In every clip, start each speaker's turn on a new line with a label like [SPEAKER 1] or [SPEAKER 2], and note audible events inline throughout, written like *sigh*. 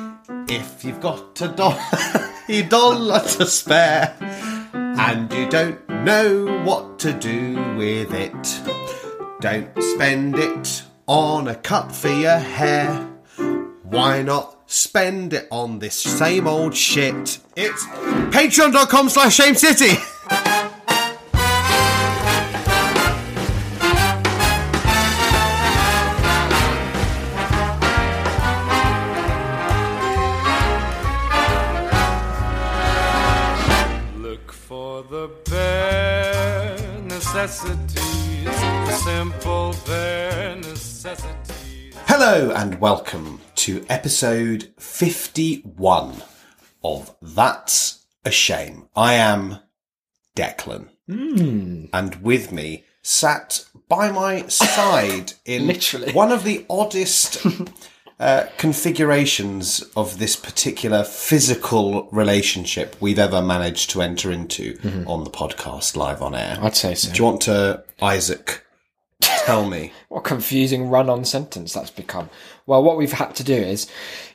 [SPEAKER 1] If you've got a dollar, *laughs* a dollar to spare, and you don't know what to do with it, don't spend it on a cut for your hair. Why not spend it on this same old shit? It's patreon.com slash shame city. *laughs*
[SPEAKER 2] Look for the bare necessities, the simple bare necessities.
[SPEAKER 1] Hello and welcome to episode 51 of That's a Shame. I am Declan.
[SPEAKER 3] Hmm.
[SPEAKER 1] And with me sat by my
[SPEAKER 3] *laughs*
[SPEAKER 1] side in
[SPEAKER 3] Literally.
[SPEAKER 1] one of the
[SPEAKER 3] *laughs*
[SPEAKER 1] oddest uh, configurations of this particular physical relationship we've ever managed to enter into on the podcast live on air.
[SPEAKER 3] Mm-hmm. I'd say so.
[SPEAKER 1] Do you want to, Isaac, tell me?
[SPEAKER 3] What a confusing run on sentence that's become. Well, what we've had to do is,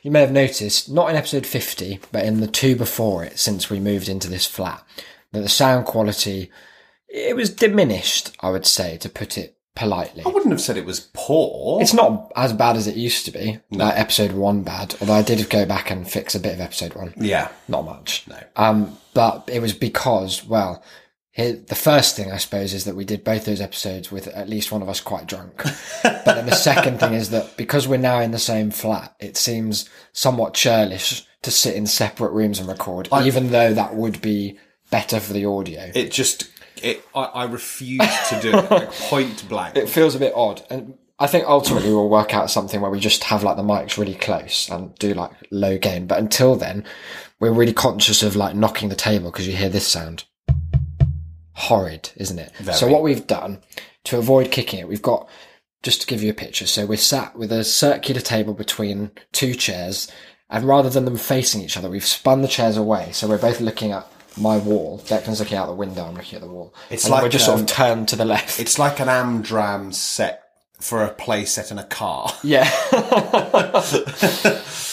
[SPEAKER 3] you may have noticed, not in episode 50, but in the two before it, since we moved into this flat, that the sound quality, it was diminished, I would say, to put it politely.
[SPEAKER 1] I wouldn't have said it was poor.
[SPEAKER 3] It's not as bad as it used to be, like episode one bad, although I did go back and fix a bit of episode one.
[SPEAKER 1] yeah.
[SPEAKER 3] Not much.
[SPEAKER 1] No.
[SPEAKER 3] Um, but it was because, well, here, the first thing I suppose is that we did both those episodes with at least one of us quite drunk. but then the second thing is that because we're now in the same flat, it seems somewhat churlish to sit in separate rooms and record, even though that would be better for the audio. It,
[SPEAKER 1] it just it I, I refuse to do it *laughs* like point blank.
[SPEAKER 3] feels a bit odd. And I think ultimately we'll work out something where we just have like the mics really close and do like low gain. But until then, we're really conscious of like knocking the table because you hear this sound. horrid, isn't it? So what we've done to avoid kicking it, we've got just to give you a picture. So we're sat with a circular table between two chairs, and rather than them facing each other, we've spun the chairs away. So we're both looking at my wall. Declan's looking out the window. I'm looking at the wall.
[SPEAKER 1] It's
[SPEAKER 3] and then
[SPEAKER 1] like,
[SPEAKER 3] we're just sort
[SPEAKER 1] um,
[SPEAKER 3] of turned to the left.
[SPEAKER 1] it's like an Amdram set for a play set in a *laughs* car.
[SPEAKER 3] Yeah.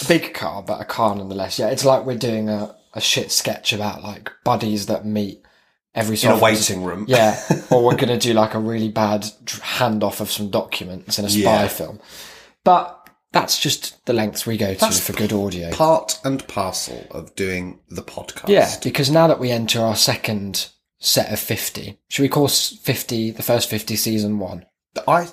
[SPEAKER 3] Big car, but a car nonetheless. Yeah, it's like we're doing a, a shit sketch about like buddies that meet every so
[SPEAKER 1] In a
[SPEAKER 3] often.
[SPEAKER 1] waiting room. *laughs*
[SPEAKER 3] Yeah. or we're going to do like a really bad dr- handoff of some documents in a spy
[SPEAKER 1] Yeah.
[SPEAKER 3] film. But that's just the lengths we go to for good audio.
[SPEAKER 1] Part and parcel of doing the podcast.
[SPEAKER 3] Yeah, because now that we enter our second set of 50, should we call s- 50 the first 50 season one? *laughs*
[SPEAKER 1] I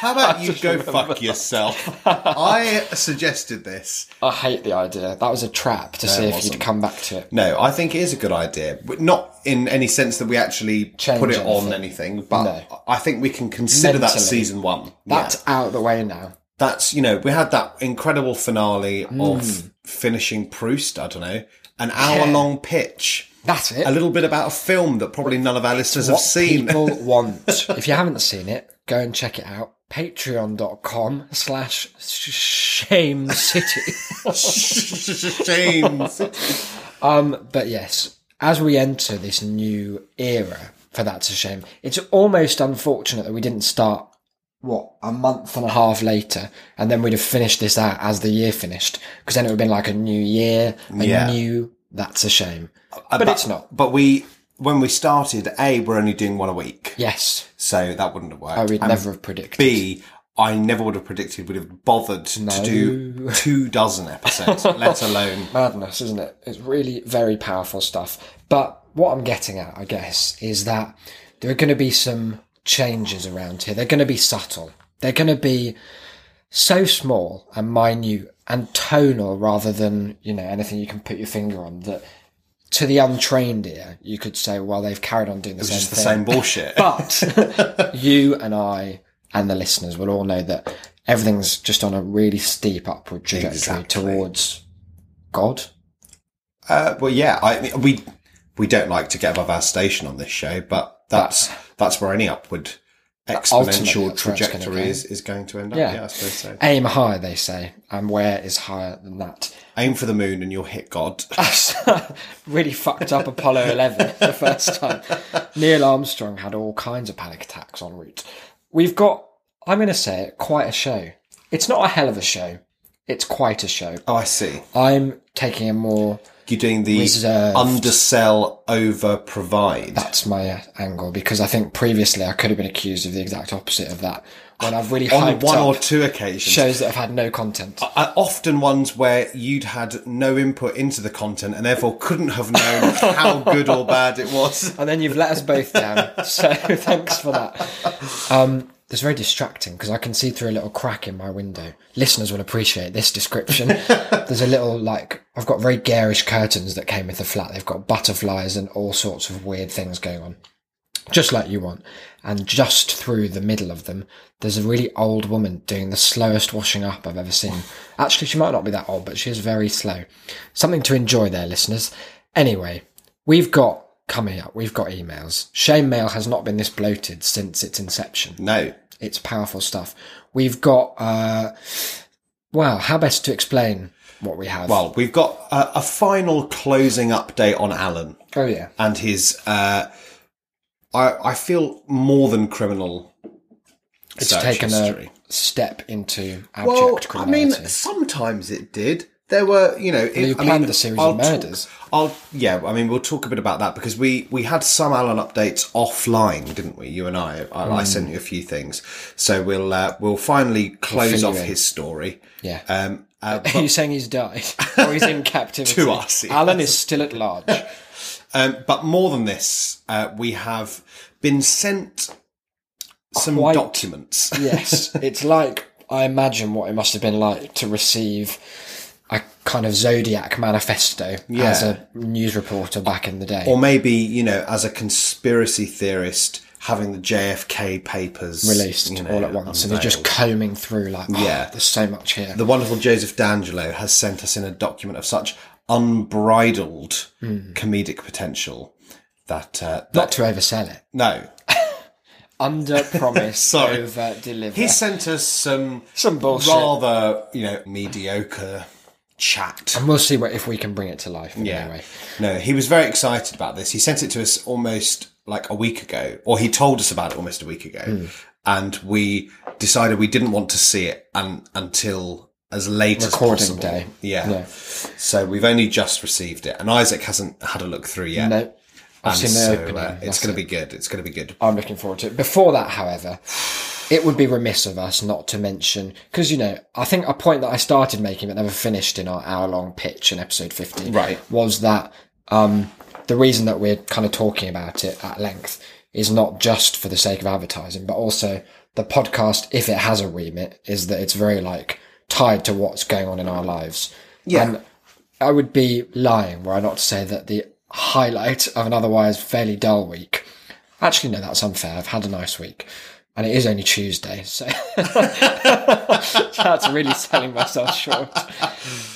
[SPEAKER 1] How about you go fuck
[SPEAKER 3] *laughs*
[SPEAKER 1] yourself? I suggested this.
[SPEAKER 3] I hate the idea. That was a trap to see if you'd come back to it.
[SPEAKER 1] No, I think it is a good idea. But not in any sense that we actually
[SPEAKER 3] Change
[SPEAKER 1] put it on
[SPEAKER 3] anything.
[SPEAKER 1] anything, but
[SPEAKER 3] No.
[SPEAKER 1] I think we can consider that
[SPEAKER 3] Mentally.
[SPEAKER 1] season one. Yeah.
[SPEAKER 3] That's out of the way now.
[SPEAKER 1] that's you know we had that incredible finale
[SPEAKER 3] Hmm.
[SPEAKER 1] of finishing Proust. I don't know, an hour long pitch,
[SPEAKER 3] That's it.
[SPEAKER 1] a little bit about a film that probably none of our listeners have
[SPEAKER 3] what
[SPEAKER 1] seen. *laughs*
[SPEAKER 3] people *laughs* want. If you haven't seen it, go and check it out. Patreon.com slash shame city. *laughs*
[SPEAKER 1] James,
[SPEAKER 3] um, but yes, as we enter this new era for That's a Shame, it's almost unfortunate that we didn't start, what, a month and a half later, and then we'd have finished this out as the year finished, because then it would have been like a new year, a
[SPEAKER 1] Yeah.
[SPEAKER 3] new That's a Shame. but, it's not.
[SPEAKER 1] But we when we started, a we're only doing one a week,
[SPEAKER 3] Yes,
[SPEAKER 1] so that wouldn't have worked.
[SPEAKER 3] I would never have predicted.
[SPEAKER 1] B, I never would have predicted we'd have bothered to do two dozen episodes, *laughs* let alone
[SPEAKER 3] madness, isn't it? It's really very powerful stuff. But what I'm getting at, I guess, is that there are going to be some changes around here. They're going to be subtle. They're going to be so small and minute and tonal rather than, you know, anything you can put your finger on that to the untrained ear, you could say, well, they've carried on doing the same
[SPEAKER 1] just the
[SPEAKER 3] thing.
[SPEAKER 1] same
[SPEAKER 3] *laughs*
[SPEAKER 1] bullshit.
[SPEAKER 3] But *laughs* you and I and the listeners will all know that everything's just on a really steep upward trajectory
[SPEAKER 1] Exactly.
[SPEAKER 3] towards God.
[SPEAKER 1] Uh, well, yeah, I mean, we we don't like to get above our station on this show, but that's that's where any upward
[SPEAKER 3] ultimately
[SPEAKER 1] exponential
[SPEAKER 3] that's where it's gonna
[SPEAKER 1] trajectory
[SPEAKER 3] go.
[SPEAKER 1] is, is going to end up. Yeah.
[SPEAKER 3] Yeah.
[SPEAKER 1] I suppose so.
[SPEAKER 3] Aim high, they say, and where is higher than that?
[SPEAKER 1] Aim for the moon and you'll hit
[SPEAKER 3] *laughs*
[SPEAKER 1] God. Oh,
[SPEAKER 3] really fucked up Apollo 11 for *laughs* the first time. Neil Armstrong had all kinds of panic attacks en route. We've got, I'm going to say it, quite a show. It's not a hell of a show. It's quite a show.
[SPEAKER 1] Oh, I see.
[SPEAKER 3] I'm taking a more
[SPEAKER 1] You're doing the
[SPEAKER 3] Reserved.
[SPEAKER 1] undersell, over provide.
[SPEAKER 3] that's my uh, angle because I think previously I could have been accused of the exact opposite of that when I've really
[SPEAKER 1] on
[SPEAKER 3] hyped
[SPEAKER 1] one
[SPEAKER 3] up
[SPEAKER 1] or two occasions.
[SPEAKER 3] shows that have had no content.
[SPEAKER 1] I, often ones where you'd had no input into the content and therefore couldn't have
[SPEAKER 3] *laughs*
[SPEAKER 1] known how good or bad it was.
[SPEAKER 3] and then you've let us both down. So thanks for that. Um, it's very distracting because I can see through a little crack in my window. Listeners will appreciate this description. There's a little like I've got very garish curtains that came with the flat. They've got butterflies and all sorts of weird things going on, just like you want. And just through the middle of them, there's a really old woman doing the slowest washing up I've ever seen. Actually, she might not be that old, but she is very slow. Something to enjoy there, listeners. Anyway, we've got coming up, we've got emails. Shame mail has not been this bloated since its inception.
[SPEAKER 1] No.
[SPEAKER 3] It's powerful stuff. We've got, uh, well, how best to explain what we have?
[SPEAKER 1] Well, we've got a, a final closing update on Alan
[SPEAKER 3] oh yeah,
[SPEAKER 1] and his. Uh, I, I feel more than criminal.
[SPEAKER 3] it's
[SPEAKER 1] search
[SPEAKER 3] taken
[SPEAKER 1] history.
[SPEAKER 3] a step into abject
[SPEAKER 1] Well, I mean,
[SPEAKER 3] criminality.
[SPEAKER 1] sometimes it did. There were, you know,
[SPEAKER 3] you
[SPEAKER 1] I
[SPEAKER 3] planned a series of
[SPEAKER 1] talk-
[SPEAKER 3] murders.
[SPEAKER 1] I'll, yeah, I mean, we'll talk a bit about that because we we had some Alan updates offline, didn't we? You and I, I, I
[SPEAKER 3] Mm.
[SPEAKER 1] sent you a few things, so we'll uh, we'll finally close
[SPEAKER 3] fill you
[SPEAKER 1] off
[SPEAKER 3] in.
[SPEAKER 1] his story.
[SPEAKER 3] Yeah. *laughs*
[SPEAKER 1] Um, uh,
[SPEAKER 3] Are you saying he's died or he's in captivity?
[SPEAKER 1] *laughs* To us, yes.
[SPEAKER 3] Alan is still
[SPEAKER 1] *laughs*
[SPEAKER 3] at large.
[SPEAKER 1] um, but more than this, uh, we have been sent some
[SPEAKER 3] Quite-
[SPEAKER 1] documents.
[SPEAKER 3] yes, it's like I imagine what it must have been like to receive a kind of zodiac manifesto as
[SPEAKER 1] Yeah.
[SPEAKER 3] a news reporter back in the day.
[SPEAKER 1] Or maybe, you know, as a conspiracy theorist, having the JFK papers
[SPEAKER 3] released
[SPEAKER 1] you know,
[SPEAKER 3] all at once, and you're just
[SPEAKER 1] unveiled.
[SPEAKER 3] combing through like, oh,
[SPEAKER 1] Yeah.
[SPEAKER 3] there's so much here.
[SPEAKER 1] The wonderful Joseph D'Angelo has sent us in a document of such unbridled comedic potential that, uh, that
[SPEAKER 3] Hmm. Not to oversell it,
[SPEAKER 1] no, *laughs*
[SPEAKER 3] under promise,
[SPEAKER 1] Sorry.
[SPEAKER 3] over deliver.
[SPEAKER 1] he sent us some
[SPEAKER 3] Some bullshit.
[SPEAKER 1] rather you know mediocre chat.
[SPEAKER 3] and we'll see what, if we can bring it to life. in any way.
[SPEAKER 1] No, he was very excited about this. He sent it to us almost like a week ago, or he told us about it almost a week ago,
[SPEAKER 3] Hmm.
[SPEAKER 1] and we decided we didn't want to see it un- until as late
[SPEAKER 3] Recording
[SPEAKER 1] as possible.
[SPEAKER 3] day.
[SPEAKER 1] Yeah.
[SPEAKER 3] Yeah.
[SPEAKER 1] So we've only just received it, and Isaac hasn't had a look through yet.
[SPEAKER 3] No, I've
[SPEAKER 1] And
[SPEAKER 3] seen the
[SPEAKER 1] so,
[SPEAKER 3] opening.
[SPEAKER 1] uh, it's
[SPEAKER 3] that's
[SPEAKER 1] going
[SPEAKER 3] it.
[SPEAKER 1] to be good. It's going to be good.
[SPEAKER 3] I'm looking forward to it. Before that, however, it would be remiss of us not to mention because you know I think a point that I started making but never finished in our hour-long pitch in episode 50
[SPEAKER 1] Right.
[SPEAKER 3] was that um, the reason that we're kind of talking about it at length is not just for the sake of advertising, but also the podcast, if it has a remit, is that it's very like tied to what's going on in our lives. Yeah. And I would be lying were I not to say that the highlight of an otherwise fairly dull week. Actually, no, that's unfair. I've had a nice week, and it is only Tuesday, so *laughs* that's really selling myself short.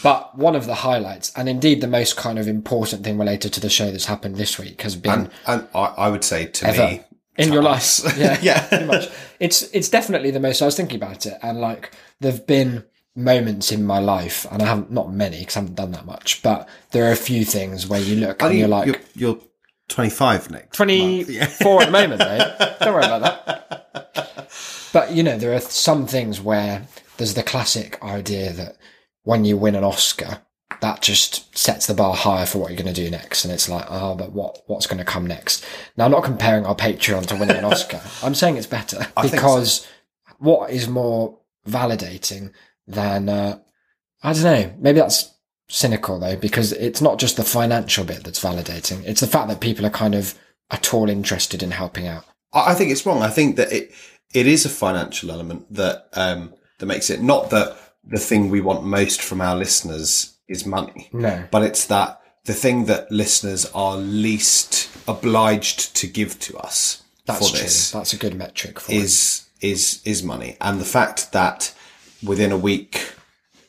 [SPEAKER 3] But one of the highlights, and indeed the most kind of important thing related to the show that's happened this week, has been
[SPEAKER 1] And I, I would say to me,
[SPEAKER 3] in your life.
[SPEAKER 1] *laughs*
[SPEAKER 3] Yeah,
[SPEAKER 1] Yeah.
[SPEAKER 3] pretty *laughs* much. It's it's definitely the most. I was thinking about it, and like there've been moments in my life, and I haven't not many because I haven't done that much, but there are a few things where you look and you're like
[SPEAKER 1] you're, you're 25 next.
[SPEAKER 3] 24 at the moment, mate. Don't worry about that. But you know, there are some things where there's the classic idea that when you win an Oscar, that just sets the bar higher for what you're going to do next, and it's like, oh, but what what's going to come next? Now, I'm not comparing our Patreon to winning
[SPEAKER 1] *laughs*
[SPEAKER 3] an Oscar. I'm saying it's better
[SPEAKER 1] think so.
[SPEAKER 3] because what is more validating than uh, I don't know. Maybe that's cynical though, because it's not just the financial bit that's validating. It's the fact that people are kind of at all interested in helping out.
[SPEAKER 1] I I think it's wrong. I think that it it is a financial element that um, that makes it not that the thing we want most from our listeners is money,
[SPEAKER 3] No.
[SPEAKER 1] but it's that the thing that listeners are least obliged to give to us
[SPEAKER 3] That's
[SPEAKER 1] for
[SPEAKER 3] true.
[SPEAKER 1] this
[SPEAKER 3] That's a good metric for it.
[SPEAKER 1] is is is money, and the fact that within a week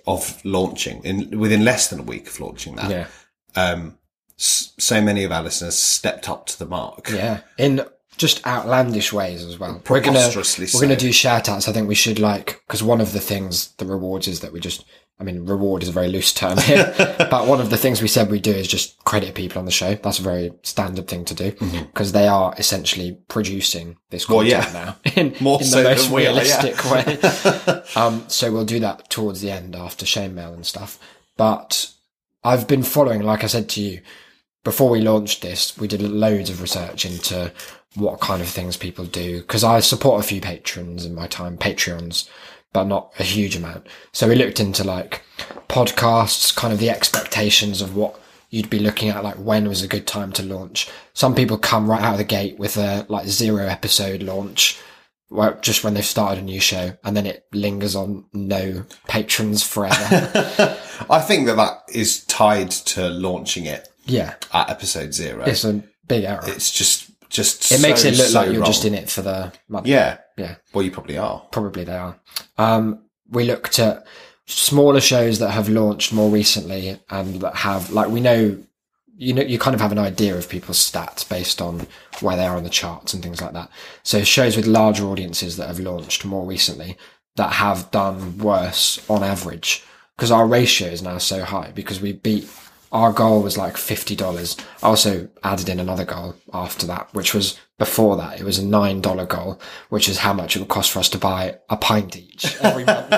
[SPEAKER 1] of launching, in within less than a week of launching that,
[SPEAKER 3] Yeah.
[SPEAKER 1] um, s- so many of our listeners stepped up to the mark.
[SPEAKER 3] Yeah. In just outlandish ways as well.
[SPEAKER 1] Preposterously
[SPEAKER 3] we're gonna, we're gonna
[SPEAKER 1] so.
[SPEAKER 3] do shout outs. I think we should like because one of the things the rewards is that we just. I mean, reward is a very loose
[SPEAKER 1] *laughs*
[SPEAKER 3] term here, but one of the things we said we do is just credit people on the show. That's a very standard thing to do because they are essentially producing this
[SPEAKER 1] Mm-hmm. Well,
[SPEAKER 3] content now *laughs* in,
[SPEAKER 1] *laughs* More
[SPEAKER 3] in
[SPEAKER 1] so
[SPEAKER 3] the most
[SPEAKER 1] than we are, yeah.
[SPEAKER 3] realistic
[SPEAKER 1] *laughs*
[SPEAKER 3] way. um, so we'll do that towards the end after shame mail and stuff. But I've been following, like I said to you, before we launched this, we did loads of research into what kind of things people do because I support a few patrons in my time, Patreons, but not a huge amount. So we looked into like podcasts, kind of the expectations of what you'd be looking at, like when was a good time to launch. Some people come right out of the gate with a like zero episode launch. Well, just when they've started a new show, and then it lingers on no patrons forever.
[SPEAKER 1] I think that that is tied to launching it
[SPEAKER 3] yeah,
[SPEAKER 1] at episode zero.
[SPEAKER 3] it's a big error.
[SPEAKER 1] It's just just
[SPEAKER 3] it makes
[SPEAKER 1] so,
[SPEAKER 3] it look
[SPEAKER 1] so
[SPEAKER 3] like you're
[SPEAKER 1] wrong.
[SPEAKER 3] just in it for the month.
[SPEAKER 1] yeah
[SPEAKER 3] Yeah.
[SPEAKER 1] Well, you probably are.
[SPEAKER 3] probably they are. Um, we looked at smaller shows that have launched more recently and that have like we know you know you kind of have an idea of people's stats based on where they are on the charts and things like that. So shows with larger audiences that have launched more recently that have done worse on average because our ratio is now so high because we beat our goal was like fifty dollars. I also added in another goal after that, which was before that. It was a nine dollar goal, which is how much it would cost for us to buy a pint each every month.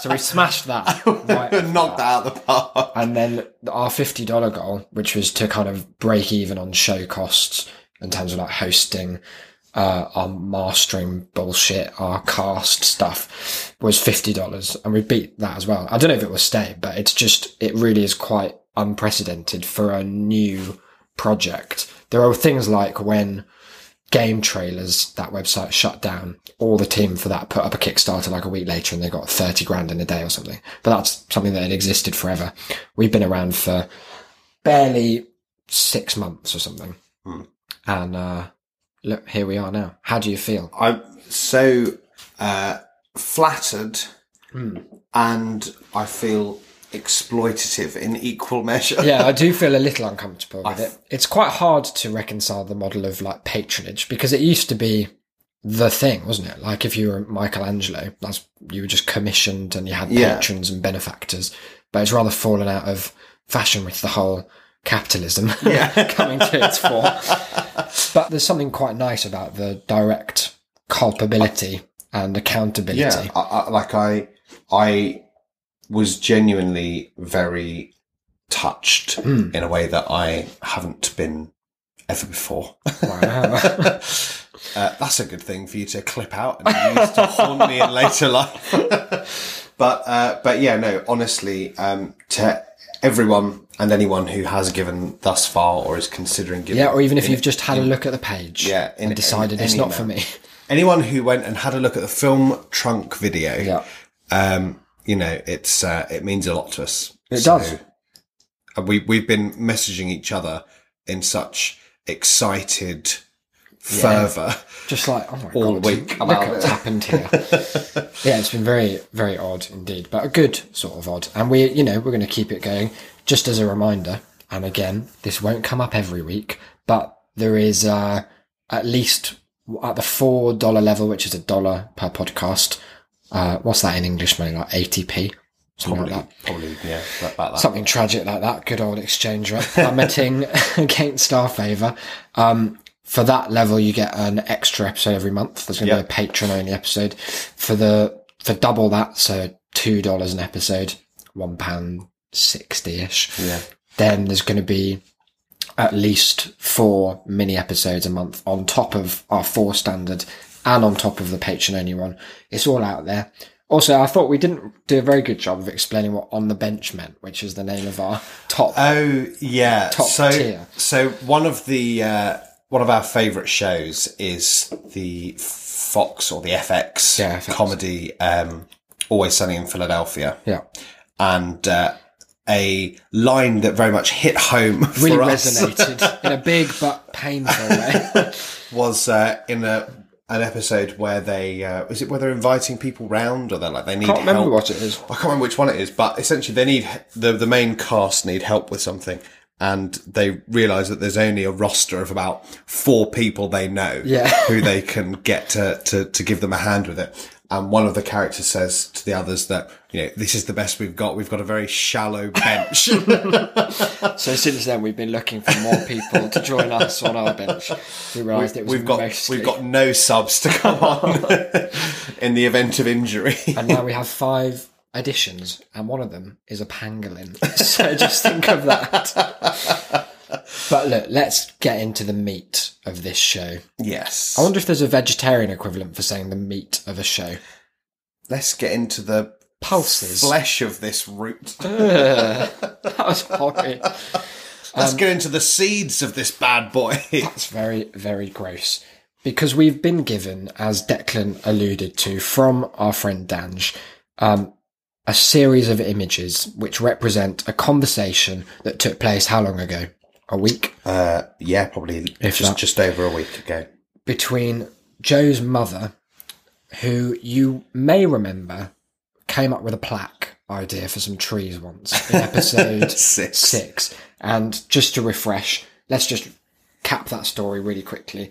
[SPEAKER 3] so we smashed that. right off the
[SPEAKER 1] Knocked that out of the park.
[SPEAKER 3] and then our fifty dollar goal, which was to kind of break even on show costs in terms of like hosting, uh, our mastering bullshit, our cast stuff, was fifty dollars, and we beat that as well. I don't know if it will stay, but it's just it really is quite unprecedented for a new project. There are things like when game trailers that website shut down all the team for that put up a kickstarter like a week later and they got 30 grand in a day or something but that's something that had existed forever we've been around for barely six months or something and uh look here we are now how do you feel
[SPEAKER 1] *laughs* I'm so uh, flattered,
[SPEAKER 3] Hmm.
[SPEAKER 1] and I feel exploitative in equal measure.
[SPEAKER 3] yeah i do feel a little uncomfortable with it it's quite hard to reconcile the model of like patronage because it used to be the thing wasn't it like if you were michelangelo that's you were just commissioned and you had
[SPEAKER 1] Yeah.
[SPEAKER 3] patrons and benefactors but it's rather fallen out of fashion with the whole capitalism *laughs* coming to its fore but there's something quite nice about the direct culpability and
[SPEAKER 1] *laughs*
[SPEAKER 3] accountability
[SPEAKER 1] yeah. I, I, like I, I was genuinely very touched
[SPEAKER 3] Hmm.
[SPEAKER 1] in a way that I haven't been ever before.
[SPEAKER 3] Wow.
[SPEAKER 1] Uh, that's a good thing for you to clip out and use to haunt me in later *laughs* life. *laughs* but uh, but yeah, no, honestly, um, to everyone and anyone who has given thus far or is considering giving,
[SPEAKER 3] *laughs* yeah or even if you've just had a look at the page
[SPEAKER 1] yeah, in-
[SPEAKER 3] and decided
[SPEAKER 1] in
[SPEAKER 3] it's
[SPEAKER 1] any
[SPEAKER 3] not for
[SPEAKER 1] amount.
[SPEAKER 3] me
[SPEAKER 1] anyone who went and had a look at the film trunk video,
[SPEAKER 3] yeah
[SPEAKER 1] um, you know, it's uh, it means a lot to us.
[SPEAKER 3] It does.
[SPEAKER 1] And we we've been messaging each other in such excited fervor.
[SPEAKER 3] just like oh my
[SPEAKER 1] All
[SPEAKER 3] god,
[SPEAKER 1] week
[SPEAKER 3] look
[SPEAKER 1] about
[SPEAKER 3] what's
[SPEAKER 1] it.
[SPEAKER 3] happened here. *laughs* yeah, it's been very, very odd indeed, but a good sort of odd. And we, you know, we're going to keep it going. Just as a reminder, and again, this won't come up every week, but there is uh, at least at the four dollar level, which is a dollar per podcast. Uh, what's that in English money? Like eighty p, something like that.
[SPEAKER 1] Probably yeah, about that.
[SPEAKER 3] Something tragic like that. Good old exchange rate
[SPEAKER 1] *laughs*
[SPEAKER 3] plummeting against our favour. Um, for that level, you get an extra episode every month. There's going to
[SPEAKER 1] Yep.
[SPEAKER 3] be a patron only episode for the for double that, so two dollars an episode, one pound sixty ish.
[SPEAKER 1] Yeah.
[SPEAKER 3] Then there's going to be at least four mini episodes a month on top of our four standard and on top of the patron only one. It's all out there. Also, I thought we didn't do a very good job of explaining what on the bench meant, which is the name of our top.
[SPEAKER 1] Oh yeah. so
[SPEAKER 3] tier.
[SPEAKER 1] so one of the uh, one of our favourite shows is the Fox or the FX,
[SPEAKER 3] Yeah, FX.
[SPEAKER 1] comedy um, Always Sunny in Philadelphia,
[SPEAKER 3] yeah.
[SPEAKER 1] and uh, a line that very much hit home *laughs*
[SPEAKER 3] Really
[SPEAKER 1] for us
[SPEAKER 3] resonated in a big but painful way.
[SPEAKER 1] was uh, in a an episode where they uh, is it where they're inviting people round or they're like they need
[SPEAKER 3] can't remember
[SPEAKER 1] help.
[SPEAKER 3] what it is.
[SPEAKER 1] I can't remember which one it is, but essentially they need the the main cast need help with something, and they realize that there's only a roster of about four people they know
[SPEAKER 3] Yeah.
[SPEAKER 1] *laughs* who they can get to, to, to give them a hand with it. And one of the characters says to the others that, you know, this is the best we've got. We've got a very shallow
[SPEAKER 3] *laughs*
[SPEAKER 1] bench.
[SPEAKER 3] So since then, we've been looking for more people to join us on our bench. We realised it was
[SPEAKER 1] we've got,
[SPEAKER 3] mostly,
[SPEAKER 1] we've got no subs to come
[SPEAKER 3] *laughs*
[SPEAKER 1] on *laughs* in the event of injury.
[SPEAKER 3] and now we have five additions, and one of them is a pangolin. So just think of that. But look, let's get into the meat of this show.
[SPEAKER 1] yes.
[SPEAKER 3] I wonder if there's a vegetarian equivalent for saying the meat of a show. *laughs*
[SPEAKER 1] Let's get into the
[SPEAKER 3] Pulses. Uh,
[SPEAKER 1] flesh of this root.
[SPEAKER 3] That was horrid.
[SPEAKER 1] Let's
[SPEAKER 3] um,
[SPEAKER 1] get into the seeds of this bad boy. *laughs*
[SPEAKER 3] That's very, very gross. Because we've been given, as Declan alluded to from our friend Danj, um, a series of images which represent a conversation that took place how long ago? A week?
[SPEAKER 1] Uh, yeah, probably just,
[SPEAKER 3] that.
[SPEAKER 1] just over a week ago.
[SPEAKER 3] Between Joe's mother, who you may remember came up with a plaque idea for some trees *laughs* once in episode
[SPEAKER 1] Six.
[SPEAKER 3] six. And just to refresh, let's just cap that story really quickly.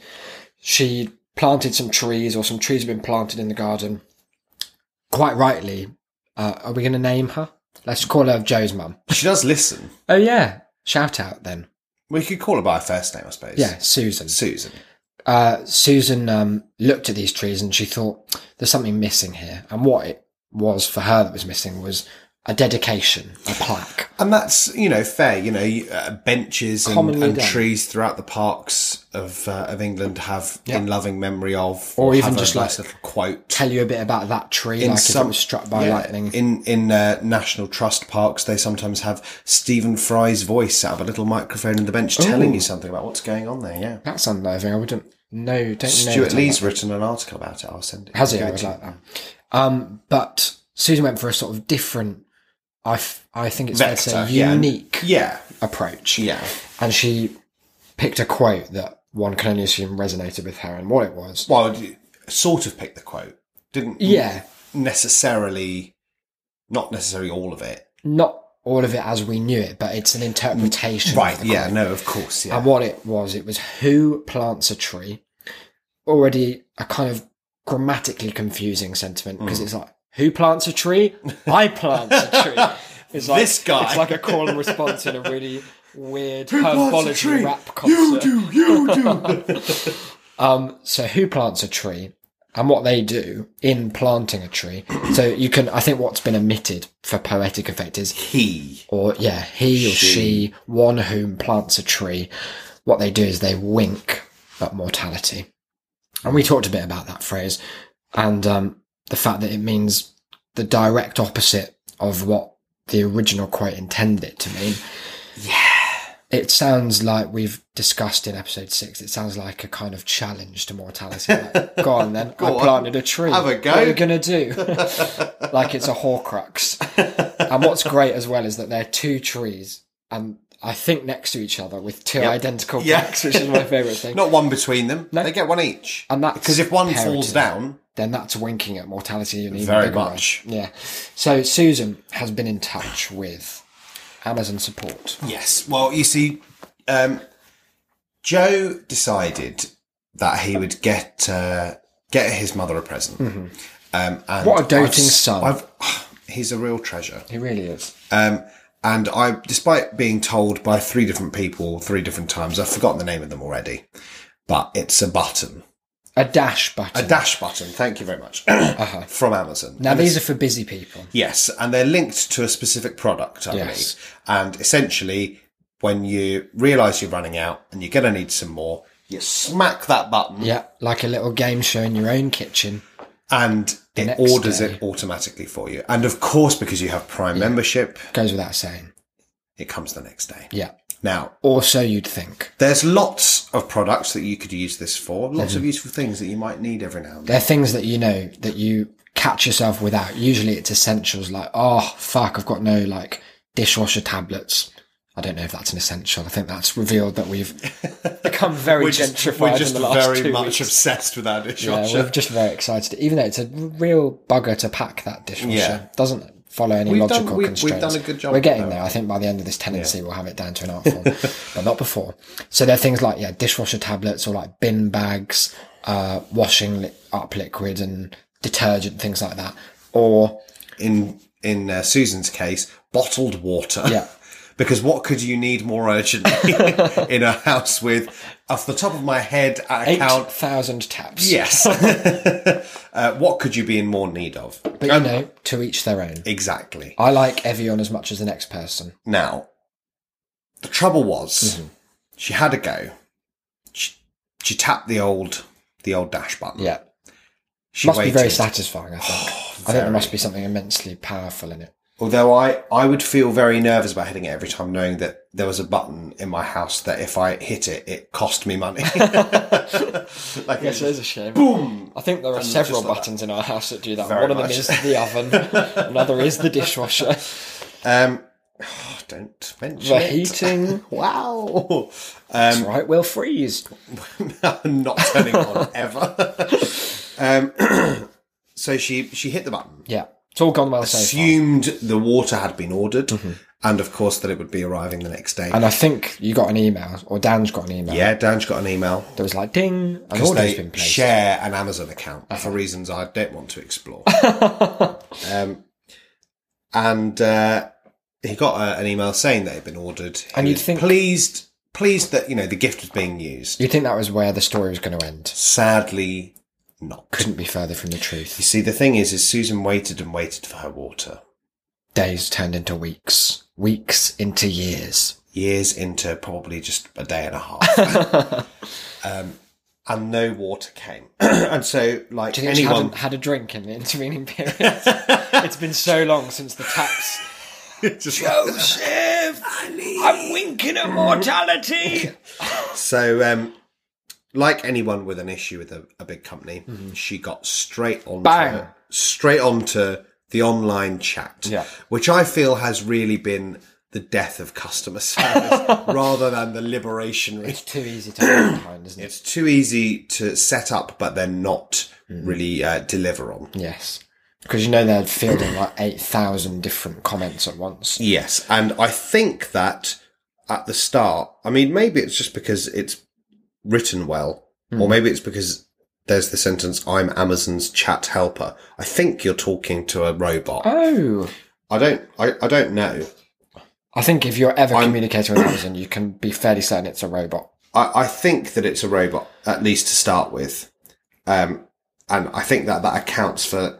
[SPEAKER 3] She planted some trees, or some trees have been planted in the garden. Quite rightly, uh, are we going to name her? Let's call her Joe's mum.
[SPEAKER 1] She does listen.
[SPEAKER 3] Oh, yeah. Shout out then.
[SPEAKER 1] We could call her by her first name, I suppose.
[SPEAKER 3] Yeah, Susan.
[SPEAKER 1] Susan.
[SPEAKER 3] uh, Susan um, looked at these trees and she thought, there's something missing here. And what it was for her that was missing was a dedication, a plaque.
[SPEAKER 1] And that's, you know, fair. You know, you- uh, benches and,
[SPEAKER 3] Commonly
[SPEAKER 1] and
[SPEAKER 3] done.
[SPEAKER 1] trees throughout the parks of uh, of England have in loving memory of.
[SPEAKER 3] Or even
[SPEAKER 1] have a
[SPEAKER 3] just
[SPEAKER 1] nice
[SPEAKER 3] like-
[SPEAKER 1] little quote.
[SPEAKER 3] Tell you a bit about that tree, like if it was struck by
[SPEAKER 1] yeah,
[SPEAKER 3] lightning.
[SPEAKER 1] In, in uh, National Trust parks, they sometimes have Stephen Fry's voice out of a little microphone in the bench telling you something about what's going on there, yeah.
[SPEAKER 3] That's unnerving. I wouldn't. No, don't know.
[SPEAKER 1] Stuart
[SPEAKER 3] about
[SPEAKER 1] Lee's
[SPEAKER 3] that.
[SPEAKER 1] written an article about it. I'll send it.
[SPEAKER 3] Has he?
[SPEAKER 1] give
[SPEAKER 3] I
[SPEAKER 1] it
[SPEAKER 3] would
[SPEAKER 1] to you.
[SPEAKER 3] like that. Um, but Susan went for a sort of different. I, f- I think it's fair to
[SPEAKER 1] Vector,
[SPEAKER 3] say
[SPEAKER 1] yeah.
[SPEAKER 3] unique
[SPEAKER 1] Yeah,
[SPEAKER 3] approach.
[SPEAKER 1] yeah.
[SPEAKER 3] And she picked a quote that one can only assume resonated with her, and what it was.
[SPEAKER 1] Well, you sort of picked the quote. Didn't
[SPEAKER 3] Yeah,
[SPEAKER 1] necessarily, not necessarily all of it.
[SPEAKER 3] not all of it as we knew it, but it's an interpretation. of
[SPEAKER 1] Right,
[SPEAKER 3] the
[SPEAKER 1] yeah,
[SPEAKER 3] quote.
[SPEAKER 1] no, of course, yeah.
[SPEAKER 3] And what it was, it was who plants a tree. Already a kind of grammatically confusing sentiment
[SPEAKER 1] Mm.
[SPEAKER 3] because it's like, who plants
[SPEAKER 1] *laughs*
[SPEAKER 3] a tree? I plant a tree. It's like,
[SPEAKER 1] This guy.
[SPEAKER 3] It's like a call and response in a really weird
[SPEAKER 1] plants a
[SPEAKER 3] herbology
[SPEAKER 1] tree?
[SPEAKER 3] rap concert.
[SPEAKER 1] you
[SPEAKER 3] *laughs*
[SPEAKER 1] do.
[SPEAKER 3] Um, so who plants a tree and what they do in planting a tree. so you can, I think what's been omitted for poetic effect is
[SPEAKER 1] he.
[SPEAKER 3] or yeah, he or she. one whom plants a tree, what they do is they wink at mortality. And we talked a bit about that phrase and um, the fact that it means the direct opposite of what the original quote intended it to mean. Yeah. It sounds like we've discussed in episode six, it sounds like a kind of challenge to mortality. Like, go
[SPEAKER 1] *laughs*
[SPEAKER 3] on then, I
[SPEAKER 1] on.
[SPEAKER 3] planted a tree.
[SPEAKER 1] Have a go.
[SPEAKER 3] What are you
[SPEAKER 1] *laughs*
[SPEAKER 3] going to do? like it's a Horcrux. and what's great as well is that they're two trees, and I think next to each other with two identical
[SPEAKER 1] Yeah.
[SPEAKER 3] plaques, which is my favourite thing.
[SPEAKER 1] *laughs* Not one between them. They get one each.
[SPEAKER 3] And that's
[SPEAKER 1] because if one falls
[SPEAKER 3] parroting.
[SPEAKER 1] down,
[SPEAKER 3] Then that's winking at mortality and even
[SPEAKER 1] Very
[SPEAKER 3] bigger one.
[SPEAKER 1] much.
[SPEAKER 3] Yeah. So Susan has been in touch with Amazon support.
[SPEAKER 1] yes. Well, you see, um, Joe decided that he would get uh, get his mother a present. Um, and
[SPEAKER 3] Mm-hmm. What a doting
[SPEAKER 1] I've-
[SPEAKER 3] son.
[SPEAKER 1] I've, *sighs* he's a real treasure.
[SPEAKER 3] He really is.
[SPEAKER 1] Um, and I, despite being told by three different people three different times, I've forgotten the name of them already, but it's a button,
[SPEAKER 3] A dash button.
[SPEAKER 1] a dash button. Thank you very
[SPEAKER 3] *coughs*
[SPEAKER 1] much.
[SPEAKER 3] Uh-huh.
[SPEAKER 1] From Amazon.
[SPEAKER 3] now these are for busy people.
[SPEAKER 1] Yes, and they're linked to a specific product, I
[SPEAKER 3] Yes.
[SPEAKER 1] believe. And essentially, when you realise you're running out and you're going to need some more, you smack that button
[SPEAKER 3] Yeah, like a little game show in your own kitchen.
[SPEAKER 1] and it
[SPEAKER 3] next
[SPEAKER 1] orders
[SPEAKER 3] day.
[SPEAKER 1] it automatically for you. And of course, because you have Prime membership,
[SPEAKER 3] Goes without saying.
[SPEAKER 1] it comes the next day.
[SPEAKER 3] Yeah.
[SPEAKER 1] Now,
[SPEAKER 3] Or so you'd think.
[SPEAKER 1] There's lots of products that you could use this for, lots of useful things that you might need every now and then.
[SPEAKER 3] Mm-hmm. They're things that you know that you catch yourself without. Usually it's essentials like, oh, fuck, I've got no like dishwasher tablets. I don't know if that's an essential. I think that's revealed that
[SPEAKER 1] *laughs*
[SPEAKER 3] we've become very gentrified in the last
[SPEAKER 1] very
[SPEAKER 3] two
[SPEAKER 1] much
[SPEAKER 3] weeks.
[SPEAKER 1] obsessed with our dishwasher.
[SPEAKER 3] Yeah, we're just very excited, even though it's a real bugger to pack that dishwasher.
[SPEAKER 1] Yeah.
[SPEAKER 3] Doesn't follow any
[SPEAKER 1] We've done-
[SPEAKER 3] logical
[SPEAKER 1] we- we've
[SPEAKER 3] constraints.
[SPEAKER 1] done a good job
[SPEAKER 3] We're
[SPEAKER 1] with
[SPEAKER 3] getting
[SPEAKER 1] that.
[SPEAKER 3] there. I think by the end of this tenancy, we'll have it down to an art form,
[SPEAKER 1] *laughs*
[SPEAKER 3] but not before. So there are things like yeah, dishwasher tablets or like bin bags, uh, washing li- up liquid and detergent, things like that. Or
[SPEAKER 1] in in uh, Susan's case, bottled water.
[SPEAKER 3] Yeah.
[SPEAKER 1] *laughs* Because what could you need more urgently *laughs* in a house with, off the top of my head, I
[SPEAKER 3] eight *laughs*
[SPEAKER 1] count
[SPEAKER 3] thousand taps.
[SPEAKER 1] yes. *laughs* uh, what could you be in more need of? Um,
[SPEAKER 3] but you know, to each their own.
[SPEAKER 1] Exactly.
[SPEAKER 3] I like Evian as much as the next person.
[SPEAKER 1] Now, the trouble was,
[SPEAKER 3] Mm-hmm.
[SPEAKER 1] she had a go. She, she tapped the old the old dash button.
[SPEAKER 3] Yeah,
[SPEAKER 1] she
[SPEAKER 3] must
[SPEAKER 1] waited.
[SPEAKER 3] be very satisfying. I think. I think
[SPEAKER 1] very.
[SPEAKER 3] there must be something immensely powerful in it.
[SPEAKER 1] Although I, I would feel very nervous about hitting it every time, knowing that there was a button in my house that if I hit it, it cost me
[SPEAKER 3] *laughs*
[SPEAKER 1] money. *laughs* like it
[SPEAKER 3] is a shame. Boom! I think there are several buttons in our house that do that.
[SPEAKER 1] Very
[SPEAKER 3] One of them
[SPEAKER 1] much.
[SPEAKER 3] is the
[SPEAKER 1] *laughs*
[SPEAKER 3] oven, another is the dishwasher,
[SPEAKER 1] Um, oh, don't mention
[SPEAKER 3] the
[SPEAKER 1] it.
[SPEAKER 3] heating.
[SPEAKER 1] Wow. *laughs* Um,
[SPEAKER 3] That's right, we'll freeze.
[SPEAKER 1] I'm not turning
[SPEAKER 3] *laughs*
[SPEAKER 1] on ever. um, *clears throat* so she she hit the button,
[SPEAKER 3] Yeah, it's all gone well so far.
[SPEAKER 1] assumed the water had been ordered, and of course that it would be arriving the next day.
[SPEAKER 3] And I think you got an email, or Dan's got an email.
[SPEAKER 1] yeah, Dan's got an email.
[SPEAKER 3] That was like ding, and
[SPEAKER 1] because
[SPEAKER 3] order's
[SPEAKER 1] they
[SPEAKER 3] been placed.
[SPEAKER 1] share an Amazon account
[SPEAKER 3] Uh-huh.
[SPEAKER 1] for reasons I don't want to
[SPEAKER 3] *laughs*
[SPEAKER 1] explore. um, and uh, he got a, an email saying that it had been ordered. He
[SPEAKER 3] And you'd
[SPEAKER 1] was
[SPEAKER 3] think-
[SPEAKER 1] pleased, pleased that you know the gift was being used.
[SPEAKER 3] You'd think that was where the story was going to end.
[SPEAKER 1] Sadly, not.
[SPEAKER 3] Couldn't be further from the
[SPEAKER 1] You
[SPEAKER 3] truth.
[SPEAKER 1] see, the thing is, is Susan waited and waited for her water.
[SPEAKER 3] Days turned into weeks, weeks into years.
[SPEAKER 1] Years into probably just a day and a half,
[SPEAKER 3] *laughs*
[SPEAKER 1] um, and no water came. *clears throat* and so, like
[SPEAKER 3] Do you think she
[SPEAKER 1] anyone,
[SPEAKER 3] hadn't had a drink in the intervening period?
[SPEAKER 1] *laughs*
[SPEAKER 3] it's been so long since the taps.
[SPEAKER 1] *laughs* just
[SPEAKER 3] Joseph! Oh, I'm winking at mortality!
[SPEAKER 1] So, um, like anyone with an issue with a, a big company, she got straight on
[SPEAKER 3] Mm-hmm. Bang.
[SPEAKER 1] straight onto the online chat,
[SPEAKER 3] Yeah.
[SPEAKER 1] which I feel has really been the death of customer *laughs* service rather than the
[SPEAKER 3] *laughs*
[SPEAKER 1] liberation.
[SPEAKER 3] *laughs* it's too easy to be kind, isn't it?
[SPEAKER 1] It's too easy to set up, but then not
[SPEAKER 3] Mm-hmm.
[SPEAKER 1] really uh, deliver on.
[SPEAKER 3] Yes. Because you know they're fielding like 8,000 different comments at once.
[SPEAKER 1] Yes, and I think that at the start, I mean, maybe it's just because it's written well,
[SPEAKER 3] Hmm.
[SPEAKER 1] or maybe it's because there's the sentence "I'm Amazon's chat helper." I think you're talking to a robot.
[SPEAKER 3] Oh!
[SPEAKER 1] I don't, I, I don't know.
[SPEAKER 3] I think if you're ever communicating with Amazon, you can be fairly certain it's a robot.
[SPEAKER 1] I, I think that it's a robot at least to start with, um, and I think that that accounts for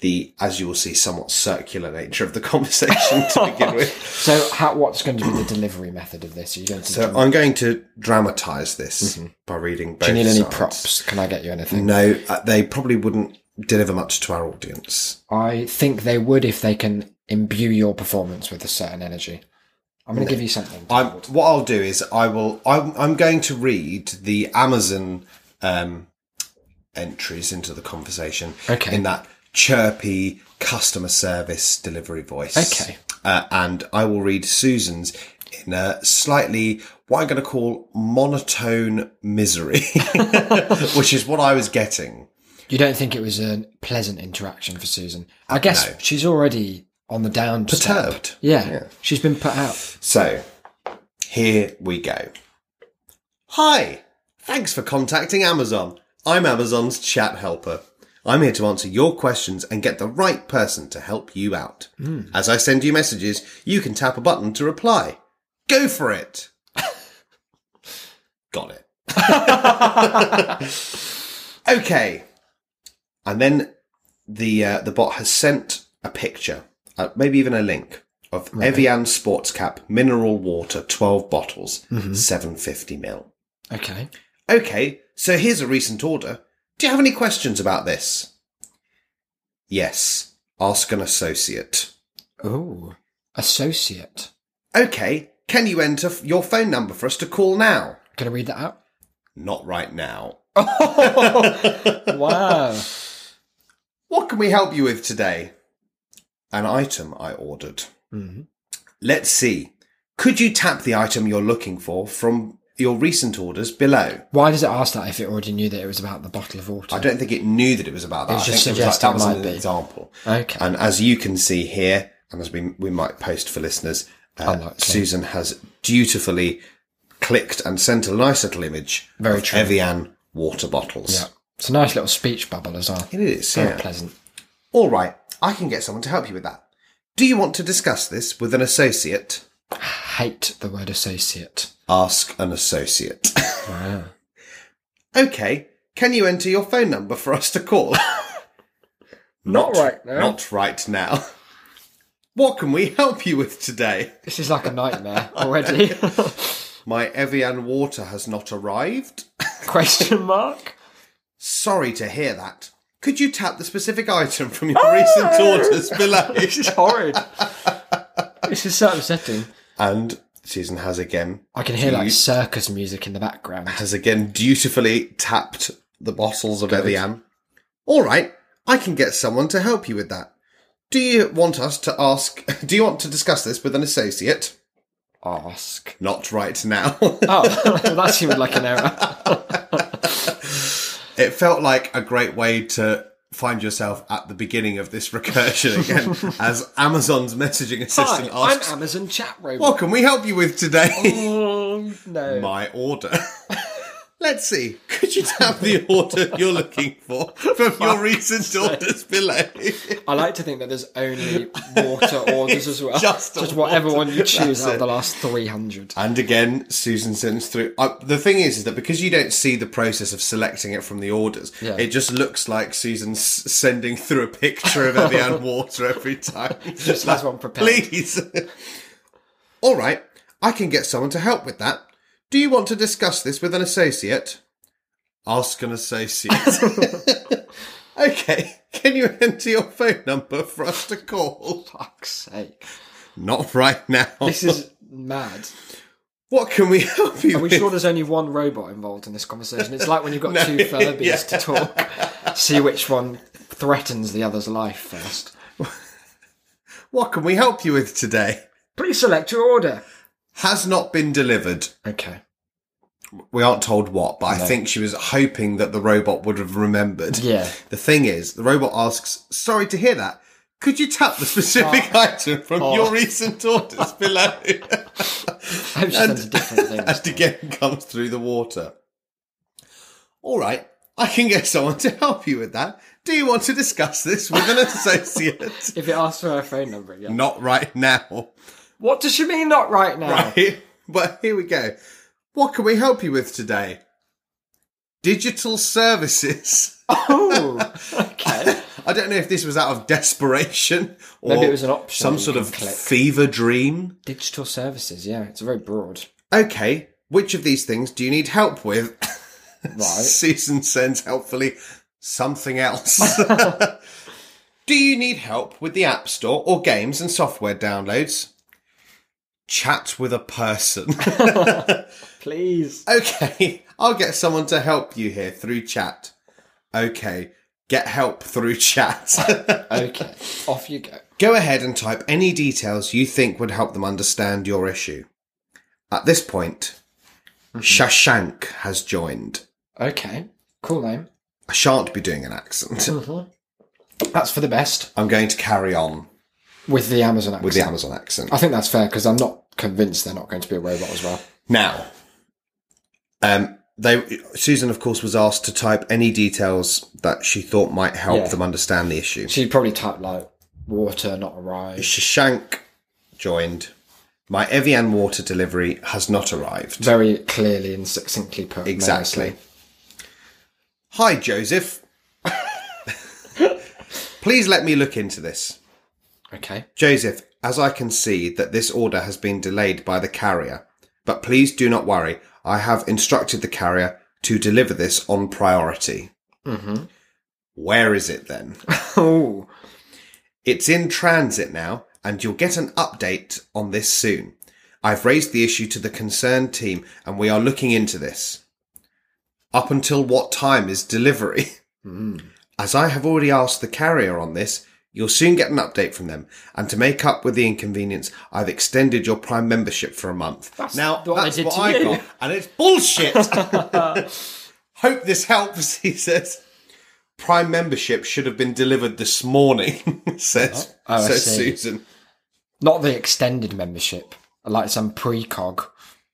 [SPEAKER 1] the, as you will see, somewhat circular nature of the *laughs* conversation to
[SPEAKER 3] *laughs*
[SPEAKER 1] begin with.
[SPEAKER 3] So, how, what's going to be the delivery method of this? Are you going to
[SPEAKER 1] So I'm going to dramatise this by reading. Both
[SPEAKER 3] Mm-hmm. do you need any
[SPEAKER 1] sides.
[SPEAKER 3] props? Can I get you anything?
[SPEAKER 1] No, uh, they probably wouldn't deliver much to our audience.
[SPEAKER 3] I think they would if they can imbue your performance with a certain energy. I'm going to give you something.
[SPEAKER 1] I'm, what I'll do is I will. I'm, I'm going to read the Amazon um, entries into the conversation
[SPEAKER 3] Okay.
[SPEAKER 1] in that chirpy customer service delivery voice.
[SPEAKER 3] Okay.
[SPEAKER 1] Uh, and I will read Susan's in a slightly what I'm going to call monotone misery, *laughs* which is what I was getting.
[SPEAKER 3] You don't think it was a pleasant interaction for Susan? I guess she's already on the down. step.
[SPEAKER 1] Perturbed.
[SPEAKER 3] Yeah, she's been put out.
[SPEAKER 1] So, here we go. Hi, thanks for contacting Amazon. I'm Amazon's chat helper. I'm here to answer your questions and get the right person to help you out. As I send you messages, you can tap a button to reply. Go for it. Got it. *laughs* okay. And then the uh, the bot has sent a picture, uh, maybe even a link of Evian Sports Cap mineral water, twelve bottles, fifty mil.
[SPEAKER 3] Okay.
[SPEAKER 1] Okay, so here's a recent order. Do you have any questions about this? Yes. Ask an associate.
[SPEAKER 3] Oh, associate.
[SPEAKER 1] Okay, can you enter f- your phone number for us to call now?
[SPEAKER 3] Can I read that
[SPEAKER 1] *laughs*
[SPEAKER 3] out?
[SPEAKER 1] Not right now. *laughs*
[SPEAKER 3] Wow.
[SPEAKER 1] What can we help you with today? An item I ordered.
[SPEAKER 3] Mhm.
[SPEAKER 1] Let's see. Could you tap the item you're looking for from your recent orders below.
[SPEAKER 3] Why does it ask that if it already knew that it was about the bottle of water?
[SPEAKER 1] I don't think it knew that it was about that.
[SPEAKER 3] It's
[SPEAKER 1] I
[SPEAKER 3] just
[SPEAKER 1] think
[SPEAKER 3] suggested
[SPEAKER 1] it was
[SPEAKER 3] it
[SPEAKER 1] like,
[SPEAKER 3] might
[SPEAKER 1] that was
[SPEAKER 3] be.
[SPEAKER 1] an example.
[SPEAKER 3] Okay.
[SPEAKER 1] And as you can see here, and as we we might post for listeners, uh,
[SPEAKER 3] Unlikely.
[SPEAKER 1] Susan has dutifully clicked and sent a nice little image
[SPEAKER 3] Very
[SPEAKER 1] of
[SPEAKER 3] true.
[SPEAKER 1] Evian water bottles.
[SPEAKER 3] yeah. It's a nice little speech bubble as well.
[SPEAKER 1] It is,
[SPEAKER 3] Very
[SPEAKER 1] yeah.
[SPEAKER 3] pleasant.
[SPEAKER 1] All right, I can get someone to help you with that. Do you want to discuss this with an associate?
[SPEAKER 3] Hate the word associate.
[SPEAKER 1] Ask an
[SPEAKER 3] *laughs*
[SPEAKER 1] associate.
[SPEAKER 3] Wow.
[SPEAKER 1] okay, can you enter your phone number for us to call?
[SPEAKER 3] *laughs* Not right now.
[SPEAKER 1] Not right now. What can we help you with today?
[SPEAKER 3] This is like
[SPEAKER 1] *laughs*
[SPEAKER 3] a nightmare already.
[SPEAKER 1] My Evian water has not arrived.
[SPEAKER 3] Question mark?
[SPEAKER 1] Sorry to hear that. Could you tap the specific item from
[SPEAKER 3] Oh!
[SPEAKER 1] your recent orders below?
[SPEAKER 3] This
[SPEAKER 1] *laughs*
[SPEAKER 3] is horrid. this is so upsetting.
[SPEAKER 1] and Susan has again
[SPEAKER 3] I can hear like
[SPEAKER 1] Dude.
[SPEAKER 3] circus music in the background.
[SPEAKER 1] has again dutifully tapped the bottles of Evian. All right, I can get someone to help you with that. Do you want us to ask? *laughs* Do you want to discuss this with an associate?
[SPEAKER 3] Ask.
[SPEAKER 1] Not right now. *laughs*
[SPEAKER 3] Oh, that seemed like an *laughs* error.
[SPEAKER 1] it felt like a great way to find yourself at the beginning of this recursion again,
[SPEAKER 3] *laughs*
[SPEAKER 1] as Amazon's messaging assistant
[SPEAKER 3] Hi, I'm
[SPEAKER 1] asks,
[SPEAKER 3] Amazon chat robot.
[SPEAKER 1] "What can we help you with today?"
[SPEAKER 3] Oh,
[SPEAKER 1] *laughs*
[SPEAKER 3] no.
[SPEAKER 1] My order. Let's see. Could you tap the order you're looking
[SPEAKER 3] *laughs*
[SPEAKER 1] for from your recent orders below? *laughs*
[SPEAKER 3] I like to think that there's only water orders as well.
[SPEAKER 1] Just
[SPEAKER 3] Just,
[SPEAKER 1] the
[SPEAKER 3] whatever one you
[SPEAKER 1] That's
[SPEAKER 3] choose out
[SPEAKER 1] it. Uh,
[SPEAKER 3] of the last 300.
[SPEAKER 1] And again, Susan sends through. Uh, the thing is, is that because you don't see the process of selecting it from the orders,
[SPEAKER 3] Yeah.
[SPEAKER 1] it just looks like Susan's sending through a picture of
[SPEAKER 3] *laughs*
[SPEAKER 1] Evian water every time.
[SPEAKER 3] Just has one prepared.
[SPEAKER 1] Please. *laughs* All right, I can get someone to help with that. Do you want to discuss this with an associate? Ask an associate.
[SPEAKER 3] *laughs*
[SPEAKER 1] okay, can you enter your phone number for us to call?
[SPEAKER 3] Fuck's sake.
[SPEAKER 1] Not right now.
[SPEAKER 3] This is mad.
[SPEAKER 1] What can we help you
[SPEAKER 3] Are we
[SPEAKER 1] with?
[SPEAKER 3] sure there's only one robot involved in this conversation? It's like when you've got two Furbies to talk, see which one threatens the other's life first.
[SPEAKER 1] What can we help you with today?
[SPEAKER 3] Please select your order.
[SPEAKER 1] Has not been delivered.
[SPEAKER 3] Okay.
[SPEAKER 1] We aren't told what, but I think she was hoping that the robot would have remembered.
[SPEAKER 3] Yeah.
[SPEAKER 1] The thing is, the robot asks, Sorry to hear that. Could you tap the specific item from your recent orders below?
[SPEAKER 3] I hope she sends a
[SPEAKER 1] *laughs*
[SPEAKER 3] different thing.
[SPEAKER 1] and again comes through the water. All right, I can get someone to help you with that. Do you want to discuss this with an associate?
[SPEAKER 3] *laughs* If it asks for her phone number again.
[SPEAKER 1] Not right now.
[SPEAKER 3] What does she mean not right now? *laughs*
[SPEAKER 1] Right. *laughs* But here we go. What can we help you with today? Digital services. *laughs*
[SPEAKER 3] Oh, *laughs* okay.
[SPEAKER 1] I don't know if this was out of desperation or
[SPEAKER 3] Maybe it was an option
[SPEAKER 1] some
[SPEAKER 3] that you
[SPEAKER 1] sort
[SPEAKER 3] can
[SPEAKER 1] of
[SPEAKER 3] click.
[SPEAKER 1] fever dream.
[SPEAKER 3] Digital services, yeah. It's very broad.
[SPEAKER 1] Okay, which of these things do you need help with? *laughs*
[SPEAKER 3] Right.
[SPEAKER 1] Susan sends helpfully something else. do you need help with the App Store or games and software downloads? Chat with a person.
[SPEAKER 3] *laughs* Please.
[SPEAKER 1] Okay, *laughs* I'll get someone to help you here through chat. Okay, get help through *laughs* chat.
[SPEAKER 3] Okay. Off you go.
[SPEAKER 1] Go ahead and type any details you think would help them understand your issue. At this point,
[SPEAKER 3] Mm-hmm.
[SPEAKER 1] Shashank has joined.
[SPEAKER 3] Okay. Cool name.
[SPEAKER 1] I shan't be doing an accent. *laughs*
[SPEAKER 3] Mm-hmm. That's for the best
[SPEAKER 1] I'm going to carry on
[SPEAKER 3] with the Amazon accent.
[SPEAKER 1] with the Amazon accent.
[SPEAKER 3] I think that's fair because I'm not convinced they're not going to be a robot as well.
[SPEAKER 1] Now, um, they Susan, of course, was asked to type any details that she thought might help
[SPEAKER 3] Yeah.
[SPEAKER 1] them understand the issue.
[SPEAKER 3] She'd probably type like water not arrived.
[SPEAKER 1] Shashank joined. My Evian water delivery has not arrived.
[SPEAKER 3] Very clearly and succinctly put.
[SPEAKER 1] Exactly.
[SPEAKER 3] nicely.
[SPEAKER 1] Hi, Joseph. *laughs* Please let me look into this.
[SPEAKER 3] Okay.
[SPEAKER 1] Joseph, as I can see that this order has been delayed by the carrier, but please do not worry. I have instructed the carrier to deliver this on priority. Where is it then?
[SPEAKER 3] Oh,
[SPEAKER 1] It's in transit now, and you'll get an update on this soon. I've raised the issue to the concerned team, and we are looking into this. Up *laughs*
[SPEAKER 3] Hmm.
[SPEAKER 1] until what time is delivery? As I have already asked the carrier on this, You'll soon get an update from them, and to make up with the inconvenience, I've extended your Prime membership for a month. now
[SPEAKER 3] what they
[SPEAKER 1] that's
[SPEAKER 3] did
[SPEAKER 1] what
[SPEAKER 3] to
[SPEAKER 1] I
[SPEAKER 3] you.
[SPEAKER 1] got, and it's bullshit.
[SPEAKER 3] *laughs*
[SPEAKER 1] Hope this helps, *laughs* he says. Prime membership should have been delivered this morning, *laughs* says,
[SPEAKER 3] Oh, I
[SPEAKER 1] says
[SPEAKER 3] see.
[SPEAKER 1] Susan.
[SPEAKER 3] Not the extended membership, like some precog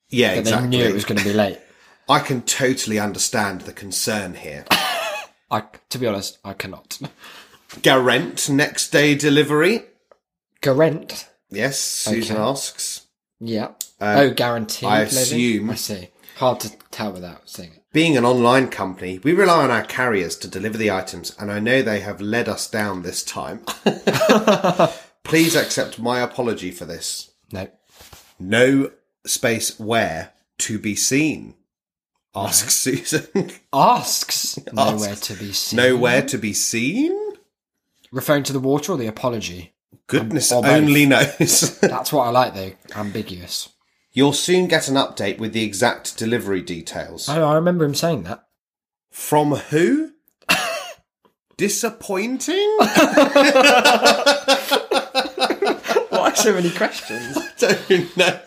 [SPEAKER 1] Yeah,
[SPEAKER 3] that
[SPEAKER 1] exactly.
[SPEAKER 3] they knew it was going to be late.
[SPEAKER 1] I can totally understand the concern here. *coughs*
[SPEAKER 3] I, to be honest, I cannot. *laughs*
[SPEAKER 1] Garant next day delivery.
[SPEAKER 3] Garant.
[SPEAKER 1] Yes, Susan asks.
[SPEAKER 3] Yeah. oh, guaranteed.
[SPEAKER 1] Uh, I
[SPEAKER 3] maybe?
[SPEAKER 1] assume-
[SPEAKER 3] I see. Hard to tell without seeing it.
[SPEAKER 1] Being an online company, we rely on our carriers to deliver the items, and I know they have led us down this time. *laughs* Please accept my apology for this.
[SPEAKER 3] No.
[SPEAKER 1] No space where to be seen, asks Susan. *laughs*
[SPEAKER 3] Asks nowhere to be seen.
[SPEAKER 1] Nowhere to be seen?
[SPEAKER 3] Referring to the water or
[SPEAKER 1] *laughs*
[SPEAKER 3] the apology.
[SPEAKER 1] Goodness
[SPEAKER 3] Or both.
[SPEAKER 1] only knows. *laughs*
[SPEAKER 3] That's what I like though. Ambiguous.
[SPEAKER 1] You'll soon get an update with the exact delivery details.
[SPEAKER 3] Oh, I remember him
[SPEAKER 1] *laughs*
[SPEAKER 3] saying that.
[SPEAKER 1] From who? *laughs* Disappointing? *laughs*
[SPEAKER 3] Why so many questions?
[SPEAKER 1] don't know.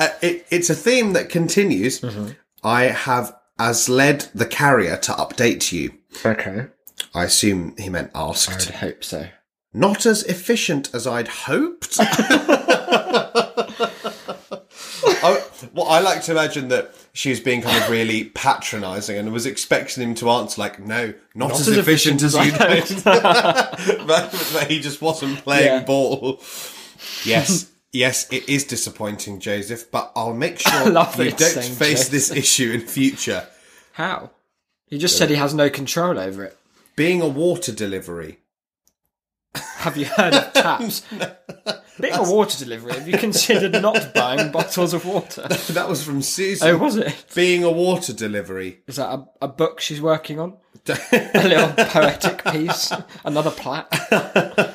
[SPEAKER 1] Uh, it, it's a theme that continues.
[SPEAKER 3] Mm-hmm.
[SPEAKER 1] I have as led the carrier to update you.
[SPEAKER 3] okay.
[SPEAKER 1] I assume he meant
[SPEAKER 3] I'd
[SPEAKER 1] asked.
[SPEAKER 3] hope so.
[SPEAKER 1] Not as efficient as I'd hoped. *laughs* I, well, I like to imagine that she was being kind of really patronising and was expecting him to answer like, "No, not, as, efficient, as
[SPEAKER 3] *laughs*
[SPEAKER 1] you'd hoped." *laughs* but, but he just *laughs* wasn't playing
[SPEAKER 3] Yeah.
[SPEAKER 1] ball. *laughs* Yes, yes, it is disappointing, Joseph. But I'll *laughs* make sure
[SPEAKER 3] love that
[SPEAKER 1] you
[SPEAKER 3] it's
[SPEAKER 1] don't
[SPEAKER 3] saying
[SPEAKER 1] face this issue in future.
[SPEAKER 3] How? He just said he has no control over it.
[SPEAKER 1] Being a water delivery,
[SPEAKER 3] Have you
[SPEAKER 1] *laughs*
[SPEAKER 3] heard of taps? Being a water delivery, have you considered not buying bottles of water?
[SPEAKER 1] that was from Susan.
[SPEAKER 3] Oh, was it?
[SPEAKER 1] Being a water delivery.
[SPEAKER 3] Is that a, a book she's working on? a little poetic piece? Another plaque?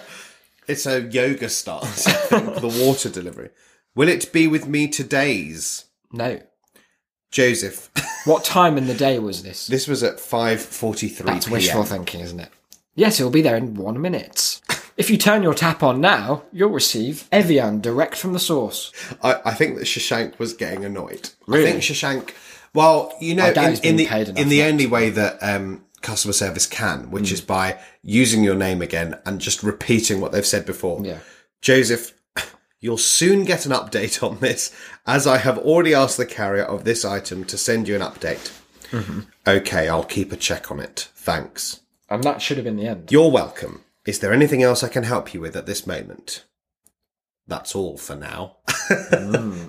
[SPEAKER 1] It's a yoga stance. *laughs* I think, the water delivery. Will it be with me today's
[SPEAKER 3] No.
[SPEAKER 1] Joseph?
[SPEAKER 3] What time in the day was this?
[SPEAKER 1] This was at five forty-three
[SPEAKER 3] That's wishful
[SPEAKER 1] p.m.
[SPEAKER 3] thinking, isn't it? Yes, it'll be there in one minute. If you turn your tap on now, you'll receive Evian direct from the source.
[SPEAKER 1] I, I think that Shashank was getting annoyed.
[SPEAKER 3] Really?
[SPEAKER 1] I think Shashank. Well, you know,
[SPEAKER 3] I doubt
[SPEAKER 1] in, in
[SPEAKER 3] he's being
[SPEAKER 1] the
[SPEAKER 3] paid enough Mm.
[SPEAKER 1] in the
[SPEAKER 3] for that.
[SPEAKER 1] only way that um, customer service can, which is by using your name again and just repeating what they've said before.
[SPEAKER 3] Yeah.
[SPEAKER 1] Joseph, you'll soon get an update on this, as I have already asked the carrier of this item to send you an update.
[SPEAKER 3] Mm-hmm.
[SPEAKER 1] Okay, I'll keep a check on it. Thanks.
[SPEAKER 3] And that should have been the end.
[SPEAKER 1] You're welcome. Is there anything else I can help you with at this moment? That's all for now, *laughs*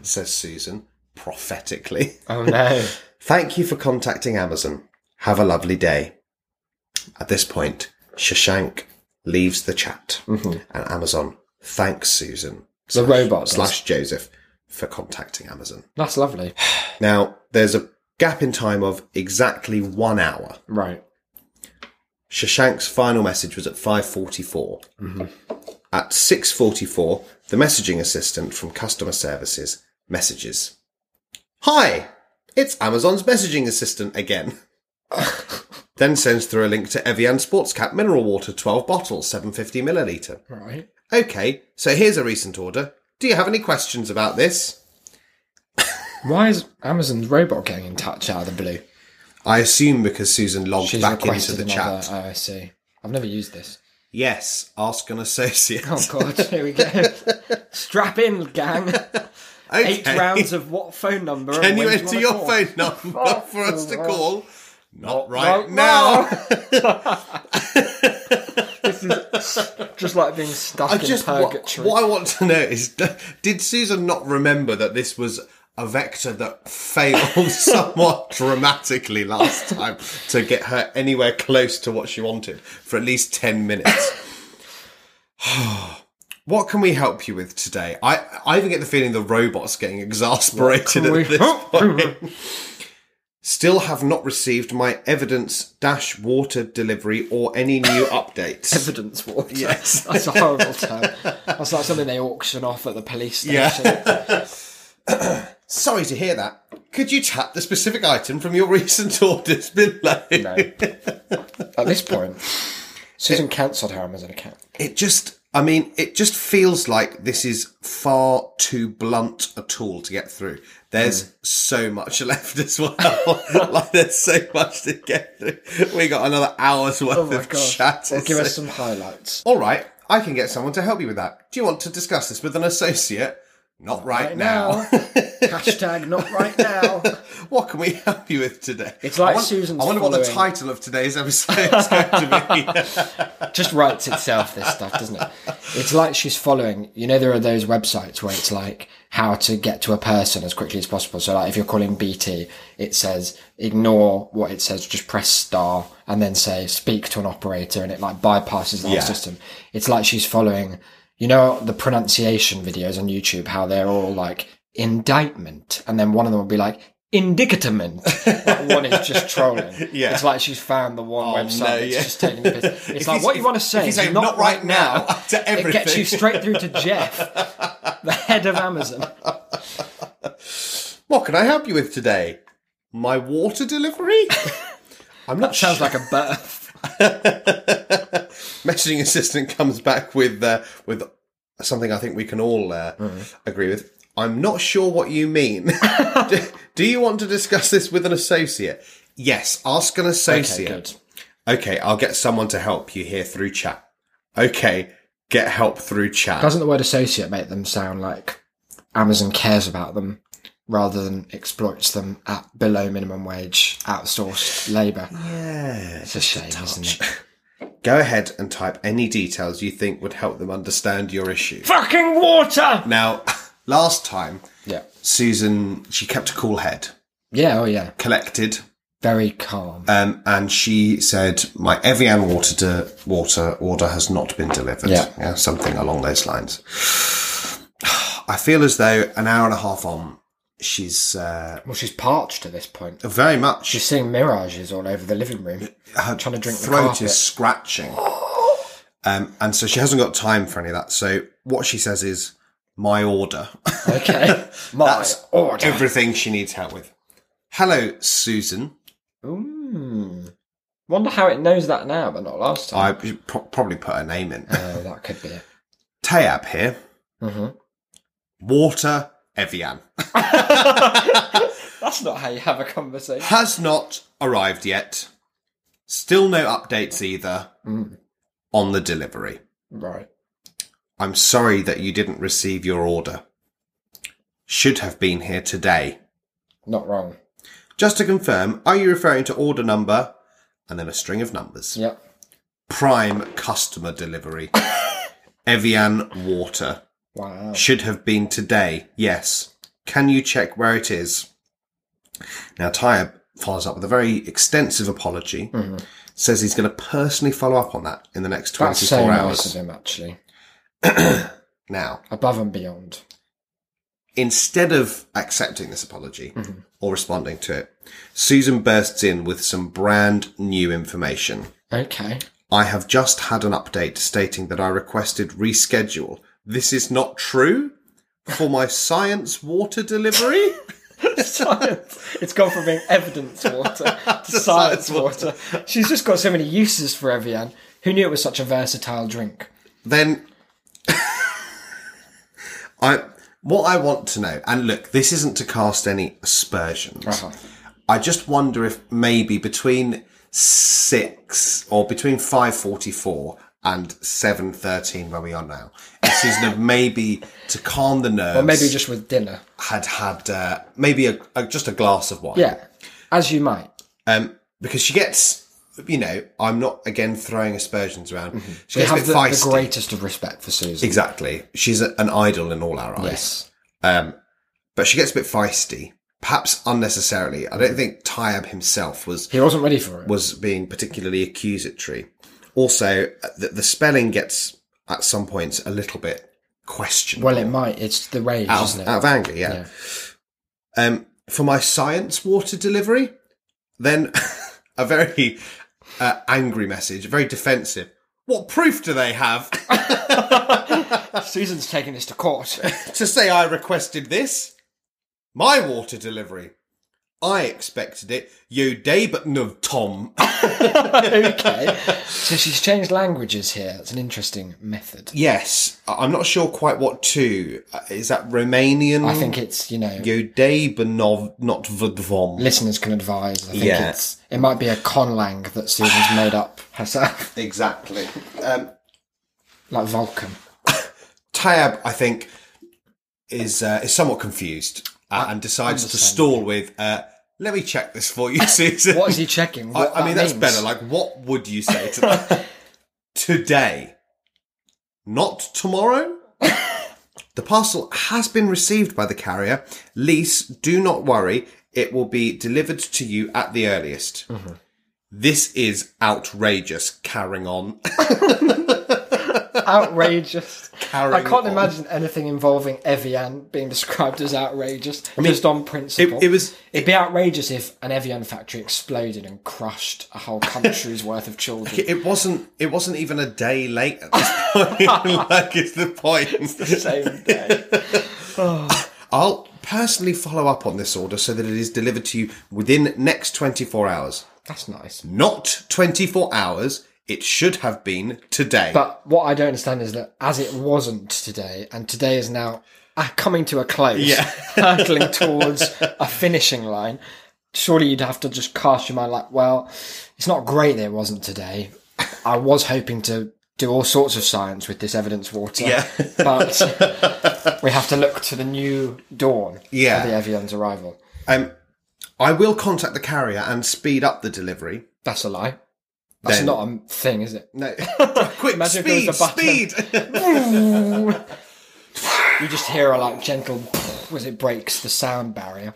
[SPEAKER 1] says Susan prophetically.
[SPEAKER 3] Oh *laughs* no.
[SPEAKER 1] Thank you for contacting Amazon. Have a lovely day. At this point, Shashank leaves the chat and Amazon thanks Susan
[SPEAKER 3] The robot. does.
[SPEAKER 1] slash Joseph for contacting Amazon.
[SPEAKER 3] That's lovely.
[SPEAKER 1] Now, there's a gap in time of exactly one hour.
[SPEAKER 3] Right.
[SPEAKER 1] Shashank's final message was at 5:44. At 6:44, the messaging assistant from customer services messages. Hi, it's Amazon's messaging assistant again. *laughs* then sends through a link to Evian Sports Cap mineral water 12 bottles, 750 milliliter.
[SPEAKER 3] Right.
[SPEAKER 1] Okay, so here's a recent order. Do you have any questions about this?
[SPEAKER 3] Why is Amazon's robot getting in touch out of the blue?
[SPEAKER 1] I assume because Susan logged
[SPEAKER 3] She's
[SPEAKER 1] back into
[SPEAKER 3] requested
[SPEAKER 1] the
[SPEAKER 3] another.
[SPEAKER 1] chat.
[SPEAKER 3] Oh, I see. I've never used this.
[SPEAKER 1] Yes, ask an associate.
[SPEAKER 3] Oh god, *laughs* here we go. Strap in, gang.
[SPEAKER 1] *laughs*
[SPEAKER 3] Eight
[SPEAKER 1] Okay.
[SPEAKER 3] rounds of what phone number? and
[SPEAKER 1] Can
[SPEAKER 3] when
[SPEAKER 1] you
[SPEAKER 3] do
[SPEAKER 1] enter
[SPEAKER 3] wanna
[SPEAKER 1] your
[SPEAKER 3] call?
[SPEAKER 1] phone number for us to call? Not right
[SPEAKER 3] Right
[SPEAKER 1] now.
[SPEAKER 3] this is just like being stuck
[SPEAKER 1] I
[SPEAKER 3] in
[SPEAKER 1] just what,
[SPEAKER 3] purgatory.
[SPEAKER 1] what I want to know is: *laughs* d- Did Susan not remember that this was a vector that failed *laughs* somewhat dramatically last time to get her anywhere close to what she wanted for at least ten minutes? *sighs* what can we help you with today? I I even get the feeling the robot's getting exasperated
[SPEAKER 3] can
[SPEAKER 1] at
[SPEAKER 3] we
[SPEAKER 1] this
[SPEAKER 3] help
[SPEAKER 1] point. Still have not received my evidence dash water delivery or any
[SPEAKER 3] *laughs*
[SPEAKER 1] new updates.
[SPEAKER 3] Evidence water.
[SPEAKER 1] Yes.
[SPEAKER 3] *laughs* That's a horrible term. That's like something they auction off at the police station.
[SPEAKER 1] Yeah. *coughs* Sorry to hear that. Could you tap the specific *laughs* item from your recent orders below?
[SPEAKER 3] No. At this point, Susan cancelled her Amazon account.
[SPEAKER 1] It just, I mean, it just feels like this is far too blunt a tool to get through.
[SPEAKER 3] Hmm.
[SPEAKER 1] There's so much left as well. *laughs* like, there's so much to get through. We got another hour's worth
[SPEAKER 3] Oh my
[SPEAKER 1] of
[SPEAKER 3] god!
[SPEAKER 1] chat.
[SPEAKER 3] Well, give us some highlights.
[SPEAKER 1] All right, I can get someone to help you with that. Do you want to discuss this with an associate? Not right, *laughs* now.
[SPEAKER 3] Hashtag not right now.
[SPEAKER 1] what can we help you with today?
[SPEAKER 3] It's like
[SPEAKER 1] I want-
[SPEAKER 3] Susan's
[SPEAKER 1] I wonder what the
[SPEAKER 3] following.
[SPEAKER 1] title of today's episode is going to be. *laughs*
[SPEAKER 3] Just writes itself. This stuff doesn't it? It's like she's following. You know, there are those websites where it's like how to get to a person as quickly as possible. So, like if you're calling BT, it says ignore what it says. Just press star and then say speak to an operator, and it like bypasses the whole
[SPEAKER 1] Yeah.
[SPEAKER 3] system. It's like she's following. You know the pronunciation videos on YouTube, how they're all like indictment, and then one of them will be like
[SPEAKER 1] *laughs*
[SPEAKER 3] indicatament. Like, one is just trolling.
[SPEAKER 1] Yeah. Oh,
[SPEAKER 3] it's like she's found the one website
[SPEAKER 1] no,
[SPEAKER 3] that's
[SPEAKER 1] yeah.
[SPEAKER 3] just taking the piss.
[SPEAKER 1] If
[SPEAKER 3] *laughs* It's like
[SPEAKER 1] he's-
[SPEAKER 3] what you
[SPEAKER 1] if-
[SPEAKER 3] want to
[SPEAKER 1] if
[SPEAKER 3] say
[SPEAKER 1] he's
[SPEAKER 3] is
[SPEAKER 1] like,
[SPEAKER 3] not, right now. *laughs*
[SPEAKER 1] to
[SPEAKER 3] It gets you
[SPEAKER 1] everything.
[SPEAKER 3] straight through to Jeff, the head
[SPEAKER 1] *laughs*
[SPEAKER 3] of Amazon.
[SPEAKER 1] What can I help you with today? My water
[SPEAKER 3] *laughs*
[SPEAKER 1] delivery? I'm not
[SPEAKER 3] Sounds
[SPEAKER 1] sure.
[SPEAKER 3] like a birth.
[SPEAKER 1] Messaging assistant comes back with uh, with something I think we can all uh,
[SPEAKER 3] Mm.
[SPEAKER 1] agree with. I'm not sure what you mean. *laughs* do, do you want to discuss this with an associate? Yes, ask an
[SPEAKER 3] Okay,
[SPEAKER 1] associate.
[SPEAKER 3] good.
[SPEAKER 1] Okay, I'll get someone to help you here through chat. Okay, get help through chat.
[SPEAKER 3] Doesn't the word associate make them sound like Amazon cares about them rather than exploits them at below minimum wage outsourced labour?
[SPEAKER 1] yeah,
[SPEAKER 3] It's a shame, isn't
[SPEAKER 1] *laughs*
[SPEAKER 3] it?
[SPEAKER 1] Go ahead and type any details you think would help them understand your issue.
[SPEAKER 3] Fucking water!
[SPEAKER 1] Now, *laughs* last time,
[SPEAKER 3] Yeah.
[SPEAKER 1] Susan, she kept a cool head,
[SPEAKER 3] Yeah, oh yeah.
[SPEAKER 1] collected,
[SPEAKER 3] Very calm.
[SPEAKER 1] um, and she said, My Evian water, de- water order has not been delivered.
[SPEAKER 3] Yeah.
[SPEAKER 1] Something along those lines. *sighs* I feel as though an hour and a half on, she's uh,
[SPEAKER 3] Well, she's parched at this point.
[SPEAKER 1] very much.
[SPEAKER 3] She's seeing mirages all over the living room.
[SPEAKER 1] her
[SPEAKER 3] trying to drink the
[SPEAKER 1] throat
[SPEAKER 3] carpet.
[SPEAKER 1] is scratching. Um, and so she hasn't got time for any of that. So what she says is, My order. *laughs*
[SPEAKER 3] Okay. My
[SPEAKER 1] That's
[SPEAKER 3] order.
[SPEAKER 1] everything she needs help with. Hello, Susan.
[SPEAKER 3] Ooh. Wonder how it knows that now, but not last time.
[SPEAKER 1] I pro- probably put her name in.
[SPEAKER 3] Oh, that could be it.
[SPEAKER 1] Tayab here.
[SPEAKER 3] hmm *laughs*
[SPEAKER 1] Water Evian
[SPEAKER 3] That's not how you have a conversation.
[SPEAKER 1] has not arrived yet. Still no updates either
[SPEAKER 3] Mm.
[SPEAKER 1] on the delivery.
[SPEAKER 3] Right.
[SPEAKER 1] I'm sorry that you didn't receive your order. Should have been here today.
[SPEAKER 3] Not wrong.
[SPEAKER 1] Just to confirm, are you referring to order number and then a string of numbers?
[SPEAKER 3] Yep.
[SPEAKER 1] Prime customer
[SPEAKER 3] *laughs*
[SPEAKER 1] delivery. Evian water.
[SPEAKER 3] Wow.
[SPEAKER 1] Should have been today. Yes. Can you check where it is? Now, Tyab follows up with a very extensive apology.
[SPEAKER 3] Mm-hmm.
[SPEAKER 1] Says he's going to personally follow up on that in the next 24
[SPEAKER 3] That's so nice
[SPEAKER 1] hours.
[SPEAKER 3] of him, actually.
[SPEAKER 1] Now,
[SPEAKER 3] Above and beyond.
[SPEAKER 1] instead of accepting this apology
[SPEAKER 3] Mm-hmm.
[SPEAKER 1] or responding to it, Susan bursts in with some brand new information.
[SPEAKER 3] Okay.
[SPEAKER 1] I have just had an update stating that I requested reschedule. This is not true for my science water delivery.
[SPEAKER 3] *laughs* science. It's gone from being evidence *laughs* water to
[SPEAKER 1] science
[SPEAKER 3] science water. She's just got so many uses for Evian. Who knew it was such a versatile drink?
[SPEAKER 1] then *laughs* I what I want to know, and look, this isn't to cast any aspersions.
[SPEAKER 3] Uh-huh.
[SPEAKER 1] I just wonder if maybe between six or between five forty four and seven thirteen where we are now, if Susan have maybe to calm the nerves
[SPEAKER 3] Maybe just with dinner.
[SPEAKER 1] had had uh, maybe a, a just a glass of wine.
[SPEAKER 3] Yeah. As you might.
[SPEAKER 1] Um, because she gets you know, I'm not again throwing aspersions around. She
[SPEAKER 3] We
[SPEAKER 1] gets a
[SPEAKER 3] Mm-hmm. have
[SPEAKER 1] bit
[SPEAKER 3] the, the
[SPEAKER 1] feisty.
[SPEAKER 3] greatest of respect for Susan.
[SPEAKER 1] Exactly. She's a, an idol in all our eyes.
[SPEAKER 3] Yes.
[SPEAKER 1] Um, but she gets a bit feisty, perhaps unnecessarily. I don't think Tyab himself was
[SPEAKER 3] He wasn't ready for it.
[SPEAKER 1] was being particularly accusatory. Also, uh, the, the spelling gets at some points a little bit questionable.
[SPEAKER 3] Well, it might. It's the rage,
[SPEAKER 1] out,
[SPEAKER 3] isn't
[SPEAKER 1] of-
[SPEAKER 3] it?
[SPEAKER 1] out of anger, yeah. Um, for my science water delivery, then *laughs* a very uh, angry message, very defensive. What proof do they have
[SPEAKER 3] *laughs* Susan's taking this to court.
[SPEAKER 1] to say I requested this? My water delivery. I expected it. You debut of Tom.
[SPEAKER 3] *laughs*
[SPEAKER 1] *coughs*
[SPEAKER 3] okay. So she's changed languages here. It's an interesting method.
[SPEAKER 1] yes, I- I'm not sure quite what to. Uh, Is that Romanian?
[SPEAKER 3] I think it's, you know,
[SPEAKER 1] You debunov not vdvom.
[SPEAKER 3] listeners can advise. I think
[SPEAKER 1] Yeah.
[SPEAKER 3] it's, it might be a conlang that Susan's made up herself, *laughs*
[SPEAKER 1] Exactly. Um,
[SPEAKER 3] like Vulcan.
[SPEAKER 1] Tayab, I think, is uh, is somewhat confused uh, and decides to stall with. Uh, Let me check this for
[SPEAKER 3] *laughs*
[SPEAKER 1] you, Susan.
[SPEAKER 3] What is he checking?
[SPEAKER 1] I,
[SPEAKER 3] What
[SPEAKER 1] I mean,
[SPEAKER 3] that
[SPEAKER 1] that's
[SPEAKER 3] means?
[SPEAKER 1] better. Like, what would you say to
[SPEAKER 3] *laughs*
[SPEAKER 1] that? Today, not
[SPEAKER 3] *laughs*
[SPEAKER 1] tomorrow. the parcel has been received by the carrier. Lise, do not worry. It will be delivered to you at the earliest.
[SPEAKER 3] Mm-hmm.
[SPEAKER 1] This is outrageous. Carrying on. *laughs*
[SPEAKER 3] outrageous. I
[SPEAKER 1] Carrying
[SPEAKER 3] can't
[SPEAKER 1] on.
[SPEAKER 3] imagine anything involving Evian being described as outrageous, just on principle.
[SPEAKER 1] it was-
[SPEAKER 3] It'd be outrageous if an Evian factory exploded and crushed a whole country's *laughs* worth of children.
[SPEAKER 1] *laughs* It wasn't. It wasn't even a day late at this *laughs* point. *laughs* like, it's the point.
[SPEAKER 3] Same day.
[SPEAKER 1] I'll personally follow up on this order so that it is delivered to you within next 24 hours.
[SPEAKER 3] That's nice.
[SPEAKER 1] Not 24 hours. It should have been today.
[SPEAKER 3] But what I don't understand is that as it wasn't today, and today is now uh, coming to a close,
[SPEAKER 1] Yeah.
[SPEAKER 3] *laughs* hurtling towards a finishing line, surely you'd have to just cast your mind like, well, it's not great that it wasn't today. I was hoping to do all sorts of science with this evidence water,
[SPEAKER 1] Yeah.
[SPEAKER 3] but
[SPEAKER 1] *laughs*
[SPEAKER 3] we have to look to the new dawn
[SPEAKER 1] Yeah.
[SPEAKER 3] of the Evian's arrival.
[SPEAKER 1] um, I will contact the carrier and speed up the delivery.
[SPEAKER 3] That's a lie. That's
[SPEAKER 1] Then-
[SPEAKER 3] not a thing, is it?
[SPEAKER 1] No, *laughs* quick
[SPEAKER 3] Imagine if there
[SPEAKER 1] speed,
[SPEAKER 3] was a button.
[SPEAKER 1] speed.
[SPEAKER 3] You just hear a like gentle as it breaks the sound barrier.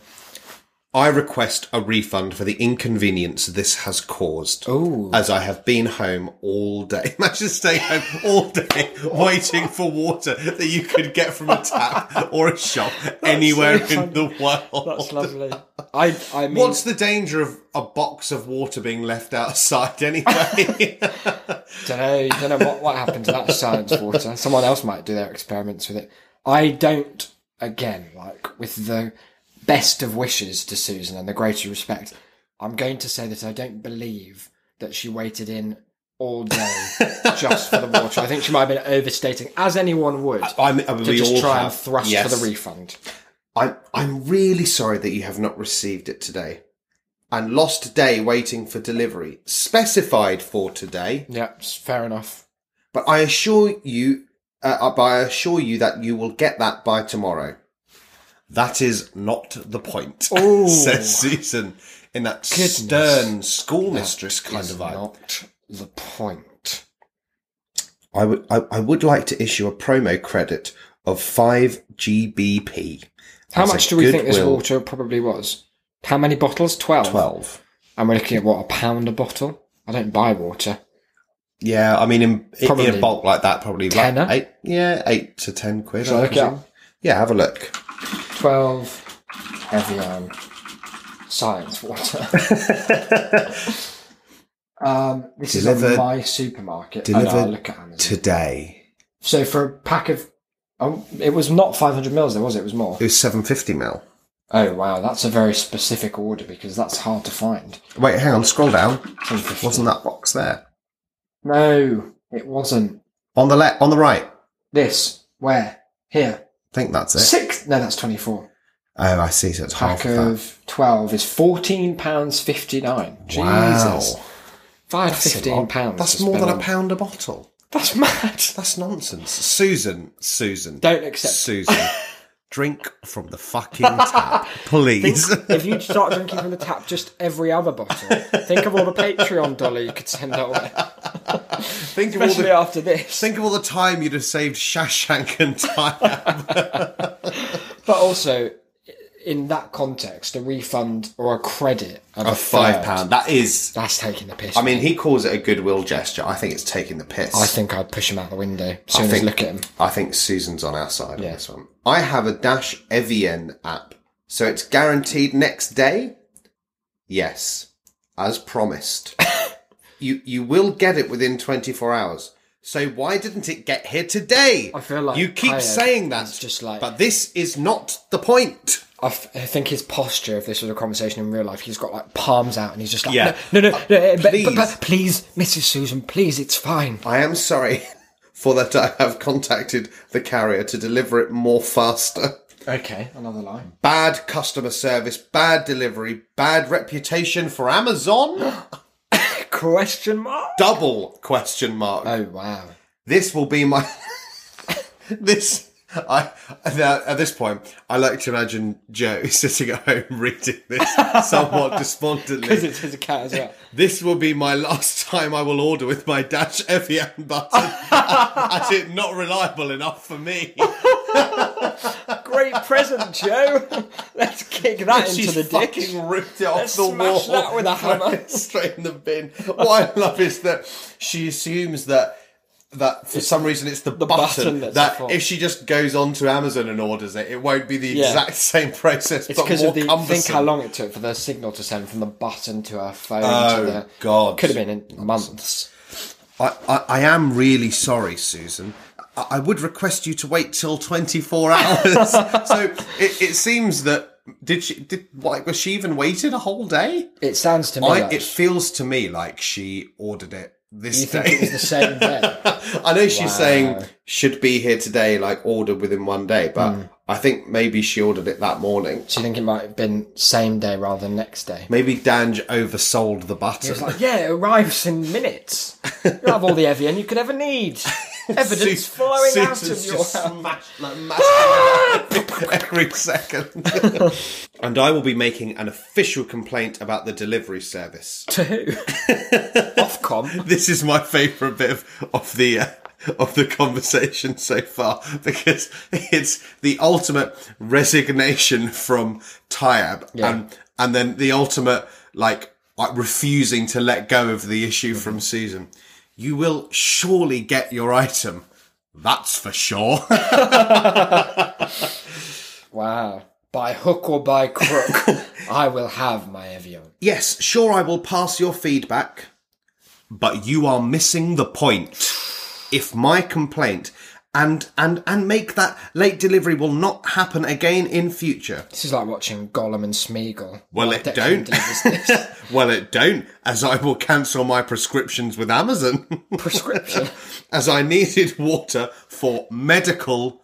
[SPEAKER 1] I request a refund for the inconvenience this has caused. As I have been home all day. *laughs* Imagine staying home all day waiting for water that you could get from a tap or a
[SPEAKER 3] *laughs*
[SPEAKER 1] shop anywhere
[SPEAKER 3] so
[SPEAKER 1] in the world.
[SPEAKER 3] That's lovely.
[SPEAKER 1] *laughs*
[SPEAKER 3] I I mean,
[SPEAKER 1] What's the danger of a box of water being left outside *laughs*
[SPEAKER 3] *laughs*
[SPEAKER 1] anyway?
[SPEAKER 3] don't know, you don't know what what happened to that science water. Someone else might do their experiments with it. I don't. Again, like with the best of wishes to Susan and the greatest respect, I'm going to say that I don't believe that she waited in all day
[SPEAKER 1] *laughs*
[SPEAKER 3] just for the water. I think she might have been overstating, as anyone would,
[SPEAKER 1] I'm, I mean,
[SPEAKER 3] to
[SPEAKER 1] Uh, we
[SPEAKER 3] just
[SPEAKER 1] all
[SPEAKER 3] try and
[SPEAKER 1] have.
[SPEAKER 3] thrust
[SPEAKER 1] Yes.
[SPEAKER 3] for the refund.
[SPEAKER 1] I'm, I'm really sorry that you have not received it today. And lost a day waiting for delivery, specified for today.
[SPEAKER 3] Yeah, it's fair enough.
[SPEAKER 1] But I assure you, uh, but I assure you that you will get that by tomorrow. That is not the point, *laughs*
[SPEAKER 3] Ooh.
[SPEAKER 1] says Susan in that stern schoolmistress kind
[SPEAKER 3] Is
[SPEAKER 1] of vibe.
[SPEAKER 3] not the point.
[SPEAKER 1] I would, I, I would like to issue a promo credit of five GBP.
[SPEAKER 3] How
[SPEAKER 1] as a
[SPEAKER 3] much do we think this
[SPEAKER 1] goodwill-
[SPEAKER 3] water probably was? How many bottles? Twelve.
[SPEAKER 1] Twelve.
[SPEAKER 3] And we're looking at what a pound a bottle. I don't buy water.
[SPEAKER 1] Yeah, I mean, in, in, in
[SPEAKER 3] Probably.
[SPEAKER 1] a bulk like that, probably like
[SPEAKER 3] Tenner?
[SPEAKER 1] eight. Yeah, eight to ten quid.
[SPEAKER 3] Shall I look it
[SPEAKER 1] presume.
[SPEAKER 3] up?
[SPEAKER 1] Yeah, have a
[SPEAKER 3] *laughs*
[SPEAKER 1] look.
[SPEAKER 3] Twelve Evian science water. *laughs* um, this
[SPEAKER 1] Delivered-
[SPEAKER 3] is on my supermarket. I know, I
[SPEAKER 1] delivered
[SPEAKER 3] look at Amazon.
[SPEAKER 1] Today
[SPEAKER 3] so for a pack of, oh, it was not five hundred mils. There was it? It was more.
[SPEAKER 1] it was seven fifty mil.
[SPEAKER 3] Oh wow, that's a very specific order because that's hard to find.
[SPEAKER 1] Wait, hang on, scroll down.
[SPEAKER 3] 750.
[SPEAKER 1] Wasn't that box there?
[SPEAKER 3] No, it wasn't.
[SPEAKER 1] On the left, on the right. I
[SPEAKER 3] This where here
[SPEAKER 1] think that's it.
[SPEAKER 3] six? No, that's twenty four.
[SPEAKER 1] Oh, I see. So it's half
[SPEAKER 3] pack
[SPEAKER 1] of that.
[SPEAKER 3] of 12 is 14 pounds 59
[SPEAKER 1] Wow.
[SPEAKER 3] jesus 5 15 pounds
[SPEAKER 1] That's
[SPEAKER 3] to
[SPEAKER 1] more than
[SPEAKER 3] spend
[SPEAKER 1] a
[SPEAKER 3] on-
[SPEAKER 1] pound a bottle.
[SPEAKER 3] that's mad
[SPEAKER 1] That's nonsense. Susan, Susan,
[SPEAKER 3] don't accept
[SPEAKER 1] Susan, *laughs* drink from the fucking *laughs* tap, please.
[SPEAKER 3] if you start drinking from the tap just every other bottle think of all the patreon dollar you could send our way
[SPEAKER 1] Think of all
[SPEAKER 3] especially
[SPEAKER 1] the
[SPEAKER 3] after this
[SPEAKER 1] Think of all the time you'd have saved Shashank and *laughs* Tyre.
[SPEAKER 3] but also in that context a refund or a credit of a, third,
[SPEAKER 1] That is.
[SPEAKER 3] that's taking the piss
[SPEAKER 1] I mean, he calls it a goodwill gesture. I think it's taking the piss.
[SPEAKER 3] i think i'd push him out the window as soon
[SPEAKER 1] think-
[SPEAKER 3] as look at him
[SPEAKER 1] I think Susan's on our side on this one. I have a Dash Evian app, so it's guaranteed next day. Yes, as
[SPEAKER 3] *laughs*
[SPEAKER 1] promised. you you will get it within 24 hours. So why didn't it get here today?
[SPEAKER 3] I feel like
[SPEAKER 1] you keep
[SPEAKER 3] tired
[SPEAKER 1] saying that,
[SPEAKER 3] is just like-
[SPEAKER 1] but this is not the point.
[SPEAKER 3] I, f- I think his posture, if this was a conversation in real life, he's got like palms out and he's just like,
[SPEAKER 1] Yeah. Uh,
[SPEAKER 3] no, no, no, no eh, but-
[SPEAKER 1] please.
[SPEAKER 3] but- but please, Mrs. Susan, please, it's fine.
[SPEAKER 1] I am sorry *laughs* for that I have contacted the carrier to deliver it more faster.
[SPEAKER 3] Okay, another line.
[SPEAKER 1] Bad customer service, bad delivery, bad reputation for Amazon?
[SPEAKER 3] Question mark?
[SPEAKER 1] Double question mark.
[SPEAKER 3] Oh,
[SPEAKER 1] *laughs*
[SPEAKER 3] wow.
[SPEAKER 1] this will be my *laughs* this I now, at this point I like to imagine Joe *laughs* sitting at home reading
[SPEAKER 3] *laughs*
[SPEAKER 1] this somewhat
[SPEAKER 3] Because
[SPEAKER 1] despondently.
[SPEAKER 3] it's his cat as well.
[SPEAKER 1] This will be my last time I will order with my dash Evian button. *laughs* as it not reliable enough for me.
[SPEAKER 3] *laughs* Great present, Joe. *laughs* Let's kick
[SPEAKER 1] *laughs*
[SPEAKER 3] that
[SPEAKER 1] She's
[SPEAKER 3] into the
[SPEAKER 1] fucking
[SPEAKER 3] ditch.
[SPEAKER 1] ripped it off
[SPEAKER 3] Let's
[SPEAKER 1] the
[SPEAKER 3] smash
[SPEAKER 1] wall.
[SPEAKER 3] that
[SPEAKER 1] *laughs*
[SPEAKER 3] with a
[SPEAKER 1] throw
[SPEAKER 3] hammer.
[SPEAKER 1] it Straight in the bin. What I love is that she assumes that that for some reason it's the, button,
[SPEAKER 3] button that's
[SPEAKER 1] that
[SPEAKER 3] the fault.
[SPEAKER 1] if she just goes onto Amazon and orders it, it won't be the
[SPEAKER 3] Yeah.
[SPEAKER 1] exact *laughs* same process.
[SPEAKER 3] It's
[SPEAKER 1] but
[SPEAKER 3] because
[SPEAKER 1] more
[SPEAKER 3] of the
[SPEAKER 1] cumbersome.
[SPEAKER 3] think how long it took for the signal to send from the button to her phone
[SPEAKER 1] Oh,
[SPEAKER 3] to the
[SPEAKER 1] God.
[SPEAKER 3] could have been in months.
[SPEAKER 1] I, I, I am really sorry, Susan. I, I would request you to wait till 24 *laughs* hours. so it, it seems that. Did she? Did like was she even waited a whole day?
[SPEAKER 3] It sounds to me
[SPEAKER 1] I,
[SPEAKER 3] like
[SPEAKER 1] it feels to me like she ordered it this
[SPEAKER 3] you
[SPEAKER 1] day.
[SPEAKER 3] think it was the same day.
[SPEAKER 1] *laughs* I know she's
[SPEAKER 3] Wow.
[SPEAKER 1] saying should be here today, like ordered within one day, but
[SPEAKER 3] Hmm.
[SPEAKER 1] I think maybe she ordered it that morning.
[SPEAKER 3] Do you think it might have been same day rather than next day?
[SPEAKER 1] Maybe Danj oversold the button.
[SPEAKER 3] It's like, yeah, it arrives in minutes. You'll have all the Evian you could
[SPEAKER 1] *laughs*
[SPEAKER 3] ever need. Evidence
[SPEAKER 1] Su-
[SPEAKER 3] flowing out
[SPEAKER 1] Susan's
[SPEAKER 3] of your
[SPEAKER 1] just
[SPEAKER 3] house.
[SPEAKER 1] smashed
[SPEAKER 3] *laughs*
[SPEAKER 1] like *laughs* massive every second. and I will be making an official complaint about the delivery service.
[SPEAKER 3] To who?
[SPEAKER 1] *laughs*
[SPEAKER 3] Ofcom.
[SPEAKER 1] this is my favourite bit of, of the uh, of the conversation so far because it's the ultimate resignation from Tyab and and then the ultimate like like refusing to let go of the issue from Susan. You will surely get your item. That's for sure.
[SPEAKER 3] Wow. By hook or by crook, I will have my Evian.
[SPEAKER 1] yes, sure I will pass your feedback, but you are missing the point. if my complaint and and and make that late delivery will not happen again in future.
[SPEAKER 3] This is like watching Gollum and Smeagol.
[SPEAKER 1] Well,
[SPEAKER 3] Like,
[SPEAKER 1] it
[SPEAKER 3] Declan
[SPEAKER 1] don't.
[SPEAKER 3] delivers
[SPEAKER 1] *laughs*
[SPEAKER 3] this
[SPEAKER 1] Well, it don't, as I will cancel my prescriptions with Amazon, *laughs*
[SPEAKER 3] prescription.
[SPEAKER 1] as I needed water for medical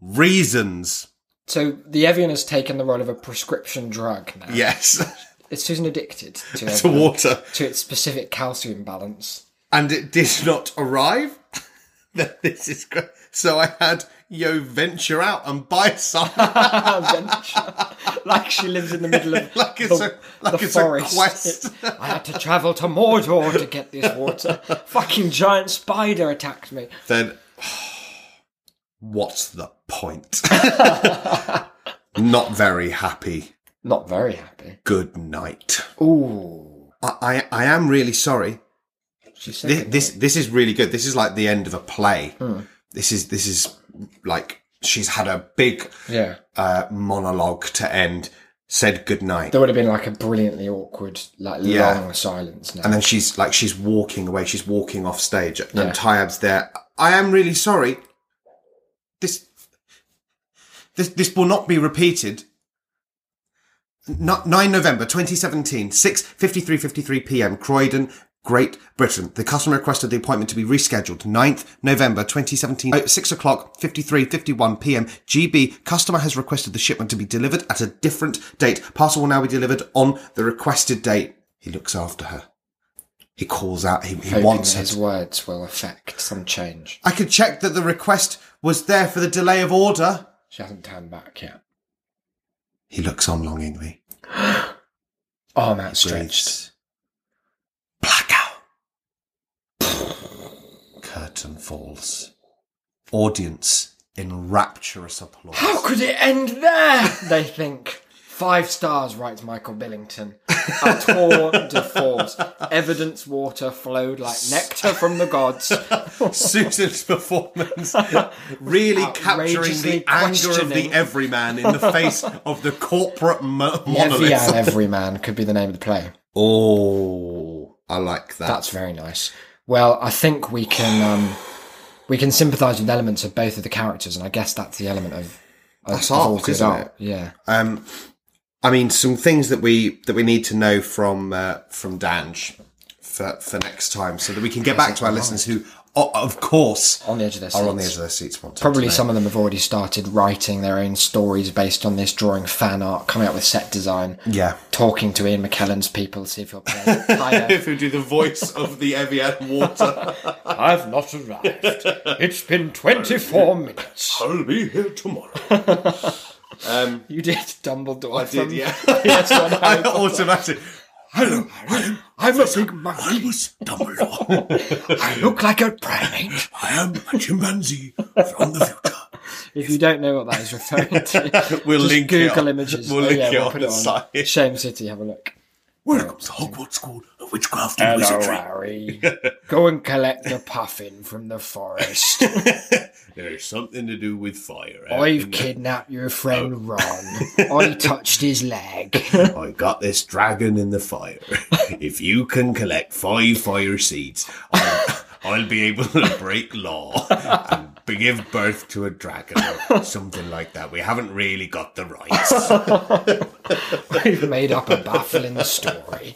[SPEAKER 1] reasons.
[SPEAKER 3] So the Evian has taken the role of a prescription drug now.
[SPEAKER 1] Yes, *laughs*
[SPEAKER 3] It's Susan addicted to,
[SPEAKER 1] to
[SPEAKER 3] Evian,
[SPEAKER 1] water,
[SPEAKER 3] to its specific calcium balance.
[SPEAKER 1] and it did not arrive. *laughs* this is great. So I had yo venture out and buy some.
[SPEAKER 3] Adventure. *laughs* like she lives in the middle
[SPEAKER 1] *laughs*
[SPEAKER 3] of
[SPEAKER 1] Like it's
[SPEAKER 3] the,
[SPEAKER 1] a- like
[SPEAKER 3] the
[SPEAKER 1] it's a
[SPEAKER 3] forest.
[SPEAKER 1] quest.
[SPEAKER 3] *laughs* I had to travel to Mordor to get this water. *laughs* Fucking giant spider attacked me.
[SPEAKER 1] then *sighs* what's the *laughs* point? Not very happy.
[SPEAKER 3] Not very happy.
[SPEAKER 1] Good night.
[SPEAKER 3] Ooh.
[SPEAKER 1] I, I, I am really sorry.
[SPEAKER 3] She said
[SPEAKER 1] This,
[SPEAKER 3] good
[SPEAKER 1] this this is really good. This is like the end of a play.
[SPEAKER 3] Hmm.
[SPEAKER 1] This is this is like she's had a big
[SPEAKER 3] night. Yeah.
[SPEAKER 1] uh, monologue to end. Said good night,
[SPEAKER 3] There would have been like a brilliantly awkward, like
[SPEAKER 1] Yeah.
[SPEAKER 3] long silence now.
[SPEAKER 1] and then she's like she's walking away. She's walking off stage, and
[SPEAKER 3] Yeah.
[SPEAKER 1] Tyab's there. I am really sorry. This this this will not be repeated. No- 9 November 2017, 6.53.53 p.m., Croydon, Great Britain. The customer requested the appointment to be rescheduled. 9th November 2017, uh, 6 o'clock, 53.51 p.m., GB. Customer has requested the shipment to be delivered at a different date. Parcel will now be delivered on the requested date. He looks after her. He calls out, he, he
[SPEAKER 3] Hoping
[SPEAKER 1] wants
[SPEAKER 3] that
[SPEAKER 1] her.
[SPEAKER 3] his words will affect some change.
[SPEAKER 1] I could check that the request was there for the delay of order.
[SPEAKER 3] She hasn't turned back yet.
[SPEAKER 1] He looks on longingly.
[SPEAKER 3] Arm outstretched.
[SPEAKER 1] Blackout. Curtain falls. Audience in rapturous applause. *laughs*
[SPEAKER 3] How could it end there? They think. Five stars, writes Michael Billington. A tour de force. Evidence water flowed like nectar from the gods.
[SPEAKER 1] Susan's
[SPEAKER 3] *laughs*
[SPEAKER 1] performance really capturing the
[SPEAKER 3] Outrageously
[SPEAKER 1] anger of the
[SPEAKER 3] questioning.
[SPEAKER 1] everyman in the
[SPEAKER 3] *laughs*
[SPEAKER 1] face of the corporate mo- monolith.
[SPEAKER 3] Evian Every Man could be the name of the play.
[SPEAKER 1] Oh, I like that.
[SPEAKER 3] That's very nice. Well, I think we can um, we can sympathise with elements of both of the characters, and I guess that's the element of
[SPEAKER 1] That's
[SPEAKER 3] I've
[SPEAKER 1] art,
[SPEAKER 3] altered
[SPEAKER 1] isn't
[SPEAKER 3] art.
[SPEAKER 1] it?
[SPEAKER 3] Yeah.
[SPEAKER 1] Um, I mean, some things that we that we need to know from uh, from Dange for for next time, so that we can get back to our listeners who, o of course,
[SPEAKER 3] On the edge of their
[SPEAKER 1] are on the edge
[SPEAKER 3] seats.
[SPEAKER 1] of their seats. wanting to
[SPEAKER 3] Probably
[SPEAKER 1] know.
[SPEAKER 3] some of them have already started writing their own stories based on this, drawing fan art, coming up with set design,
[SPEAKER 1] Yeah.
[SPEAKER 3] talking to Ian McKellen's people, see if
[SPEAKER 1] *laughs*
[SPEAKER 3] you're playing. Hiya.
[SPEAKER 1] Who do the voice of the Evian water?
[SPEAKER 3] I've not arrived. It's been 24 minutes.
[SPEAKER 1] I'll be here tomorrow.
[SPEAKER 3] You did Dumbledore. I
[SPEAKER 1] Did
[SPEAKER 3] *laughs*
[SPEAKER 1] yeah?
[SPEAKER 3] Yes, I know.
[SPEAKER 1] *laughs* I automatically. Hello,
[SPEAKER 3] I'm a big monkey.
[SPEAKER 1] was Dumbledore.
[SPEAKER 3] I look like a primate.
[SPEAKER 1] I am a chimpanzee from the future.
[SPEAKER 3] If you don't know what that is referring to,
[SPEAKER 1] *laughs* We'll
[SPEAKER 3] just
[SPEAKER 1] link it
[SPEAKER 3] Google
[SPEAKER 1] on-
[SPEAKER 3] images. Oh,
[SPEAKER 1] we'll link it on
[SPEAKER 3] put
[SPEAKER 1] the site.
[SPEAKER 3] Shame City, have a look.
[SPEAKER 1] Welcome to Hogwarts School of Witchcraft and
[SPEAKER 3] Hello,
[SPEAKER 1] Wizardry. *laughs*
[SPEAKER 3] Harry. Go and collect the puffin from the
[SPEAKER 1] *laughs*
[SPEAKER 3] forest.
[SPEAKER 1] There's something to do with fire. out
[SPEAKER 3] I've
[SPEAKER 1] in the-
[SPEAKER 3] kidnapped your friend Ron.
[SPEAKER 1] *laughs*
[SPEAKER 3] I touched his leg.
[SPEAKER 1] I got this dragon in the fire. *laughs* if you can collect five fire seeds, I'll, I'll be able to break law and be- give birth to a dragon or something like that. We haven't really got the rights.
[SPEAKER 3] We've made up a baffling story.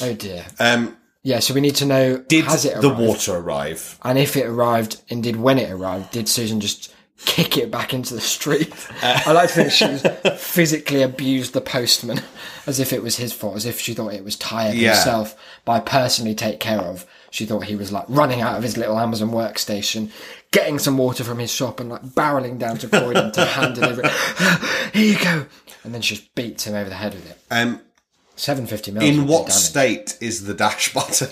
[SPEAKER 3] Oh dear.
[SPEAKER 1] Um,
[SPEAKER 3] Yeah, so we need to know
[SPEAKER 1] did
[SPEAKER 3] has it arrived?
[SPEAKER 1] the water arrive?
[SPEAKER 3] and if it arrived, indeed when it arrived, did Susan just kick it back into the street?
[SPEAKER 1] Uh,
[SPEAKER 3] I like to think she's physically abused the postman as if it was his fault, as if she thought it was tired
[SPEAKER 1] Yeah.
[SPEAKER 3] himself by personally take care of. She thought he was like running out of his little Amazon workstation, getting some water from his shop and like barreling down to Croydon to hand deliver it. *gasps* Here you go. And then she just beats him over the head with it.
[SPEAKER 1] Um,
[SPEAKER 3] 750 mil.
[SPEAKER 1] in what state is the dash button?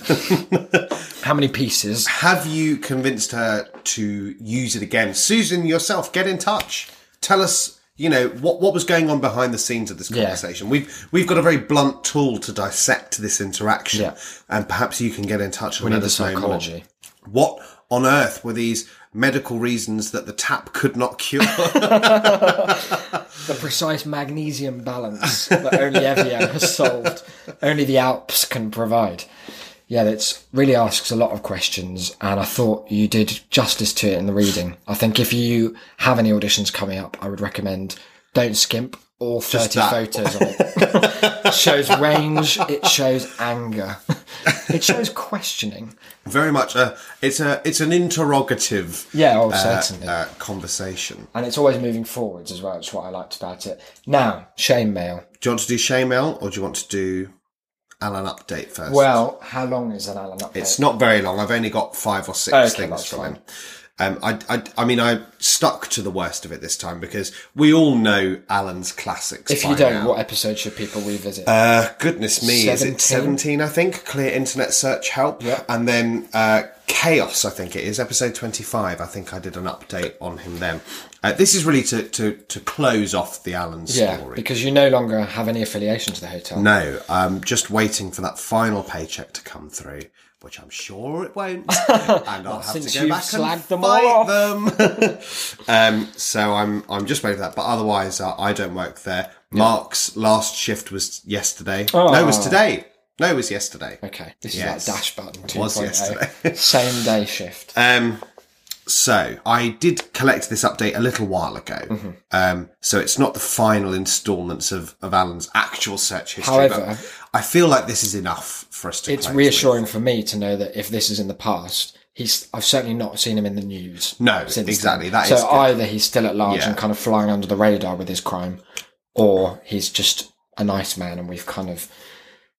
[SPEAKER 3] How many pieces?
[SPEAKER 1] Have you convinced her to use it again? Susan, yourself, get in touch. Tell us, you know, what, what was going on behind the scenes of this conversation. We've we've got a very blunt tool to dissect this interaction,
[SPEAKER 3] Yeah.
[SPEAKER 1] and perhaps you can get in touch and
[SPEAKER 3] We
[SPEAKER 1] let
[SPEAKER 3] need the
[SPEAKER 1] us know more.
[SPEAKER 3] psychology.
[SPEAKER 1] What on earth were these medical reasons that the tap could not cure?
[SPEAKER 3] *laughs* the precise magnesium
[SPEAKER 1] *laughs*
[SPEAKER 3] balance that only Evian has solved, only the Alps can provide. Yeah, it's really asks a lot of questions, and I thought you did justice to it in the reading. I think if you have any auditions coming up, I would recommend don't skimp all 30
[SPEAKER 1] that.
[SPEAKER 3] photos on it. it shows range, it shows
[SPEAKER 1] *laughs*
[SPEAKER 3] anger, it shows questioning.
[SPEAKER 1] very much a it's a it's an interrogative
[SPEAKER 3] Yeah, oh,
[SPEAKER 1] uh,
[SPEAKER 3] certainly.
[SPEAKER 1] uh, conversation.
[SPEAKER 3] And it's always moving forwards as well, it's what I liked about it. Now, shame mail.
[SPEAKER 1] Do you want to do Shame mail or do you want to do Alan update first?
[SPEAKER 3] Well, how long is an Alan update?
[SPEAKER 1] It's not very long. I've only got five or six
[SPEAKER 3] Okay,
[SPEAKER 1] things
[SPEAKER 3] that's
[SPEAKER 1] from
[SPEAKER 3] fine.
[SPEAKER 1] him. Um, I, I, I mean, I stuck to the worst of it this time because we all know Alan's classics.
[SPEAKER 3] If
[SPEAKER 1] by
[SPEAKER 3] you don't,
[SPEAKER 1] now.
[SPEAKER 3] what episode should people revisit?
[SPEAKER 1] Uh, goodness me, is it
[SPEAKER 3] 17?
[SPEAKER 1] 17, I think? Clear Internet Search Help.
[SPEAKER 3] Yeah.
[SPEAKER 1] And then uh, Chaos, I think it is, episode 25. I think I did an update on him then. Uh, this is really to, to, to close off the Alan
[SPEAKER 3] yeah,
[SPEAKER 1] story.
[SPEAKER 3] because you no longer have any affiliation to the hotel.
[SPEAKER 1] No, I'm just waiting for that final paycheck to come through, which I'm sure it
[SPEAKER 3] *laughs*
[SPEAKER 1] won't, and I'll have to
[SPEAKER 3] since
[SPEAKER 1] go
[SPEAKER 3] you've
[SPEAKER 1] back and
[SPEAKER 3] slagged them
[SPEAKER 1] fight
[SPEAKER 3] all *laughs*
[SPEAKER 1] them. *laughs* um, so I'm I'm just waiting for that. But otherwise, uh, I don't work there. Mark's last shift was yesterday. No, it was today. No, it was yesterday.
[SPEAKER 3] Oh. Okay, this
[SPEAKER 1] Yes.
[SPEAKER 3] is like dash button
[SPEAKER 1] It was
[SPEAKER 3] 2.0.
[SPEAKER 1] yesterday. *laughs*
[SPEAKER 3] Same day shift.
[SPEAKER 1] Um, so I did collect this update a little while ago.
[SPEAKER 3] Mm-hmm.
[SPEAKER 1] Um, so it's not the final instalments of, of Alan's actual search history.
[SPEAKER 3] However-
[SPEAKER 1] but I feel like this is enough for us to.
[SPEAKER 3] it's
[SPEAKER 1] close
[SPEAKER 3] reassuring for me to know that if this is in the past, he's I've certainly not seen him in the news.
[SPEAKER 1] No,
[SPEAKER 3] since
[SPEAKER 1] exactly,
[SPEAKER 3] Then.
[SPEAKER 1] that
[SPEAKER 3] so
[SPEAKER 1] is good.
[SPEAKER 3] either he's still at large
[SPEAKER 1] Yeah.
[SPEAKER 3] and kind of flying under the radar with his crime, or he's just a nice man and we've kind of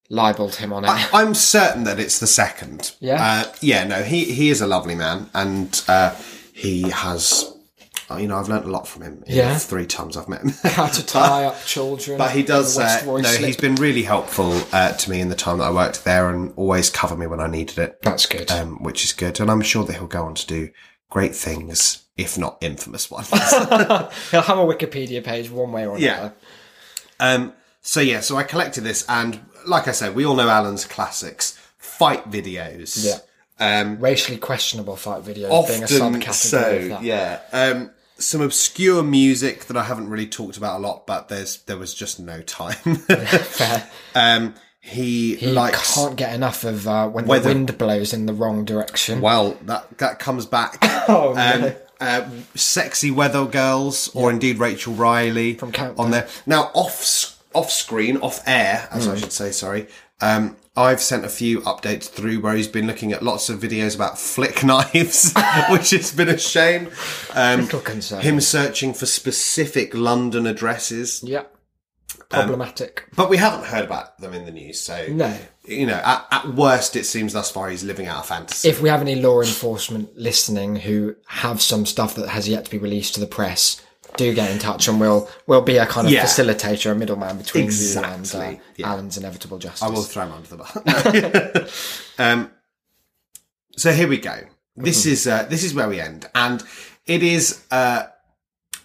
[SPEAKER 3] libelled him on it.
[SPEAKER 1] I- I'm certain that it's the second.
[SPEAKER 3] Yeah?
[SPEAKER 1] Uh, yeah. No, he he is a lovely man, and uh, he has. oh, You know, I've learnt a lot from him. in
[SPEAKER 3] Yeah.
[SPEAKER 1] the Three times I've met him. *laughs*
[SPEAKER 3] How to tie up children.
[SPEAKER 1] But he does.
[SPEAKER 3] the
[SPEAKER 1] Uh,
[SPEAKER 3] Westroy
[SPEAKER 1] no,
[SPEAKER 3] slip.
[SPEAKER 1] he's been really helpful uh, to me in the time that I worked there, and always cover me when I needed it.
[SPEAKER 3] That's good.
[SPEAKER 1] um, which is good. And I'm sure that he'll go on to do great things, if not infamous ones.
[SPEAKER 3] *laughs* He'll have a Wikipedia page one way or another.
[SPEAKER 1] Yeah. um, so yeah, so I collected this, and like I said, we all know Alan's classics, fight videos.
[SPEAKER 3] Yeah.
[SPEAKER 1] Um,
[SPEAKER 3] Racially questionable fight videos being a
[SPEAKER 1] often
[SPEAKER 3] subcategory of
[SPEAKER 1] so.
[SPEAKER 3] that.
[SPEAKER 1] Yeah. Um, some obscure music that I haven't really talked about a lot, but there's there was just no
[SPEAKER 3] *laughs*
[SPEAKER 1] time.
[SPEAKER 3] Fair.
[SPEAKER 1] *laughs* um, he,
[SPEAKER 3] You
[SPEAKER 1] likes.
[SPEAKER 3] can't get enough of uh, when
[SPEAKER 1] Weather-
[SPEAKER 3] the wind blows in the wrong direction.
[SPEAKER 1] Well, that that comes back.
[SPEAKER 3] *laughs* Oh, no.
[SPEAKER 1] Um, uh, sexy weather girls or indeed Rachel Riley
[SPEAKER 3] From Countdown.
[SPEAKER 1] on there. Now off off screen, off air, as
[SPEAKER 3] Mm.
[SPEAKER 1] I should say. Sorry. Um, I've sent a few updates through where he's been looking at lots of videos about flick *laughs* knives, which has been a shame. Um,
[SPEAKER 3] Little concern.
[SPEAKER 1] him searching for specific London addresses,
[SPEAKER 3] Yeah. Problematic.
[SPEAKER 1] but we haven't heard about them in the news. So
[SPEAKER 3] No.
[SPEAKER 1] you know, at, at worst, it seems thus far he's living out a fantasy.
[SPEAKER 3] if we have any law enforcement listening who have some stuff that has yet to be released to the press, do get in touch and we'll we'll be a kind of
[SPEAKER 1] Yeah.
[SPEAKER 3] facilitator, a middleman between you and
[SPEAKER 1] Exactly,
[SPEAKER 3] uh,
[SPEAKER 1] yeah.
[SPEAKER 3] Alan's inevitable justice.
[SPEAKER 1] I will throw him under the bus. *laughs* um, so here we go.
[SPEAKER 3] Mm-hmm.
[SPEAKER 1] This is uh, this is where we end, and it is uh,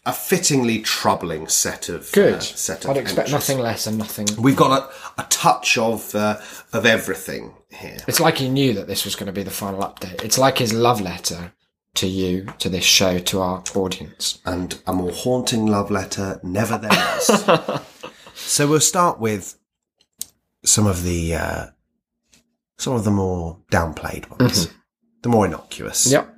[SPEAKER 1] a fittingly troubling set of
[SPEAKER 3] Good.
[SPEAKER 1] Uh, set of
[SPEAKER 3] I'd expect
[SPEAKER 1] entries.
[SPEAKER 3] nothing less and nothing.
[SPEAKER 1] We've got a, a touch of uh, of everything here.
[SPEAKER 3] It's like he knew that this was going to be the final update. It's like his love letter to you, to this show, to our audience.
[SPEAKER 1] and a more haunting love letter never there
[SPEAKER 3] *laughs*
[SPEAKER 1] was. so we'll start with some of the uh, some of the more downplayed ones, the more innocuous.
[SPEAKER 3] Mm-hmm. Yep.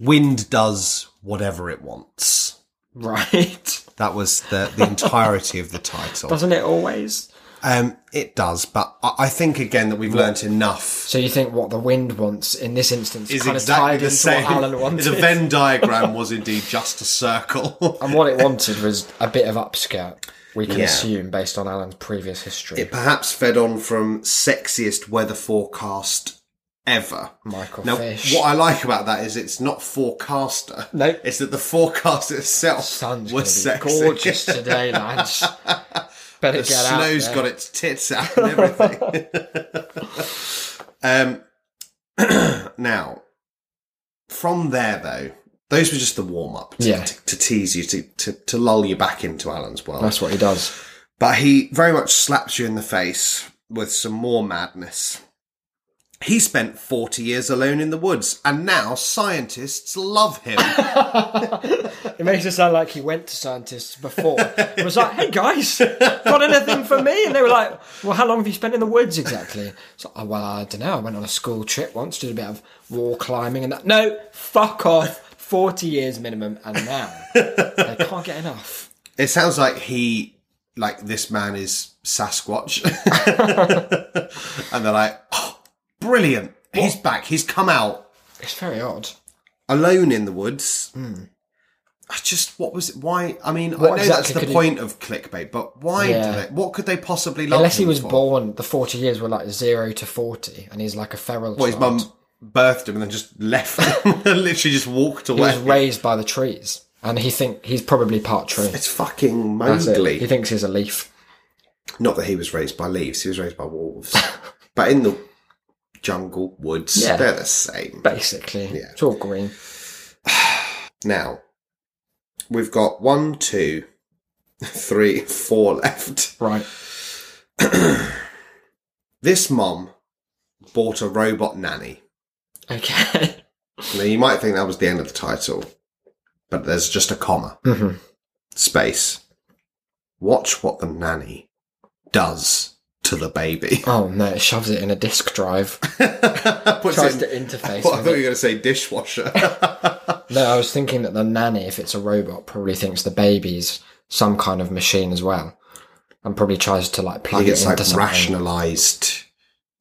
[SPEAKER 1] Wind does whatever it wants.
[SPEAKER 3] Right.
[SPEAKER 1] That was the, the entirety of the title.
[SPEAKER 3] *laughs* Doesn't it always?
[SPEAKER 1] Um, it does, but I, I think again that we've learnt enough.
[SPEAKER 3] So you think what the wind wants in this instance
[SPEAKER 1] Is
[SPEAKER 3] kind
[SPEAKER 1] exactly
[SPEAKER 3] of tied
[SPEAKER 1] the
[SPEAKER 3] into
[SPEAKER 1] same.
[SPEAKER 3] what Alan wanted.
[SPEAKER 1] Is a Venn diagram was indeed just a circle.
[SPEAKER 3] *laughs* And what it wanted was a bit of upskirt, we can
[SPEAKER 1] Yeah.
[SPEAKER 3] assume, based on Alan's previous history.
[SPEAKER 1] It perhaps fed on from sexiest weather forecast ever.
[SPEAKER 3] Michael
[SPEAKER 1] Now,
[SPEAKER 3] Fish.
[SPEAKER 1] what I like about that is it's not forecaster.
[SPEAKER 3] No.
[SPEAKER 1] it's that the forecast itself was
[SPEAKER 3] Sun's going to
[SPEAKER 1] sexy.
[SPEAKER 3] be gorgeous
[SPEAKER 1] *laughs*
[SPEAKER 3] today, lads. Better
[SPEAKER 1] the
[SPEAKER 3] get out
[SPEAKER 1] snow's
[SPEAKER 3] there.
[SPEAKER 1] got its tits out and everything. *laughs* um, *clears throat* now, from there though, those were just the warm up to,
[SPEAKER 3] Yeah.
[SPEAKER 1] to, to tease you, to, to to lull you back into Alan's world.
[SPEAKER 3] That's what he does.
[SPEAKER 1] But he very much slaps you in the face with some more madness. He spent 40 years alone in the woods, and now scientists love him.
[SPEAKER 3] It makes it sound like he went to scientists before. It was like, hey guys, got anything for me? And they were like, well, how long have you spent in the woods exactly? So, oh, well, I don't know. I went on a school trip once, did a bit of wall climbing and that. No, fuck off. 40 years minimum, and now they can't get enough.
[SPEAKER 1] it sounds like he, like this man is Sasquatch. *laughs* and they're like, oh, brilliant. He's back. He's come out
[SPEAKER 3] It's very odd.
[SPEAKER 1] alone in the woods. Hmm. I just, what was it? Why? I mean, I know
[SPEAKER 3] What
[SPEAKER 1] that's
[SPEAKER 3] exactly
[SPEAKER 1] the
[SPEAKER 3] could he-
[SPEAKER 1] point of clickbait, but why
[SPEAKER 3] Yeah.
[SPEAKER 1] do they, what could they possibly love
[SPEAKER 3] Unless he
[SPEAKER 1] him
[SPEAKER 3] was
[SPEAKER 1] for?
[SPEAKER 3] born, the 40 years were like 0 to 40, and he's like a feral
[SPEAKER 1] Well, his
[SPEAKER 3] child.
[SPEAKER 1] mum birthed him and then just left him. *laughs* Literally just walked
[SPEAKER 3] He was
[SPEAKER 1] away.
[SPEAKER 3] raised by the trees, and he think he's probably part tree.
[SPEAKER 1] it's fucking
[SPEAKER 3] That's it. He
[SPEAKER 1] Mowgli.
[SPEAKER 3] thinks he's a leaf.
[SPEAKER 1] Not that he was raised by leaves, he was raised by
[SPEAKER 3] *laughs*
[SPEAKER 1] wolves. but in the jungle, woods,
[SPEAKER 3] Yeah.
[SPEAKER 1] they're the same.
[SPEAKER 3] Basically,
[SPEAKER 1] Yeah.
[SPEAKER 3] it's all green.
[SPEAKER 1] Now, we've got one, two, *laughs* three, four left.
[SPEAKER 3] Right.
[SPEAKER 1] This mum bought a robot nanny.
[SPEAKER 3] Okay.
[SPEAKER 1] *laughs* Now, you might think that was the end of the title, but there's just a comma.
[SPEAKER 3] Mhm.
[SPEAKER 1] Space. Watch what the nanny does to the baby. *laughs*
[SPEAKER 3] Oh no, it shoves it in a disk drive.
[SPEAKER 1] Puts
[SPEAKER 3] Tries
[SPEAKER 1] it *laughs*
[SPEAKER 3] to
[SPEAKER 1] in-
[SPEAKER 3] interface.
[SPEAKER 1] Well, I
[SPEAKER 3] with
[SPEAKER 1] thought you
[SPEAKER 3] it.
[SPEAKER 1] were going to say
[SPEAKER 3] *laughs*
[SPEAKER 1] dishwasher.
[SPEAKER 3] No, I was thinking that the nanny, if it's a robot, probably thinks the baby's some kind of machine as well, and probably tries to like
[SPEAKER 1] I
[SPEAKER 3] plug
[SPEAKER 1] think
[SPEAKER 3] it
[SPEAKER 1] it's
[SPEAKER 3] into
[SPEAKER 1] like
[SPEAKER 3] something.
[SPEAKER 1] rationalised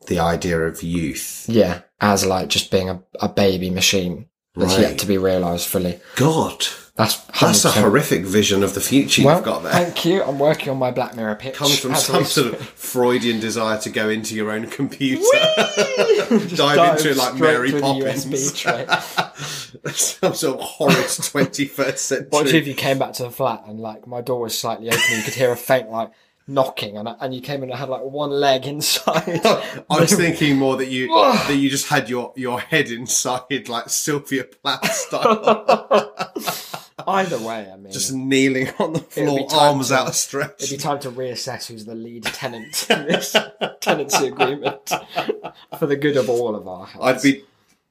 [SPEAKER 1] the idea of youth.
[SPEAKER 3] Yeah, as like just being a, a baby machine that's
[SPEAKER 1] Right.
[SPEAKER 3] yet to be realised fully.
[SPEAKER 1] God,
[SPEAKER 3] That's
[SPEAKER 1] that's a
[SPEAKER 3] 100%.
[SPEAKER 1] horrific vision of the future
[SPEAKER 3] Well,
[SPEAKER 1] you've got there.
[SPEAKER 3] thank you. I'm working on my Black Mirror
[SPEAKER 1] *laughs*
[SPEAKER 3] pitch.
[SPEAKER 1] Comes from
[SPEAKER 3] as
[SPEAKER 1] some
[SPEAKER 3] we *laughs*
[SPEAKER 1] sort of
[SPEAKER 3] speak.
[SPEAKER 1] Freudian desire to go into your own computer, dive,
[SPEAKER 3] Dive
[SPEAKER 1] into it like
[SPEAKER 3] straight
[SPEAKER 1] Mary
[SPEAKER 3] through the
[SPEAKER 1] Poppins,
[SPEAKER 3] USB
[SPEAKER 1] *laughs*
[SPEAKER 3] tray.
[SPEAKER 1] some sort of
[SPEAKER 3] *laughs*
[SPEAKER 1] horrid twenty-first century.
[SPEAKER 3] What if you came back to the flat and like my door was slightly open, and you could hear a faint like knocking, and and you came in and had like one leg *laughs* inside.
[SPEAKER 1] *laughs* I was thinking more that you that you just had your, your head inside like Sylvia Plath
[SPEAKER 3] *laughs*
[SPEAKER 1] style,
[SPEAKER 3] *laughs* Either way, I mean,
[SPEAKER 1] just kneeling on the floor,
[SPEAKER 3] time
[SPEAKER 1] arms
[SPEAKER 3] to-
[SPEAKER 1] outstretched.
[SPEAKER 3] it'd be time to reassess who's the lead
[SPEAKER 1] *laughs*
[SPEAKER 3] tenant in this tenancy agreement *laughs* for the good of all of our. Health.
[SPEAKER 1] I'd be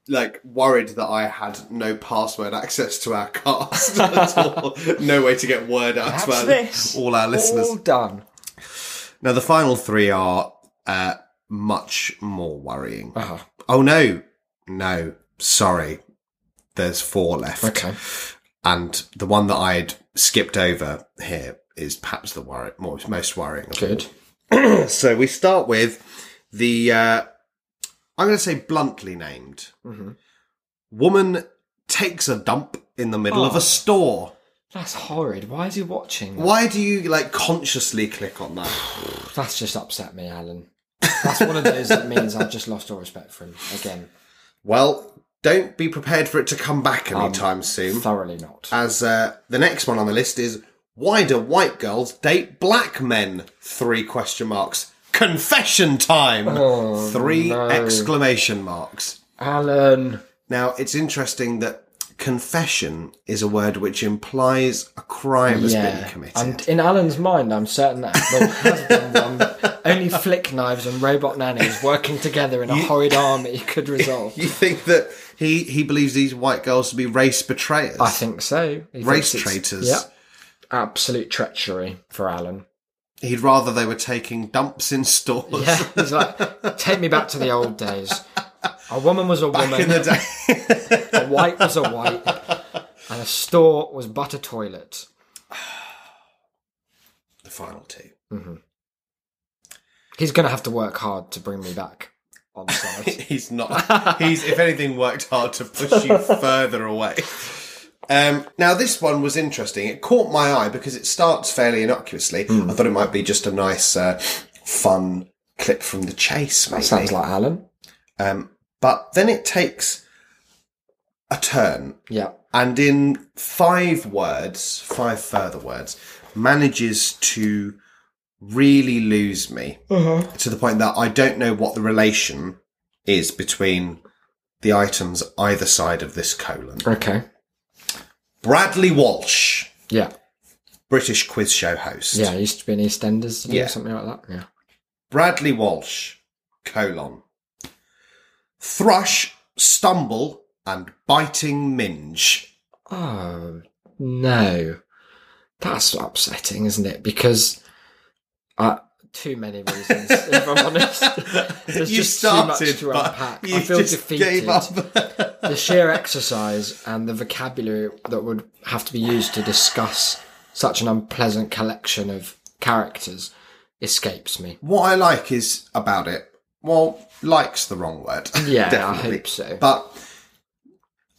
[SPEAKER 1] like worried that I had no password access to our cast *laughs* at all. No way to get word out
[SPEAKER 3] That's
[SPEAKER 1] to our,
[SPEAKER 3] this.
[SPEAKER 1] all our listeners.
[SPEAKER 3] All done.
[SPEAKER 1] Now the final three are uh, much more worrying.
[SPEAKER 3] Uh-huh.
[SPEAKER 1] Oh no, no, sorry. There's four left.
[SPEAKER 3] Okay.
[SPEAKER 1] And the one that I had skipped over here is perhaps the worry, more, most worrying. of
[SPEAKER 3] Good.
[SPEAKER 1] so we start with the, uh, I'm going to say bluntly named.
[SPEAKER 3] Mm-hmm.
[SPEAKER 1] Woman takes a dump in the middle of
[SPEAKER 3] Oh.
[SPEAKER 1] a store.
[SPEAKER 3] That's horrid. Why is he watching? that?
[SPEAKER 1] Why do you like consciously click on that?
[SPEAKER 3] That's just upset me, Alan. That's one of those that means I've just lost all respect for him again.
[SPEAKER 1] Well, don't be prepared for it to come back
[SPEAKER 3] Um,
[SPEAKER 1] anytime soon. *laughs*
[SPEAKER 3] Thoroughly not.
[SPEAKER 1] As uh, the next one on the list is why do white girls date black men? Three question marks. Confession time. Three
[SPEAKER 3] Oh, no.
[SPEAKER 1] exclamation marks.
[SPEAKER 3] Alan.
[SPEAKER 1] Now it's interesting that confession is a word which implies a crime has been committed.
[SPEAKER 3] And in Alan's mind, I'm certain that there has been one. Only flick knives and robot nannies working together in a horrid army could
[SPEAKER 1] *laughs*
[SPEAKER 3] resolve.
[SPEAKER 1] you think that he he believes these white girls to be race betrayers?
[SPEAKER 3] I think so. He
[SPEAKER 1] race
[SPEAKER 3] thinks it's-
[SPEAKER 1] traitors.
[SPEAKER 3] Yep. Absolute treachery for Alan.
[SPEAKER 1] He'd rather they were taking dumps in stores.
[SPEAKER 3] Yeah, he's like, take me back to the old days. A woman was a
[SPEAKER 1] Back
[SPEAKER 3] woman.
[SPEAKER 1] in the day. *laughs*
[SPEAKER 3] A white was a white, and a store was but a toilet.
[SPEAKER 1] the final two.
[SPEAKER 3] He's going to have to work hard to bring me back
[SPEAKER 1] *laughs*
[SPEAKER 3] on side.
[SPEAKER 1] He's not. He's, if anything, worked hard to push
[SPEAKER 3] *laughs*
[SPEAKER 1] you further away. Um, now, this one was interesting. It caught my eye because it starts fairly innocuously.
[SPEAKER 3] Hmm.
[SPEAKER 1] I thought it might be just a nice, uh, fun clip from The Chase, maybe.
[SPEAKER 3] Sounds like Alan.
[SPEAKER 1] um, but then it takes a turn
[SPEAKER 3] Yeah.
[SPEAKER 1] and in five words, five further words, manages to really lose me to the point that I don't know what the relation is between the items either side of this colon.
[SPEAKER 3] Okay.
[SPEAKER 1] Bradley Walsh,
[SPEAKER 3] Yeah.
[SPEAKER 1] British quiz show host.
[SPEAKER 3] Yeah, he used to be in EastEnders didn't he,
[SPEAKER 1] Yeah.
[SPEAKER 3] or something like that. Yeah.
[SPEAKER 1] Bradley Walsh, colon. Thrush, stumble, and biting minge.
[SPEAKER 3] Oh, no. That's upsetting, isn't it? Because uh, too many reasons, if
[SPEAKER 1] *laughs*
[SPEAKER 3] I'm honest. There's just too much to
[SPEAKER 1] but
[SPEAKER 3] unpack.
[SPEAKER 1] you
[SPEAKER 3] I feel
[SPEAKER 1] just
[SPEAKER 3] defeated.
[SPEAKER 1] gave up.
[SPEAKER 3] the sheer exercise and the vocabulary that would have to be used to discuss such an unpleasant collection of characters escapes me.
[SPEAKER 1] what I like is about it. Well, likes the wrong word. *laughs*
[SPEAKER 3] Yeah,
[SPEAKER 1] definitely.
[SPEAKER 3] I hope so.
[SPEAKER 1] But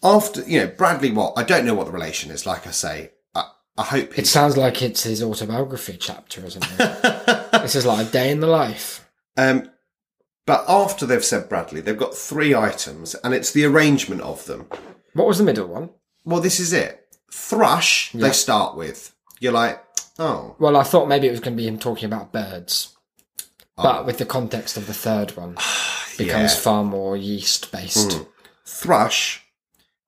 [SPEAKER 1] after you know Bradley Watt, I don't know what the relation is. Like I say, I, I hope
[SPEAKER 3] It
[SPEAKER 1] he's
[SPEAKER 3] sounds like it's his autobiography chapter, isn't
[SPEAKER 1] *laughs*
[SPEAKER 3] it? this is like a day in the life.
[SPEAKER 1] Um, but after they've said Bradley, they've got three items, and it's the arrangement of them.
[SPEAKER 3] What was the middle one?
[SPEAKER 1] Well, this is it. Thrush. They
[SPEAKER 3] Yeah.
[SPEAKER 1] start with. You're like, oh,
[SPEAKER 3] Well, I thought maybe it was going to be him talking about birds, but with the context of the third one, becomes
[SPEAKER 1] Oh. *sighs* yeah. Hmm.
[SPEAKER 3] far more yeast based.
[SPEAKER 1] thrush,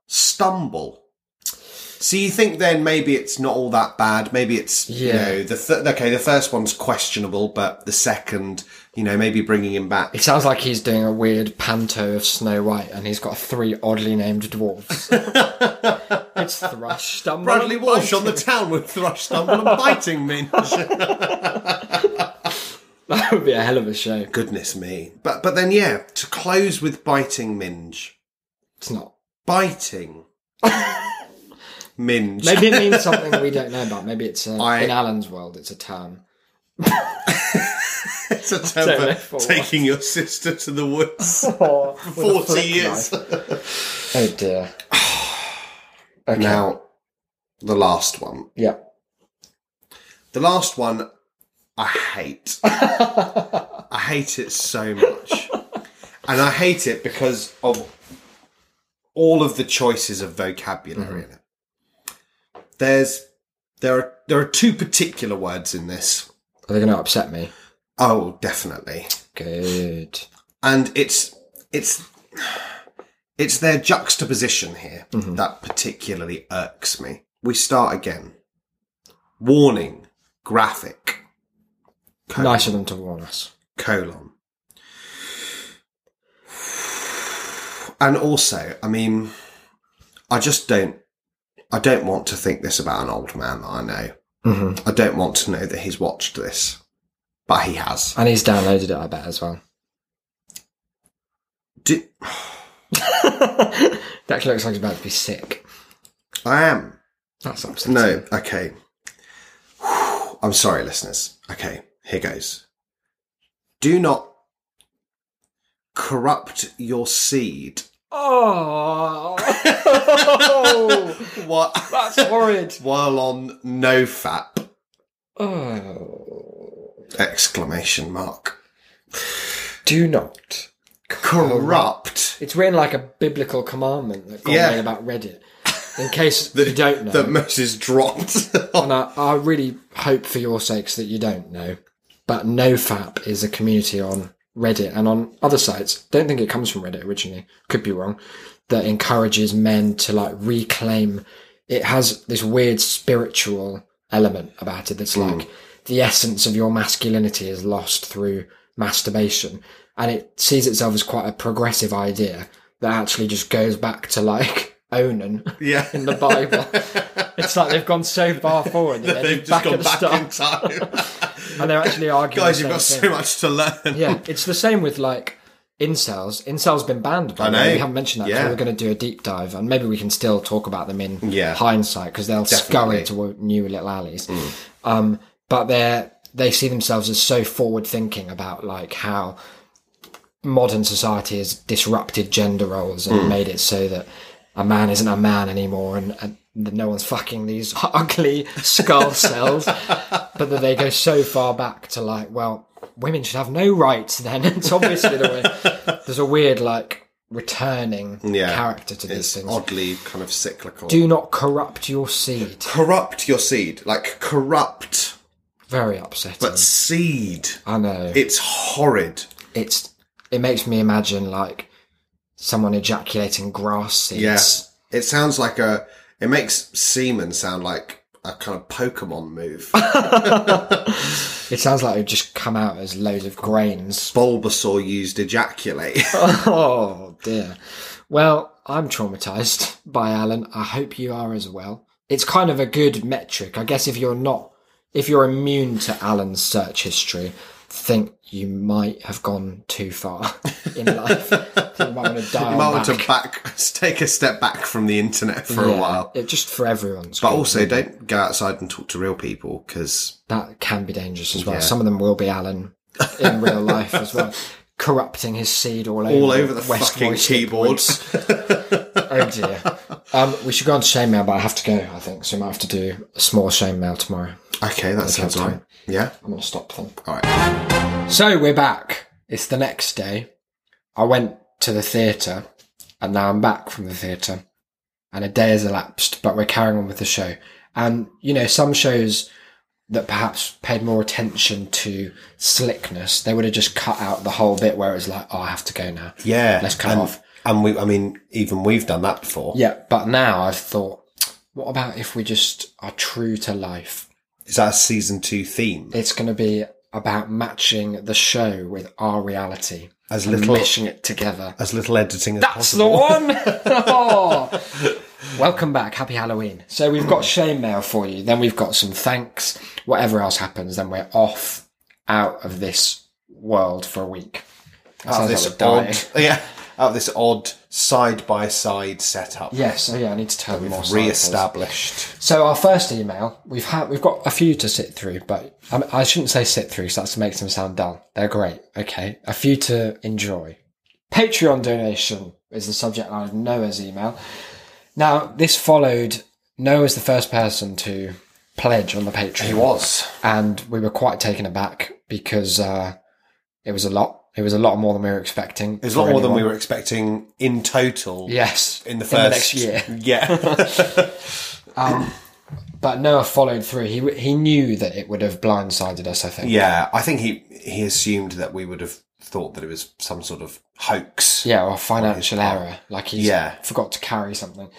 [SPEAKER 1] stumble. So you think then maybe it's not all that bad. Maybe it's you
[SPEAKER 3] Yeah.
[SPEAKER 1] know the th- okay the first one's questionable, but the second you know maybe bringing him back.
[SPEAKER 3] It sounds like he's doing a weird panto of Snow White, and he's got three oddly named
[SPEAKER 1] *laughs*
[SPEAKER 3] dwarfs. it's thrush, stumble,
[SPEAKER 1] Bradley
[SPEAKER 3] and
[SPEAKER 1] Walsh on
[SPEAKER 3] Bunting.
[SPEAKER 1] the town with thrush, stumble, and biting
[SPEAKER 3] *laughs*
[SPEAKER 1] minge.
[SPEAKER 3] That would be a hell of a show.
[SPEAKER 1] Goodness me! But but then yeah, to close with biting minge,
[SPEAKER 3] It's not.
[SPEAKER 1] biting minge. *laughs*
[SPEAKER 3] Maybe it means something we don't know about. Maybe it's a,
[SPEAKER 1] I-
[SPEAKER 3] in Alan's world. It's a term.
[SPEAKER 1] it's a
[SPEAKER 3] don't know
[SPEAKER 1] temper
[SPEAKER 3] for what.
[SPEAKER 1] taking your sister to the
[SPEAKER 3] *laughs*
[SPEAKER 1] woods.
[SPEAKER 3] Or
[SPEAKER 1] Forty years.
[SPEAKER 3] Oh dear. Okay.
[SPEAKER 1] *sighs* Now, the last one.
[SPEAKER 3] yeah.
[SPEAKER 1] The last one, I hate. I hate it so much. And I hate it because of all of the choices of vocabulary in it. There's there are there are two particular words in this.
[SPEAKER 3] Are they going to upset me?
[SPEAKER 1] Oh, definitely.
[SPEAKER 3] Good.
[SPEAKER 1] And it's it's it's their juxtaposition here that particularly irks me. We start again. Warning, graphic. Colon.
[SPEAKER 3] Nice of them to warn us.
[SPEAKER 1] colon. And also, I mean, I just don't. I don't want to think this about an old man that I know.
[SPEAKER 3] Mhm.
[SPEAKER 1] I don't want to know that he's watched this, but he has.
[SPEAKER 3] And he's downloaded it, I bet, as well.
[SPEAKER 1] Do,
[SPEAKER 3] That actually looks like he's about to be sick.
[SPEAKER 1] I am.
[SPEAKER 3] That's upsetting.
[SPEAKER 1] No, okay. *sighs* I'm sorry, listeners. Okay, here goes. Do not corrupt your seed. *laughs*
[SPEAKER 3] Oh,
[SPEAKER 1] What?
[SPEAKER 3] that's horrid.
[SPEAKER 1] While on no fap!
[SPEAKER 3] Oh,
[SPEAKER 1] Exclamation mark.
[SPEAKER 3] do not.
[SPEAKER 1] Corrupt.
[SPEAKER 3] It's written like a biblical commandment that God
[SPEAKER 1] Yeah.
[SPEAKER 3] made about Reddit. In
[SPEAKER 1] *laughs*
[SPEAKER 3] case you don't know,
[SPEAKER 1] That Moses dropped. *laughs*
[SPEAKER 3] *laughs* and I, I really hope for your sakes that you don't know, but NoFap is a community on Reddit and on other sites. Don't think it comes from Reddit originally. Could be wrong. That encourages men to like reclaim. It has this weird spiritual element about it that's like the essence of your masculinity is lost through masturbation, and it sees itself as quite a progressive idea that actually just goes back to like *laughs* Onan
[SPEAKER 1] yeah.
[SPEAKER 3] in the Bible. *laughs* it's like they've gone so far forward that,
[SPEAKER 1] *laughs*
[SPEAKER 3] they're
[SPEAKER 1] They've just
[SPEAKER 3] back
[SPEAKER 1] gone
[SPEAKER 3] at the
[SPEAKER 1] back
[SPEAKER 3] start,
[SPEAKER 1] in
[SPEAKER 3] *laughs*
[SPEAKER 1] time.
[SPEAKER 3] and they're actually arguing.
[SPEAKER 1] *laughs* Guys,
[SPEAKER 3] the
[SPEAKER 1] you've got
[SPEAKER 3] same
[SPEAKER 1] so
[SPEAKER 3] thing.
[SPEAKER 1] much to learn.
[SPEAKER 3] Yeah, it's the same with like incels. Incels been banned. By
[SPEAKER 1] I
[SPEAKER 3] the way.
[SPEAKER 1] know.
[SPEAKER 3] We haven't mentioned that. so
[SPEAKER 1] Yeah.
[SPEAKER 3] we're going to do a deep dive, and maybe we can still talk about them in
[SPEAKER 1] Yeah. Mm.
[SPEAKER 3] hindsight because they'll scurry to new little alleys. Um, but they they see themselves as so forward thinking about like how modern society has disrupted gender roles
[SPEAKER 1] Hmm.
[SPEAKER 3] and made it so that a man isn't a man anymore and, and that no one's fucking these *laughs* ugly skull cells but that they go so far back to like well women should have no rights then *laughs* it's obviously the way there's a weird like returning
[SPEAKER 1] Yeah.
[SPEAKER 3] character to these
[SPEAKER 1] It's
[SPEAKER 3] things
[SPEAKER 1] oddly kind of cyclical.
[SPEAKER 3] do not corrupt your seed
[SPEAKER 1] corrupt your seed. Like, corrupt,
[SPEAKER 3] very upsetting
[SPEAKER 1] but seed.
[SPEAKER 3] i know
[SPEAKER 1] It's horrid.
[SPEAKER 3] it's it makes me imagine like someone ejaculating grass seeds
[SPEAKER 1] Yeah. It sounds like a. It makes semen sound like a kind of Pokemon
[SPEAKER 3] *laughs*
[SPEAKER 1] move.
[SPEAKER 3] It sounds like it would just come out as loads of grains. *laughs*
[SPEAKER 1] Bulbasaur used ejaculate. *laughs*
[SPEAKER 3] Oh dear. Well, I'm traumatized by Alan. I hope you are as well. It's kind of a good metric. I guess if you're not, if you're immune to Alan's search history, think you might have gone too far *laughs* in life. you might want to dial
[SPEAKER 1] I want
[SPEAKER 3] back.
[SPEAKER 1] to back, take a step back from the internet for
[SPEAKER 3] Yeah,
[SPEAKER 1] a while.
[SPEAKER 3] It, just for everyone's
[SPEAKER 1] But
[SPEAKER 3] good.
[SPEAKER 1] also, don't go outside and talk to real people *laughs* because
[SPEAKER 3] that can be dangerous as well. Some of them will be Alan in real life as
[SPEAKER 1] *laughs*
[SPEAKER 3] well, corrupting his seed all over
[SPEAKER 1] all over the
[SPEAKER 3] West
[SPEAKER 1] fucking
[SPEAKER 3] Royce
[SPEAKER 1] keyboards.
[SPEAKER 3] Oh dear. Um, we should go on to shame mail, but I have to go. I think so. We might have to do a small shame mail tomorrow.
[SPEAKER 1] okay, that sounds
[SPEAKER 3] time.
[SPEAKER 1] right. Yeah.
[SPEAKER 3] I'm gonna stop them.
[SPEAKER 1] All right.
[SPEAKER 3] So we're back. It's the next day. I went to the theatre, and now I'm back from the theatre, and a day has elapsed. But we're carrying on with the show, and you know some shows that perhaps paid more attention to slickness, they would have just cut out the whole bit where it was like, "Oh, I have to go now."
[SPEAKER 1] Yeah.
[SPEAKER 3] Let's cut
[SPEAKER 1] and,
[SPEAKER 3] off.
[SPEAKER 1] And we, I mean, even we've done that before.
[SPEAKER 3] Yeah, but now I've thought, what about if we just are true to life
[SPEAKER 1] Is that a season two theme?
[SPEAKER 3] it's going to be about matching the show with our reality
[SPEAKER 1] As
[SPEAKER 3] and
[SPEAKER 1] little-
[SPEAKER 3] meshing it together.
[SPEAKER 1] As little editing as
[SPEAKER 3] That's the
[SPEAKER 1] possible.
[SPEAKER 3] one. *laughs* Oh. Welcome back. Happy Halloween. So we've got shame mail for you. Then we've got some thanks. Whatever else happens, then we're off out of this world for a week. That
[SPEAKER 1] Out of
[SPEAKER 3] sounds
[SPEAKER 1] this
[SPEAKER 3] like we're dying.
[SPEAKER 1] odd, *laughs* yeah, out of this odd side by side setup.
[SPEAKER 3] Yeah, so oh yeah, I need to turn more. side first.
[SPEAKER 1] Re-established.
[SPEAKER 3] So our first email, we've had, we've got a few to sit through, but I, mean, I shouldn't say sit through, so that makes them sound dull. They're great. Okay, a few to enjoy. Patreon donation is the subject line of Noah's email. Now this followed. Noah was the first person to pledge on the Patreon
[SPEAKER 1] He was.
[SPEAKER 3] and we were quite taken aback because uh, it was a lot. It was a lot more than we were expecting.
[SPEAKER 1] It was a lot more than we were expecting in total.
[SPEAKER 3] Yes,
[SPEAKER 1] In the first
[SPEAKER 3] next year.
[SPEAKER 1] *laughs* Yeah.
[SPEAKER 3] But Noah followed through. He w- he knew that it would have blindsided us. I think.
[SPEAKER 1] yeah. I think he he assumed that we would have thought that it was some sort of hoax.
[SPEAKER 3] Yeah, or financial error. Like he's
[SPEAKER 1] Yeah.
[SPEAKER 3] forgot to carry something.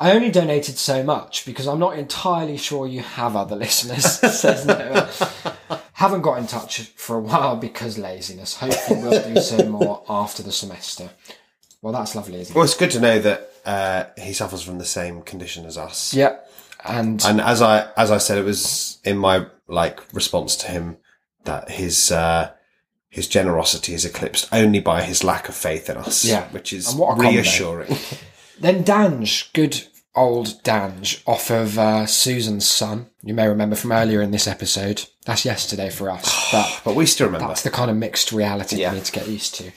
[SPEAKER 3] I only donated so much because I'm not entirely sure you have other *laughs* listeners,
[SPEAKER 1] *laughs*
[SPEAKER 3] says Noah. Haven't got in touch for a while because laziness. Hopefully we'll do so more after the semester. Well, that's lovely, isn't it?
[SPEAKER 1] Well, it's good to know that uh, he suffers from the same condition as us.
[SPEAKER 3] Yep. And
[SPEAKER 1] And as I as I said, it was in my like response to him that his uh, his generosity is eclipsed only by his lack of faith in us.
[SPEAKER 3] Yeah.
[SPEAKER 1] Which is
[SPEAKER 3] And what a combo.
[SPEAKER 1] reassuring.
[SPEAKER 3] *laughs* Then Dange, good old Dange, off of uh, Susan's son. You may remember from earlier in this episode. That's yesterday
[SPEAKER 1] *sighs*
[SPEAKER 3] for us, but
[SPEAKER 1] but we still remember.
[SPEAKER 3] that's the kind of mixed reality
[SPEAKER 1] Yeah.
[SPEAKER 3] we need to get used to.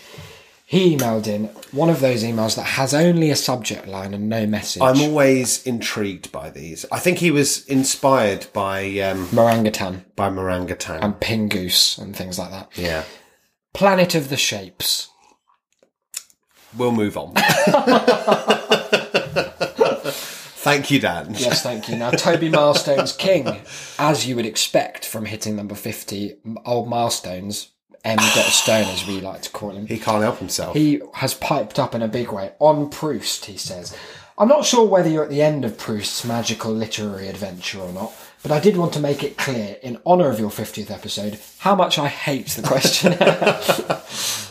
[SPEAKER 3] He emailed in one of those emails that has only a subject line and no message.
[SPEAKER 1] I'm always intrigued by these. I think he was inspired by um,
[SPEAKER 3] Morangutan
[SPEAKER 1] by Morangutan.
[SPEAKER 3] and Pingoose and things like that.
[SPEAKER 1] yeah.
[SPEAKER 3] Planet of the Shapes.
[SPEAKER 1] We'll move
[SPEAKER 3] *laughs*
[SPEAKER 1] on. *laughs* Thank you, Dan.
[SPEAKER 3] Yes, thank you. Now,
[SPEAKER 1] *laughs*
[SPEAKER 3] Toby Milestone's King, as you would expect from hitting number 50, m- old Milestones, M. Dot Stone, as we like to call him.
[SPEAKER 1] He can't help himself.
[SPEAKER 3] He has piped up in a big way on Proust, he says. I'm not sure whether you're at the end of Proust's magical literary adventure or not, but I did want to make it clear, in honour of your 50th episode, how much I hate the questionnaire.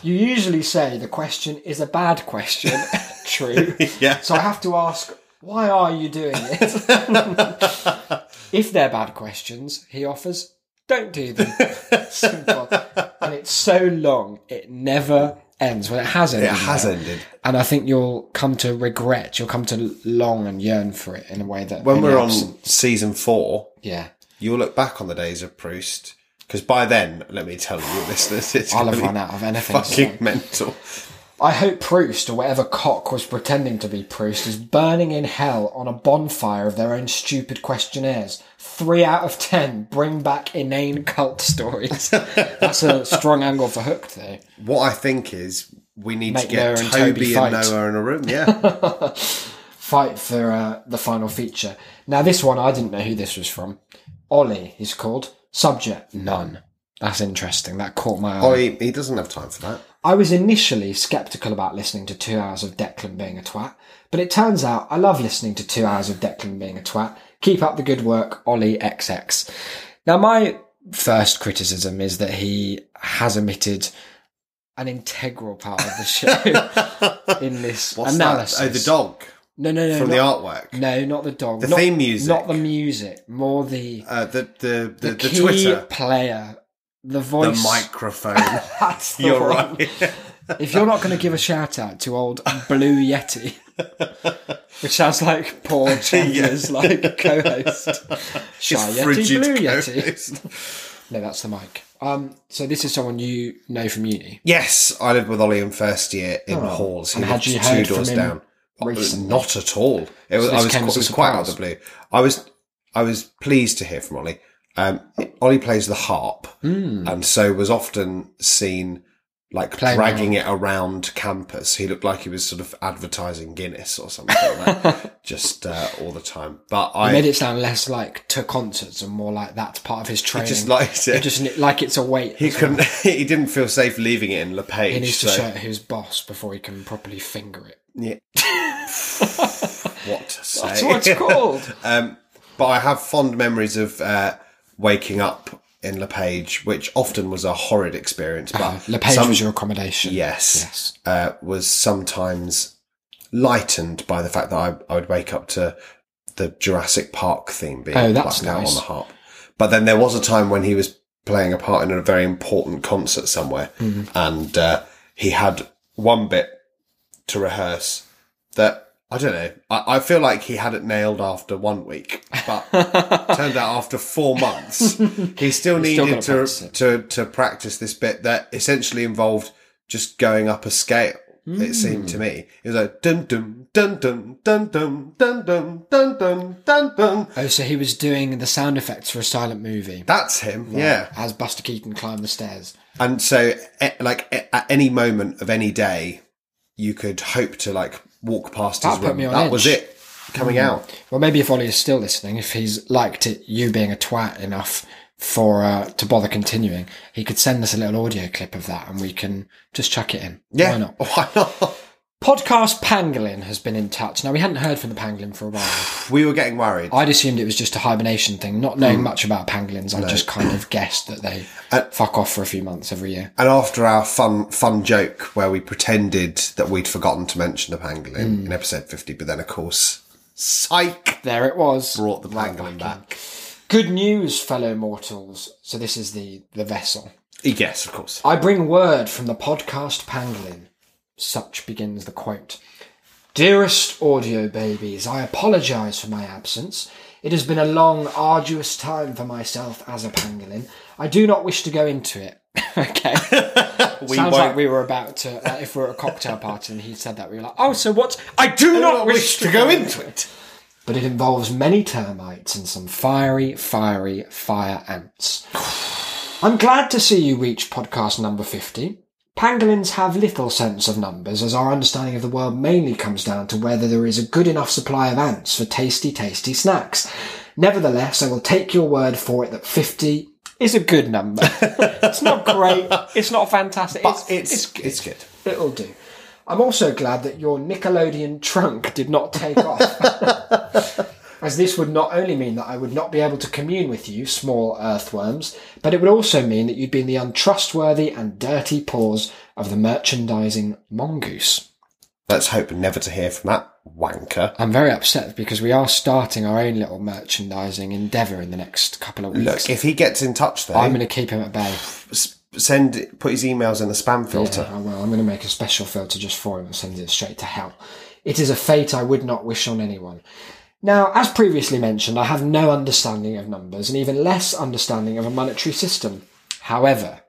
[SPEAKER 3] *laughs* you usually say the question is a bad question.
[SPEAKER 1] *laughs*
[SPEAKER 3] True.
[SPEAKER 1] Yeah.
[SPEAKER 3] So I have to ask, why are you
[SPEAKER 1] *laughs*
[SPEAKER 3] doing it? if they're bad questions, he offers, don't do them. Simple. And it's so long, it never ends. Well, it has ended.
[SPEAKER 1] it has
[SPEAKER 3] now.
[SPEAKER 1] ended.
[SPEAKER 3] And I think you'll come to regret, you'll come to long and yearn for it in a way that.
[SPEAKER 1] When
[SPEAKER 3] in
[SPEAKER 1] we're on
[SPEAKER 3] absent-
[SPEAKER 1] season four,
[SPEAKER 3] Yeah.
[SPEAKER 1] you'll look back on the days of Proust. Because by then, let me tell you, *laughs* listeners, it's
[SPEAKER 3] I'll
[SPEAKER 1] gonna
[SPEAKER 3] have
[SPEAKER 1] be
[SPEAKER 3] run out of anything. to
[SPEAKER 1] fucking
[SPEAKER 3] say.
[SPEAKER 1] mental.
[SPEAKER 3] I hope Proust, or whatever cock was pretending to be Proust, is burning in hell on a bonfire of their own stupid questionnaires. Three out of ten bring back inane
[SPEAKER 1] *laughs*
[SPEAKER 3] cult stories. That's a strong angle for Hooked, though.
[SPEAKER 1] What I think is we need to
[SPEAKER 3] Make
[SPEAKER 1] get
[SPEAKER 3] Noah and
[SPEAKER 1] Toby, and
[SPEAKER 3] Toby fight.
[SPEAKER 1] Noah in a room.
[SPEAKER 3] *laughs*
[SPEAKER 1] Yeah,
[SPEAKER 3] Fight for uh, the final feature. Now, this one, I didn't know who this was from. Ollie, he's called. Subject, none. That's interesting. That caught my eye.
[SPEAKER 1] oh, he, he doesn't have time for that.
[SPEAKER 3] I was initially sceptical about listening to two hours of Declan being a twat, but it turns out I love listening to two hours of Declan being a twat. Keep up the good work, Ollie XX. Now, my first criticism is that he has omitted an integral part of the show
[SPEAKER 1] *laughs*
[SPEAKER 3] in this
[SPEAKER 1] What's
[SPEAKER 3] analysis.
[SPEAKER 1] that? Oh, the dog
[SPEAKER 3] No, no, no.
[SPEAKER 1] from
[SPEAKER 3] not,
[SPEAKER 1] the artwork.
[SPEAKER 3] No, not the dog.
[SPEAKER 1] The
[SPEAKER 3] not,
[SPEAKER 1] theme music.
[SPEAKER 3] Not the music. More the,
[SPEAKER 1] Uh, the the the, the,
[SPEAKER 3] key
[SPEAKER 1] Twitter,
[SPEAKER 3] player, the
[SPEAKER 1] the
[SPEAKER 3] voice.
[SPEAKER 1] microphone. *laughs*
[SPEAKER 3] *laughs* That's the
[SPEAKER 1] You're
[SPEAKER 3] one.
[SPEAKER 1] right.
[SPEAKER 3] If you're not going to give a shout out to old Blue Yeti, which sounds like
[SPEAKER 1] *laughs*
[SPEAKER 3] Paul Chandler's like co-host, Shy
[SPEAKER 1] *laughs* His
[SPEAKER 3] Yeti,
[SPEAKER 1] frigid
[SPEAKER 3] Blue Yeti.
[SPEAKER 1] co-host.
[SPEAKER 3] No, that's the mic. Um, so this is someone you know from uni.
[SPEAKER 1] *laughs* Yes, I lived with Ollie in first year in halls. He
[SPEAKER 3] Oh, And
[SPEAKER 1] lived
[SPEAKER 3] had you
[SPEAKER 1] two
[SPEAKER 3] heard from
[SPEAKER 1] doors
[SPEAKER 3] him
[SPEAKER 1] down.
[SPEAKER 3] recently?
[SPEAKER 1] Not at all. It was,
[SPEAKER 3] So
[SPEAKER 1] I
[SPEAKER 3] this
[SPEAKER 1] was,
[SPEAKER 3] came
[SPEAKER 1] qu-
[SPEAKER 3] as
[SPEAKER 1] it
[SPEAKER 3] a
[SPEAKER 1] was quite out
[SPEAKER 3] surprise.
[SPEAKER 1] of the blue. I was I was pleased to hear from Ollie. Um, Ollie plays the harp, and so was often seen like
[SPEAKER 3] Hmm. Playing
[SPEAKER 1] dragging it around campus. He looked like he was sort of advertising Guinness or something like
[SPEAKER 3] *laughs*
[SPEAKER 1] that, just uh, all the time. But
[SPEAKER 3] He
[SPEAKER 1] I
[SPEAKER 3] made it sound less like to concerts and more like that's part of his training.
[SPEAKER 1] just liked
[SPEAKER 3] He
[SPEAKER 1] it.
[SPEAKER 3] just like it's a weight. *laughs*
[SPEAKER 1] he couldn't. *laughs* he didn't feel safe leaving it in LePage.
[SPEAKER 3] He needs to
[SPEAKER 1] so-
[SPEAKER 3] show it who's boss before he can properly finger it.
[SPEAKER 1] Yeah. what to say?
[SPEAKER 3] That's what
[SPEAKER 1] *laughs*
[SPEAKER 3] it's called.
[SPEAKER 1] Um, but I have fond memories of uh, waking up in LePage, which often was a horrid experience.
[SPEAKER 3] *laughs*
[SPEAKER 1] But
[SPEAKER 3] LePage
[SPEAKER 1] some-
[SPEAKER 3] was your accommodation.
[SPEAKER 1] yes,
[SPEAKER 3] Yes.
[SPEAKER 1] Uh, was sometimes lightened by the fact that I, I would wake up to the Jurassic Park theme being
[SPEAKER 3] Oh, that's
[SPEAKER 1] blacked out on
[SPEAKER 3] nice.
[SPEAKER 1] the harp. But then there was a time when he was playing a part in a very important concert somewhere,
[SPEAKER 3] Mm-hmm.
[SPEAKER 1] and uh, he had one bit to rehearse that. I don't know. I, I feel like he had it nailed after one week,
[SPEAKER 3] *laughs*
[SPEAKER 1] but turned out after four months, he still
[SPEAKER 3] still
[SPEAKER 1] needed
[SPEAKER 3] gotta practice
[SPEAKER 1] to,
[SPEAKER 3] it.
[SPEAKER 1] to to practice this bit that essentially involved just going up a scale. It seemed
[SPEAKER 3] Hmm.
[SPEAKER 1] to me it was like dun dun dun dun dun dun dun dun dun dun dun dun.
[SPEAKER 3] Oh, so he was doing the sound effects for a silent movie.
[SPEAKER 1] That's him, yeah.
[SPEAKER 3] As Buster Keaton climbed the stairs.
[SPEAKER 1] And so, eh, like eh, at any moment of any day, you could hope to like walk past his
[SPEAKER 3] That put
[SPEAKER 1] room.
[SPEAKER 3] me on
[SPEAKER 1] that
[SPEAKER 3] edge.
[SPEAKER 1] was it coming out.
[SPEAKER 3] Hmm. Well, maybe if Ollie is still listening, if he's liked it, you being a twat enough for uh, to bother continuing, he could send us a little audio clip of that, and we can just chuck it in.
[SPEAKER 1] Yeah,
[SPEAKER 3] why not?
[SPEAKER 1] *laughs* Why not?
[SPEAKER 3] Podcast Pangolin has been in touch. Now we hadn't heard from the Pangolin for a while.
[SPEAKER 1] We were getting worried.
[SPEAKER 3] I'd assumed it was just a hibernation thing, not
[SPEAKER 1] Hmm.
[SPEAKER 3] knowing much about pangolins. I just kind of guessed that they
[SPEAKER 1] Uh,
[SPEAKER 3] fuck off for a few months every year.
[SPEAKER 1] And after our fun fun joke where we pretended that we'd forgotten to mention the pangolin in episode fifty, but then of course, psych
[SPEAKER 3] There it was.
[SPEAKER 1] brought the pangolin back.
[SPEAKER 3] Good news, fellow mortals. So this is the the vessel.
[SPEAKER 1] Yes, of course.
[SPEAKER 3] I bring word from the podcast Pangolin. Such begins the quote. Dearest audio babies, I apologise for my absence. It has been a long, arduous time for myself as a pangolin. I do not wish to go into it. *laughs* okay.
[SPEAKER 1] *laughs* We
[SPEAKER 3] Sounds
[SPEAKER 1] won't-
[SPEAKER 3] like we were about to, like, if we were at a cocktail party and he said that, we were like, oh, so what's. I do not wish to go into it. But it involves many termites and some fiery, fiery fire ants. I'm glad to see you reach podcast number 50. Pangolins have little sense of numbers, as our understanding of the world mainly comes down to whether there is a good enough supply of ants for tasty, tasty snacks. Nevertheless, I will take your word for it that 50 is a good number. *laughs* it's not great, it's not fantastic,
[SPEAKER 1] But it's it's, good.
[SPEAKER 3] It'll do. I'm also glad that your Nickelodeon trunk did not take off. *laughs* As this would not only mean that I would not be able to commune with you, small earthworms, but it would also mean that you'd be in the untrustworthy and dirty paws of the merchandising mongoose.
[SPEAKER 1] Let's hope never to hear from that wanker.
[SPEAKER 3] I'm very upset because we are starting our own little merchandising endeavour in the next couple of weeks.
[SPEAKER 1] Look, if he gets in touch, though,
[SPEAKER 3] I'm going to keep him at bay.
[SPEAKER 1] s- send put his emails in the spam filter.
[SPEAKER 3] Yeah, I will. Oh, I'm going to make a special filter just for him and send it straight to hell. It is a fate I would not wish on anyone. Now, as previously mentioned, I have no understanding of numbers and even less understanding of a monetary system. However,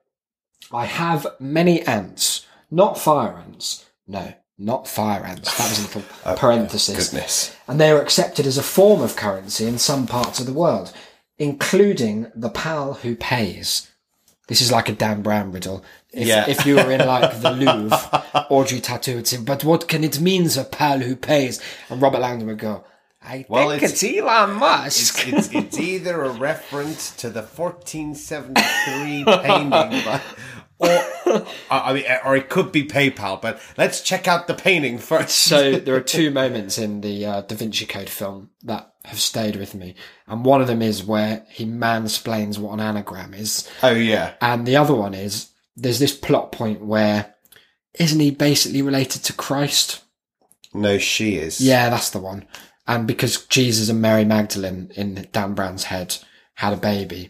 [SPEAKER 3] I have many ants, not fire ants. No, not fire ants. That was a little parenthesis
[SPEAKER 1] Goodness.
[SPEAKER 3] and they are accepted as a form of currency in some parts of the world, including the pal who pays. This is like a Dan Brown riddle. If,
[SPEAKER 1] Yeah.
[SPEAKER 3] if you were in
[SPEAKER 1] *laughs*
[SPEAKER 3] like the Louvre, Audrey Tattoo would say, "But what can it mean, the pal who pays?" And Robert Langdon would go, "I
[SPEAKER 1] Well,
[SPEAKER 3] think
[SPEAKER 1] it's-
[SPEAKER 3] it's, Elon Musk."
[SPEAKER 1] It's, it's either a reference to the
[SPEAKER 3] *laughs*
[SPEAKER 1] 1473 painting, by, or I I mean, or it could be PayPal. But let's check out the painting first.
[SPEAKER 3] *laughs* *laughs* so there are two moments in the uh, Da Vinci Code film that have stayed with me, and one of them is where he mansplains what an anagram is.
[SPEAKER 1] oh yeah,
[SPEAKER 3] And the other one is there's this plot point where isn't he basically related to Christ?
[SPEAKER 1] no, she is.
[SPEAKER 3] Yeah, that's the one. And because Jesus and Mary Magdalene in Dan Brown's head had a baby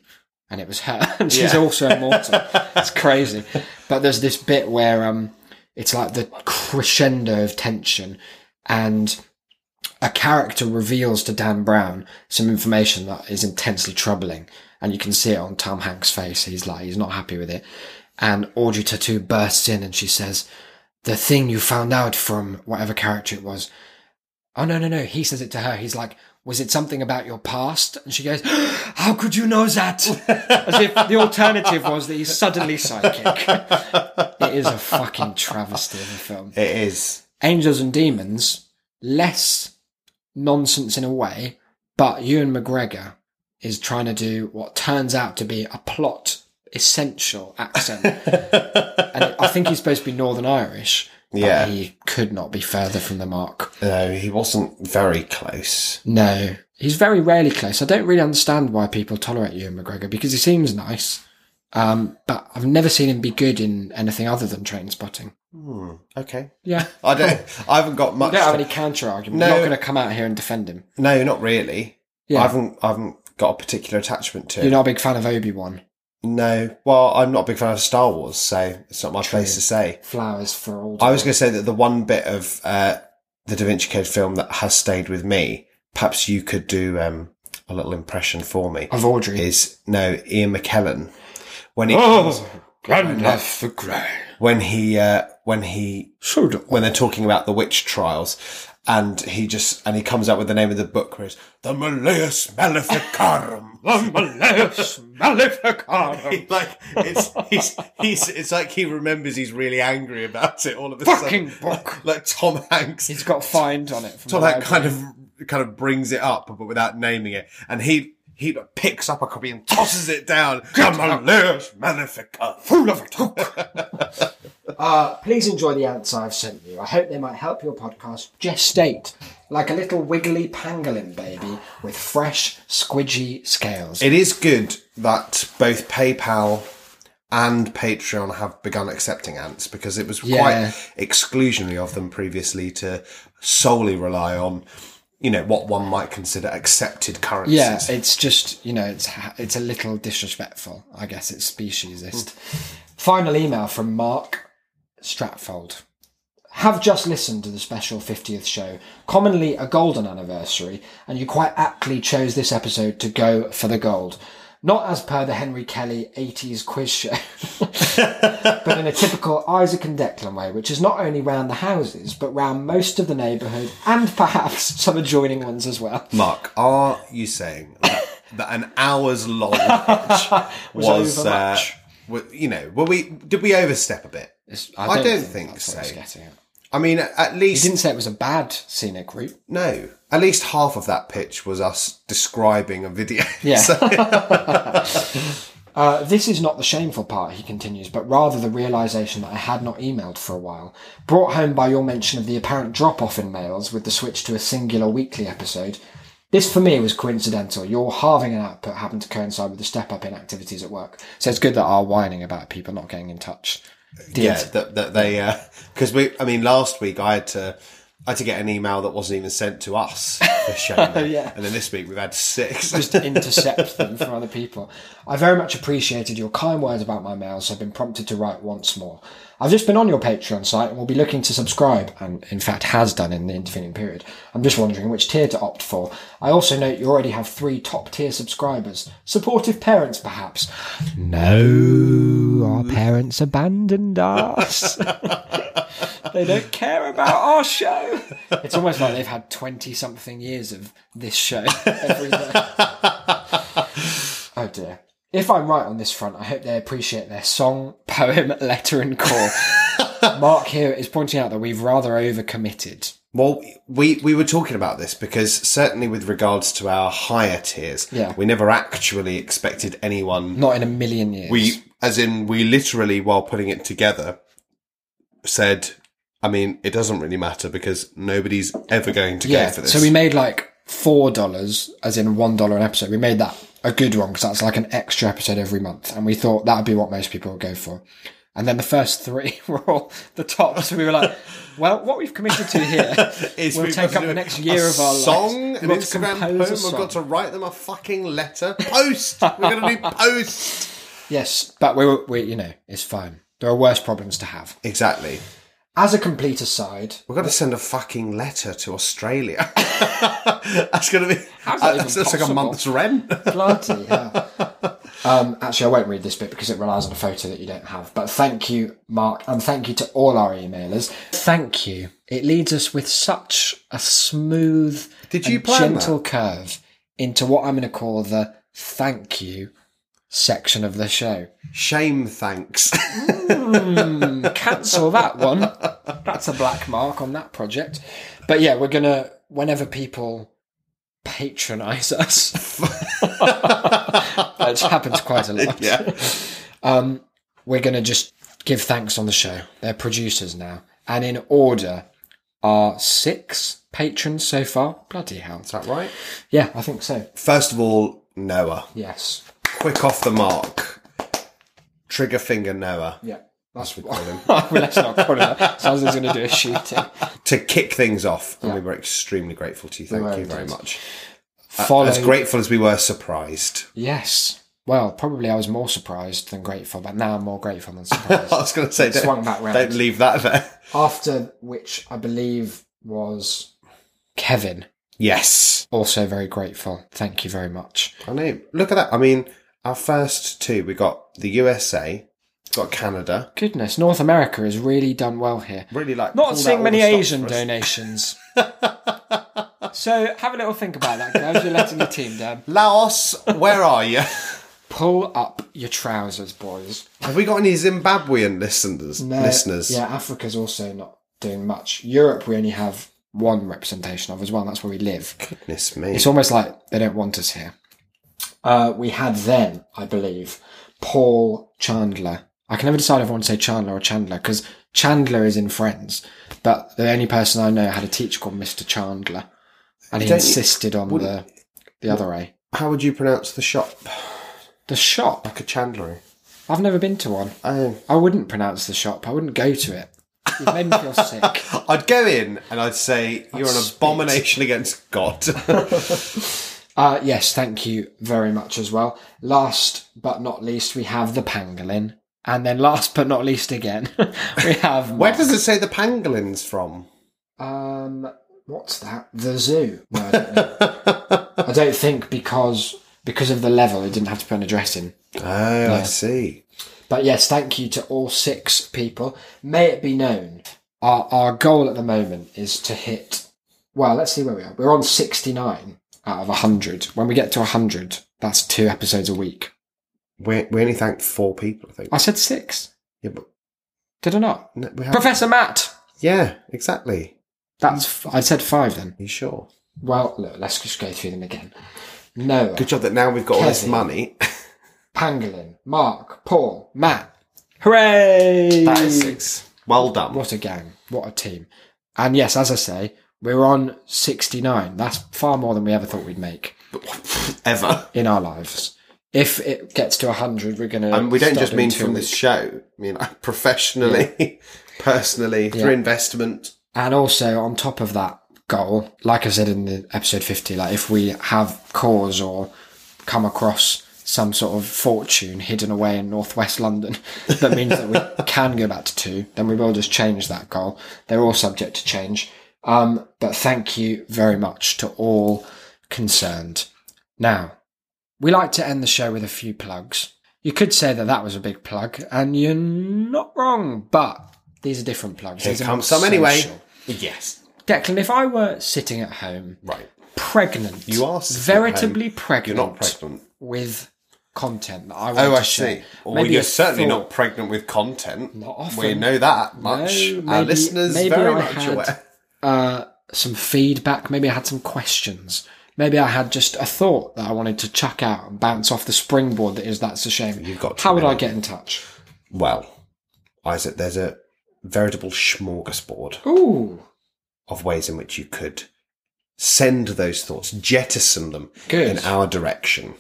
[SPEAKER 3] and it was her *laughs* and she's
[SPEAKER 1] Yeah.
[SPEAKER 3] also immortal. it's crazy. But there's this bit where um it's like the crescendo of tension and a character reveals to Dan Brown some information that is intensely troubling, and you can see it on Tom Hanks' face. He's like, he's not happy with it. And Audrey Tattoo bursts in and she says, The thing you found out from whatever character it was. Oh, no, no, no. He says it to her. He's like, Was it something about your past? And she goes, *gasps* How could you know that? As if the alternative was that he's suddenly psychic. it is a fucking travesty of a film.
[SPEAKER 1] it is.
[SPEAKER 3] Angels and Demons, less nonsense in a way, but Ewan McGregor is trying to do what turns out to be a plot essential accent. and I think he's supposed to be Northern Irish. but
[SPEAKER 1] Yeah.
[SPEAKER 3] he could not be further from the mark.
[SPEAKER 1] No, he wasn't very close.
[SPEAKER 3] No. He's very rarely close. I don't really understand why people tolerate Ewan McGregor because he seems nice. Um, but I've never seen him be good in anything other than train spotting.
[SPEAKER 1] Okay.
[SPEAKER 3] Yeah.
[SPEAKER 1] I don't. I haven't got much.
[SPEAKER 3] I don't have any counter argument.
[SPEAKER 1] No.
[SPEAKER 3] I'm not going to come out here and defend him.
[SPEAKER 1] no, not really.
[SPEAKER 3] Yeah.
[SPEAKER 1] I haven't. I haven't got a particular attachment to. it.
[SPEAKER 3] You're not a big fan of Obi Wan.
[SPEAKER 1] No, well, I'm not a big fan of Star Wars, so it's not my place to say.
[SPEAKER 3] Flowers for all.
[SPEAKER 1] I was going to say that the one bit of uh, the Da Vinci Code film that has stayed with me, perhaps you could do um, a little impression for me,
[SPEAKER 3] of Audrey.
[SPEAKER 1] is no Ian McKellen when he
[SPEAKER 2] Oh,
[SPEAKER 3] Gandalf the Grey.
[SPEAKER 1] when he uh, when he
[SPEAKER 3] So do
[SPEAKER 1] when they're talking about the witch trials. And he just and he comes up with the name of the book, where it's the Malleus Maleficarum.
[SPEAKER 3] *laughs*
[SPEAKER 1] *laughs*
[SPEAKER 3] Maleficarum.
[SPEAKER 1] like it's he's, he's it's like he remembers he's really angry about it all of a
[SPEAKER 3] Fucking
[SPEAKER 1] sudden.
[SPEAKER 3] book.
[SPEAKER 1] *laughs* Like Tom Hanks.
[SPEAKER 3] He's got find on it. From
[SPEAKER 1] Tom
[SPEAKER 3] the
[SPEAKER 1] Hanks
[SPEAKER 3] library.
[SPEAKER 1] kind of kind of brings it up but without naming it. And he he picks up a copy and tosses it down. Come on, Lewis Magnificat.
[SPEAKER 3] Fool of
[SPEAKER 1] *laughs*
[SPEAKER 3] a talk. uh, please enjoy the ants I've sent you. I hope they might help your podcast gestate like a little wiggly pangolin baby with fresh, squidgy scales.
[SPEAKER 1] It is good that both PayPal and Patreon have begun accepting ants because it was
[SPEAKER 3] Yeah.
[SPEAKER 1] quite exclusionary of them previously to solely rely on you know, what one might consider accepted currencies.
[SPEAKER 3] Yeah, it's just you know, it's ha- it's a little disrespectful. I guess it's speciesist. Final email from Mark Stratfold. Have just listened to the special 50th show, commonly a golden anniversary, and you quite aptly chose this episode to go for the gold. Not as per the Henry Kelly 80s quiz show, *laughs* but in a typical Isaac and Declan way, which is not only round the houses, but round most of the neighbourhood and perhaps some adjoining ones as well.
[SPEAKER 1] Mark, are you saying
[SPEAKER 3] *laughs*
[SPEAKER 1] that, that an hour's long pitch was, uh,
[SPEAKER 3] overmuch.
[SPEAKER 1] wa- you know, were we did we overstep a bit? I don't think
[SPEAKER 3] that's what
[SPEAKER 1] so.
[SPEAKER 3] he's getting at.
[SPEAKER 1] I mean, at
[SPEAKER 3] He
[SPEAKER 1] least
[SPEAKER 3] didn't say it was a bad scenic route.
[SPEAKER 1] no, at least half of that pitch was us describing a video.
[SPEAKER 3] Yeah.
[SPEAKER 1] *laughs* So- *laughs*
[SPEAKER 3] Uh, this is not the shameful part, he continues, but rather the realization that I had not emailed for a while, brought home by your mention of the apparent drop off in mails with the switch to a singular weekly episode. This for me was coincidental. Your halving in output happened to coincide with the step up in activities at work. So it's good that our whining about people not getting in touch. Did.
[SPEAKER 1] yeah, that, that they because we. I mean, last week I had to. I had to get an email that wasn't even sent to us
[SPEAKER 3] *laughs*
[SPEAKER 1] for shame.
[SPEAKER 3] Yeah.
[SPEAKER 1] And then this week we've had six.
[SPEAKER 3] just intercept them from other people. I very much appreciated your kind words about my mails. so I've been prompted to write once more. I've just been on your Patreon site and will be looking to subscribe, and in fact has done in the intervening period. I'm just wondering which tier to opt for. I also note you already have three top tier subscribers. Supportive parents, perhaps? No, our parents abandoned us. *laughs* they don't care about our show. It's almost like they've had 20 something years of this show every day. Oh dear. If I'm right on this front, I hope they appreciate their song, *laughs* poem, letter, and
[SPEAKER 1] *laughs*
[SPEAKER 3] call. Mark here is pointing out that we've rather overcommitted.
[SPEAKER 1] Well, we, we were talking about this because certainly with regards to our higher tiers,
[SPEAKER 3] Yeah.
[SPEAKER 1] we never actually expected anyone.
[SPEAKER 3] Not in a million years.
[SPEAKER 1] We, as in, we literally, while putting it together, said, I mean, it doesn't really matter because nobody's ever going to
[SPEAKER 3] yeah.
[SPEAKER 1] go for this.
[SPEAKER 3] So we made like four dollars, as in one dollar an episode. We made that a good one because that's like an extra episode every month, and we thought that would be what most people would go for. And then the first three *laughs* were all the top, so we
[SPEAKER 1] *laughs*
[SPEAKER 3] were like, "Well, what we've committed to here
[SPEAKER 1] Is
[SPEAKER 3] will
[SPEAKER 1] we've got
[SPEAKER 3] take
[SPEAKER 1] to
[SPEAKER 3] up
[SPEAKER 1] do
[SPEAKER 3] the
[SPEAKER 1] a-
[SPEAKER 3] next
[SPEAKER 1] a
[SPEAKER 3] year of our lives.
[SPEAKER 1] song,
[SPEAKER 3] We've
[SPEAKER 1] an
[SPEAKER 3] got to
[SPEAKER 1] Instagram poem.
[SPEAKER 3] compose a
[SPEAKER 1] We've
[SPEAKER 3] song.
[SPEAKER 1] got to write them a fucking letter. Post. We're going to do post.
[SPEAKER 3] Yes, but we, were- we, you know, it's fine. There are worse problems to have.
[SPEAKER 1] *laughs* Exactly.
[SPEAKER 3] As a complete aside,
[SPEAKER 1] We've got to send a fucking letter to Australia. *laughs* that's going to be.
[SPEAKER 3] that even
[SPEAKER 1] that's that's like a
[SPEAKER 3] possible?
[SPEAKER 1] month's rent. *laughs*
[SPEAKER 3] *laughs* bloody hell. Um, actually, I won't read this bit because it relies on a photo that you don't have. But thank you, Mark, and thank you to all our emailers. Thank you. It leads us with such a smooth,
[SPEAKER 1] Did you
[SPEAKER 3] and
[SPEAKER 1] plan
[SPEAKER 3] gentle curve into what I'm going to call the thank you section of the show.
[SPEAKER 1] Shame, thanks.
[SPEAKER 3] cancel that one. That's a black mark on that project. But yeah, we're gonna whenever people patronise us, *laughs* which happens quite a
[SPEAKER 1] *laughs*
[SPEAKER 3] lot.
[SPEAKER 1] yeah.
[SPEAKER 3] We're gonna just give thanks on the show. They're producers now, and in order are six patrons so far. Bloody hell!
[SPEAKER 1] Is that right?
[SPEAKER 3] Yeah, I think so.
[SPEAKER 1] First of all, Noah.
[SPEAKER 3] Yes.
[SPEAKER 1] Quick off the mark. Trigger finger Noah.
[SPEAKER 3] Yeah. *laughs* That's
[SPEAKER 1] We call him.
[SPEAKER 3] well, let's not call it that. Sounds like he's going to do a *laughs* shooting.
[SPEAKER 1] to kick things off, and we were extremely grateful to you. Thank
[SPEAKER 3] were
[SPEAKER 1] you very
[SPEAKER 3] indeed.
[SPEAKER 1] much.
[SPEAKER 3] Follow.
[SPEAKER 1] As grateful as we were surprised.
[SPEAKER 3] Yes. Well, probably I was more surprised than grateful, but now I'm more grateful than surprised.
[SPEAKER 1] *laughs* I was going to say, don't,
[SPEAKER 3] swung back round.
[SPEAKER 1] don't leave that there.
[SPEAKER 3] *laughs*
[SPEAKER 1] *laughs*
[SPEAKER 3] After which I believe was Kevin,
[SPEAKER 1] Yes.
[SPEAKER 3] also very grateful. Thank you very much.
[SPEAKER 1] I know. Look at that. I mean, our first two, we got the USA, got Canada.
[SPEAKER 3] Goodness, North America has really done well here.
[SPEAKER 1] Really like
[SPEAKER 3] Not
[SPEAKER 1] pulled
[SPEAKER 3] seeing
[SPEAKER 1] out
[SPEAKER 3] many
[SPEAKER 1] all the stops
[SPEAKER 3] Asian
[SPEAKER 1] for us. *laughs*
[SPEAKER 3] donations. so have a little think about that, guys. You're letting the team down.
[SPEAKER 1] Laos, where are you? *laughs*
[SPEAKER 3] Pull up your trousers, boys.
[SPEAKER 1] Have we got any Zimbabwean listeners? listeners?
[SPEAKER 3] Yeah, Africa's also not doing much. Europe, we only have one representation of as well. and That's where we live.
[SPEAKER 1] Goodness me.
[SPEAKER 3] It's almost like they don't want us here. Uh, we had then, I believe, Paul Chandler. I can never decide if I want to say Chandler or Chandler because Chandler is in Friends, but the only person I know had a teacher called Mr. Chandler, and he
[SPEAKER 1] Don't you-
[SPEAKER 3] insisted on the the other A.
[SPEAKER 1] How would you pronounce the shop?
[SPEAKER 3] The shop.
[SPEAKER 1] Like a chandlery.
[SPEAKER 3] I've never been to one.
[SPEAKER 1] Oh,
[SPEAKER 3] I wouldn't pronounce the shop. I wouldn't go to it. You've made me feel sick.
[SPEAKER 1] I'd go in and I'd say, You're an
[SPEAKER 3] spit.
[SPEAKER 1] abomination against God. *laughs*
[SPEAKER 3] Uh, yes, thank you very much as well. Last but not least, we have the pangolin. And then last but not least again, *laughs* we have...
[SPEAKER 1] Where does it say the pangolin's from?
[SPEAKER 3] Um, what's that? The zoo. No, I don't know. I don't think because because of the level, it didn't have to put an address in.
[SPEAKER 1] Oh, I see.
[SPEAKER 3] But yes, thank you to all six people. May it be known, our, our goal at the moment is to hit. Well, let's see where we are. We're on 69 out of 100. When we get to 100, that's two episodes a week.
[SPEAKER 1] We, we only thanked four people, I think.
[SPEAKER 3] I said six.
[SPEAKER 1] Yeah, but
[SPEAKER 3] Did I not?
[SPEAKER 1] no, we haven't-
[SPEAKER 3] Professor Matt!
[SPEAKER 1] yeah, exactly.
[SPEAKER 3] That's f- I said five then.
[SPEAKER 1] you sure?
[SPEAKER 3] Well, look, let's just go through them again. Noah,
[SPEAKER 1] Good job that now we've got all this
[SPEAKER 3] Kevin.
[SPEAKER 1] money.
[SPEAKER 3] Pangolin, Mark, Paul, Matt. Hooray!
[SPEAKER 1] *laughs* that is six. Well done.
[SPEAKER 3] What a gang. What a team. And yes, as I say, we're on 69. That's far more than we ever thought we'd make
[SPEAKER 1] Ever.
[SPEAKER 3] in our lives. If it gets to 100, we're going to.
[SPEAKER 1] And we don't just mean from this show. I mean, like, professionally, *laughs* personally, through
[SPEAKER 3] Yeah.
[SPEAKER 1] investment.
[SPEAKER 3] And also, on top of that goal, like I said in the episode 50, like if we have cause or come across some sort of fortune hidden away in northwest London *laughs* that means that we can go back to two, then we will just change that goal. They're all subject to change. Um, but thank you very much to all concerned. Now, we like to end the show with a few plugs. You could say that that was a big plug, and you're not wrong, but these are different plugs.
[SPEAKER 1] Here
[SPEAKER 3] These are
[SPEAKER 1] comes
[SPEAKER 3] not
[SPEAKER 1] some anyway.
[SPEAKER 3] social.
[SPEAKER 1] Yes.
[SPEAKER 3] Declan, if I were sitting at home,
[SPEAKER 1] Right.
[SPEAKER 3] pregnant,
[SPEAKER 1] You are sitting at
[SPEAKER 3] veritably
[SPEAKER 1] You're
[SPEAKER 3] pregnant,
[SPEAKER 1] not pregnant.
[SPEAKER 3] with content that I want
[SPEAKER 1] Oh,
[SPEAKER 3] to
[SPEAKER 1] I
[SPEAKER 3] share.
[SPEAKER 1] see. Or
[SPEAKER 3] Maybe
[SPEAKER 1] you're
[SPEAKER 3] a
[SPEAKER 1] certainly
[SPEAKER 3] thought.
[SPEAKER 1] not pregnant with content.
[SPEAKER 3] Not often.
[SPEAKER 1] We know that much.
[SPEAKER 3] No,
[SPEAKER 1] Our
[SPEAKER 3] maybe-
[SPEAKER 1] listeners
[SPEAKER 3] maybe
[SPEAKER 1] very
[SPEAKER 3] I
[SPEAKER 1] much
[SPEAKER 3] had-
[SPEAKER 1] aware.
[SPEAKER 3] uh, some feedback. Maybe I had some questions. Maybe I had just a thought that I wanted to chuck out and bounce off the springboard that is that's a shame.
[SPEAKER 1] You've got to
[SPEAKER 3] How would I
[SPEAKER 1] admit
[SPEAKER 3] get in touch?
[SPEAKER 1] Well, Isaac, there's a veritable smorgasbord
[SPEAKER 3] Ooh,
[SPEAKER 1] of ways in which you could send those thoughts, jettison them
[SPEAKER 3] Good.
[SPEAKER 1] in our direction.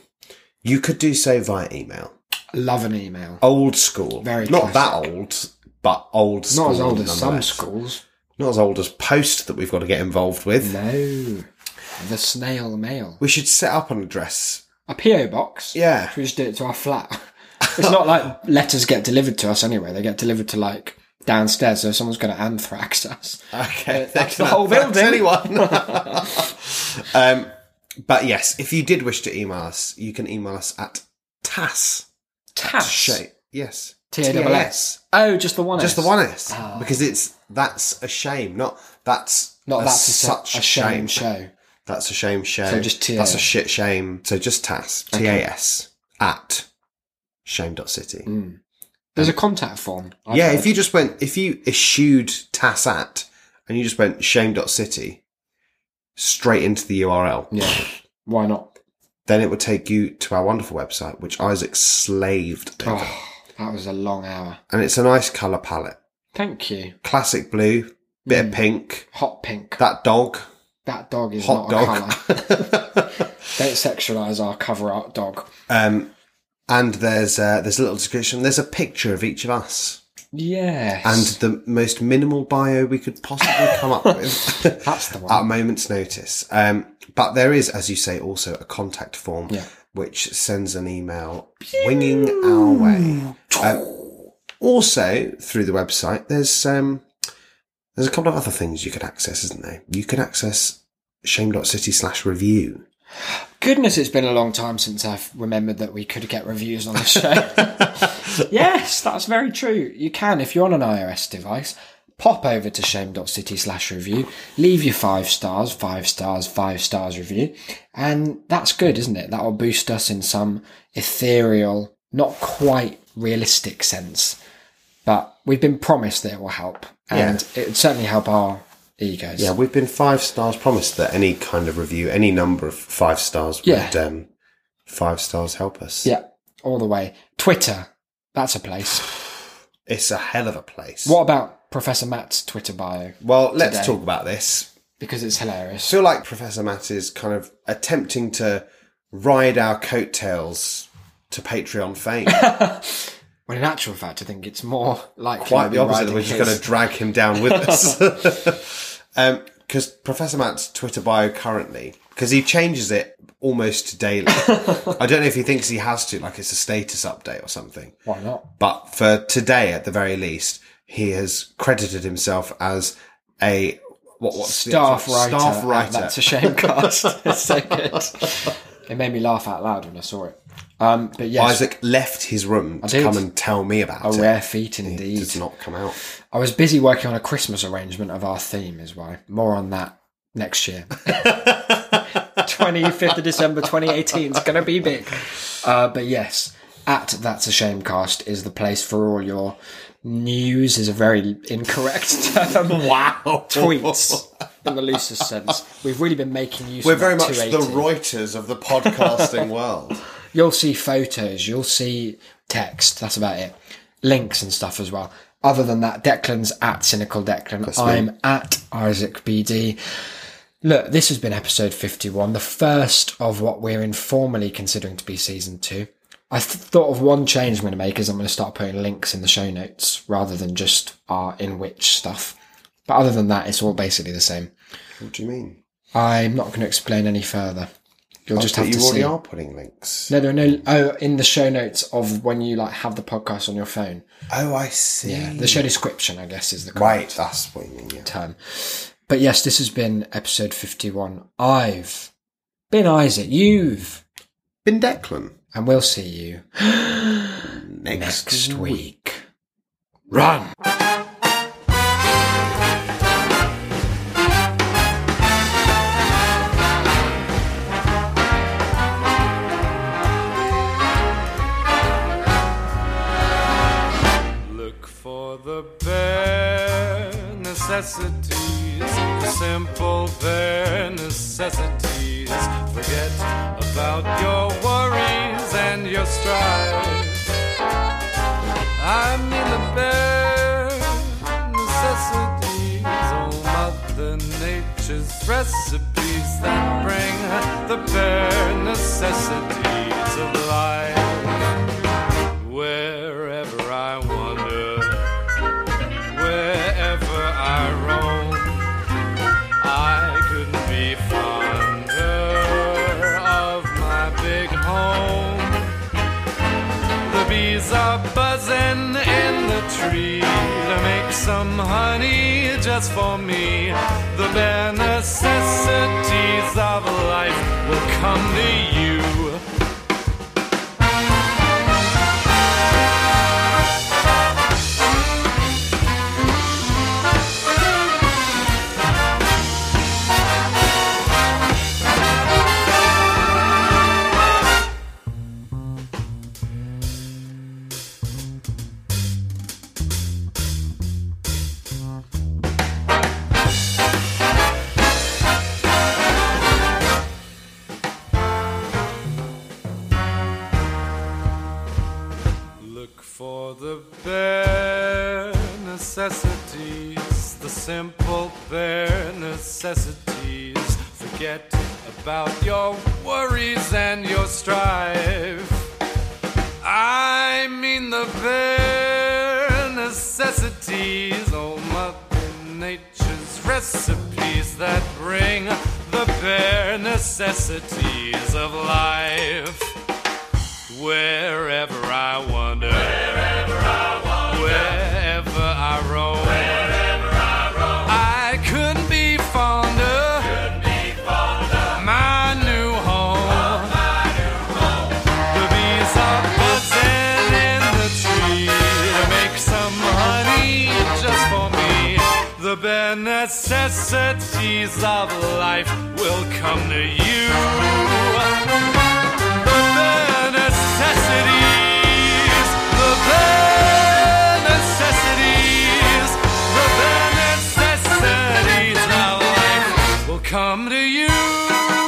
[SPEAKER 1] You could do so via email.
[SPEAKER 3] love an email.
[SPEAKER 1] Old school.
[SPEAKER 3] Very
[SPEAKER 1] Not
[SPEAKER 3] classic.
[SPEAKER 1] that old, but old school.
[SPEAKER 3] Not as old as some
[SPEAKER 1] nonetheless.
[SPEAKER 3] schools.
[SPEAKER 1] Not as old as post that we've got to get involved with.
[SPEAKER 3] No, the snail mail.
[SPEAKER 1] We should set up an address.
[SPEAKER 3] A PO box.
[SPEAKER 1] Yeah.
[SPEAKER 3] Should we just do it to our flat? *laughs* It's not like letters get delivered to us anyway. They get delivered to like downstairs, so someone's going to anthrax us.
[SPEAKER 1] Okay,
[SPEAKER 3] Uh, that's the whole building. *laughs*
[SPEAKER 1] Anyone. *laughs* um, but yes, if you did wish to email us, you can email us at tas
[SPEAKER 3] Tash.
[SPEAKER 1] shape. Yes,
[SPEAKER 3] T-A-S-S. Oh, just the one.
[SPEAKER 1] Just the
[SPEAKER 3] S.
[SPEAKER 1] one S,
[SPEAKER 3] Ah.
[SPEAKER 1] because it's that's a shame. Not that's
[SPEAKER 3] Not
[SPEAKER 1] a
[SPEAKER 3] that's a,
[SPEAKER 1] such
[SPEAKER 3] such a shame show.
[SPEAKER 1] That's a shame. Show.
[SPEAKER 3] So just TAS.
[SPEAKER 1] That's a shit shame. So just tas
[SPEAKER 3] Okay.
[SPEAKER 1] t a s at shame.city.
[SPEAKER 3] There's a contact form. Mm, I've
[SPEAKER 1] yeah,
[SPEAKER 3] heard.
[SPEAKER 1] if you just went, if you eschewed TAS at and you just went shame.city straight into the URL,
[SPEAKER 3] yeah, why not?
[SPEAKER 1] then it would take you to our wonderful website, which Isaac slaved over.
[SPEAKER 3] Oh, that was a long hour.
[SPEAKER 1] And it's a nice colour palette.
[SPEAKER 3] Thank you.
[SPEAKER 1] Classic blue, bit
[SPEAKER 3] Mm.
[SPEAKER 1] of pink,
[SPEAKER 3] Hot pink.
[SPEAKER 1] that
[SPEAKER 3] That,
[SPEAKER 1] dog,
[SPEAKER 3] dog is
[SPEAKER 1] hot
[SPEAKER 3] not a
[SPEAKER 1] dog.
[SPEAKER 3] color.
[SPEAKER 1] *laughs*
[SPEAKER 3] Don't sexualize our cover art dog.
[SPEAKER 1] um, and there's uh, there's a little description. There's a picture of each of us
[SPEAKER 3] Yes.
[SPEAKER 1] and the most minimal bio we could possibly come up with.
[SPEAKER 3] that's the one.
[SPEAKER 1] at a moment's notice. Um, but there is, as you say, also a contact form
[SPEAKER 3] Yeah.
[SPEAKER 1] which sends an email winging our way. Um, also, through the website, there's um, there's a couple of other things you could access, isn't there? You can access shame.city slash review.
[SPEAKER 3] Goodness, it's been a long time since I've remembered that we could get reviews on the show. yes, that's very true. You can, if you're on an iOS device, pop over to shame.city slash review, leave your five stars, five stars, five stars review, and that's good, isn't it? That will boost us in some ethereal, not quite realistic sense. But we've been promised that it will help, and it would certainly help our egos.
[SPEAKER 1] Yeah, we've been five stars promised that any kind of review, any number of five stars
[SPEAKER 3] Yeah.
[SPEAKER 1] would um, five stars help us.
[SPEAKER 3] yeah, all the way. Twitter, that's a place.
[SPEAKER 1] It's a hell of a place.
[SPEAKER 3] What about Professor Matt's Twitter bio?
[SPEAKER 1] Well, let's
[SPEAKER 3] Today.
[SPEAKER 1] talk about this
[SPEAKER 3] Because it's hilarious.
[SPEAKER 1] feel like Professor Matt is kind of attempting
[SPEAKER 3] *laughs*
[SPEAKER 1] to ride our coattails to Patreon fame.
[SPEAKER 3] When in actual fact, I think it's more like
[SPEAKER 1] quite the opposite. We're just going to drag him down
[SPEAKER 3] *laughs*
[SPEAKER 1] with us. *laughs* Because Professor Matt's Twitter bio currently, because he changes it almost
[SPEAKER 3] *laughs*
[SPEAKER 1] daily. I don't know if he thinks he has to, like it's a status update or something.
[SPEAKER 3] Why not?
[SPEAKER 1] But for today, at the very least, he has credited himself as a what, what's the
[SPEAKER 3] Staff
[SPEAKER 1] actual-
[SPEAKER 3] writer.
[SPEAKER 1] Staff
[SPEAKER 3] and
[SPEAKER 1] writer.
[SPEAKER 3] That's a *laughs* shame, cast.
[SPEAKER 1] *laughs*
[SPEAKER 3] it's so good. It made me laugh out loud when I saw it. Um, but yes,
[SPEAKER 1] Isaac left his room to
[SPEAKER 3] did. Oh,
[SPEAKER 1] come and tell me about
[SPEAKER 3] a
[SPEAKER 1] it.
[SPEAKER 3] rare feat
[SPEAKER 1] It
[SPEAKER 3] indeed.
[SPEAKER 1] did not come out.
[SPEAKER 3] I was busy working on a Christmas arrangement of our theme, is why. More on that
[SPEAKER 1] *laughs*
[SPEAKER 3] next year. 25th of December 2018 is going to be big. Uh, but yes, at That's a Shame cast is the place for all your news, is a very incorrect
[SPEAKER 1] *laughs*
[SPEAKER 3] term.
[SPEAKER 1] Wow.
[SPEAKER 3] Tweets, in the loosest sense. We've really been making use
[SPEAKER 1] We're
[SPEAKER 3] of
[SPEAKER 1] very
[SPEAKER 3] that
[SPEAKER 1] much the
[SPEAKER 3] 280.
[SPEAKER 1] Reuters of the podcasting world.
[SPEAKER 3] You'll see photos, you'll see text, that's about it. Links and stuff as well. Other than that, Declan's at Cynical Declan. I'm at Isaac BD. Look, this has been episode 51, the first of what we're informally considering to be season two. I th- thought of one change I'm going to make is I'm going to start putting links in the show notes rather than just our in which stuff. But other than that, it's all basically the same.
[SPEAKER 1] What do you *laughs* mean?
[SPEAKER 3] I'm not going to explain any further. You'll just
[SPEAKER 1] But
[SPEAKER 3] have
[SPEAKER 1] you
[SPEAKER 3] to
[SPEAKER 1] already
[SPEAKER 3] see.
[SPEAKER 1] are putting links.
[SPEAKER 3] No, no, no. Oh, in the show notes of when you like have the podcast on your phone.
[SPEAKER 1] Oh, I see.
[SPEAKER 3] Yeah, the show description, I guess, is the correct
[SPEAKER 1] Right, that's what you mean. Yeah.
[SPEAKER 3] term. But yes, this has been episode fifty-one. I've been Isaac. You've,
[SPEAKER 1] Been Declan
[SPEAKER 3] and we'll see you
[SPEAKER 1] next.
[SPEAKER 3] next week. Run.
[SPEAKER 2] Look for the bare necessities, the simple bare necessities. Forget about your worries and your strife. I mean the bare necessities, oh Mother Nature's recipes that bring the bare necessities of life. Wherever I wander, wherever I roam, I couldn't be fonder of my big home. The bees are buzzing in the tree to make some honey just for me. The bare necessities of life will come to you. Look for the bare necessities, the simple bare necessities. Forget about your worries and your strife. I mean the bare necessities, oh Mother Nature's recipes that bring the bare necessities of life. Wherever I wander, wherever I wander, wherever I roam, wherever I roam, I couldn't be fonder, couldn't be fonder, my new home. The bees are buzzing in the tree to make some honey just for me. The bare necessities of life will come to you. The bare necessities, the bare necessities, the bare necessities of life will come to you.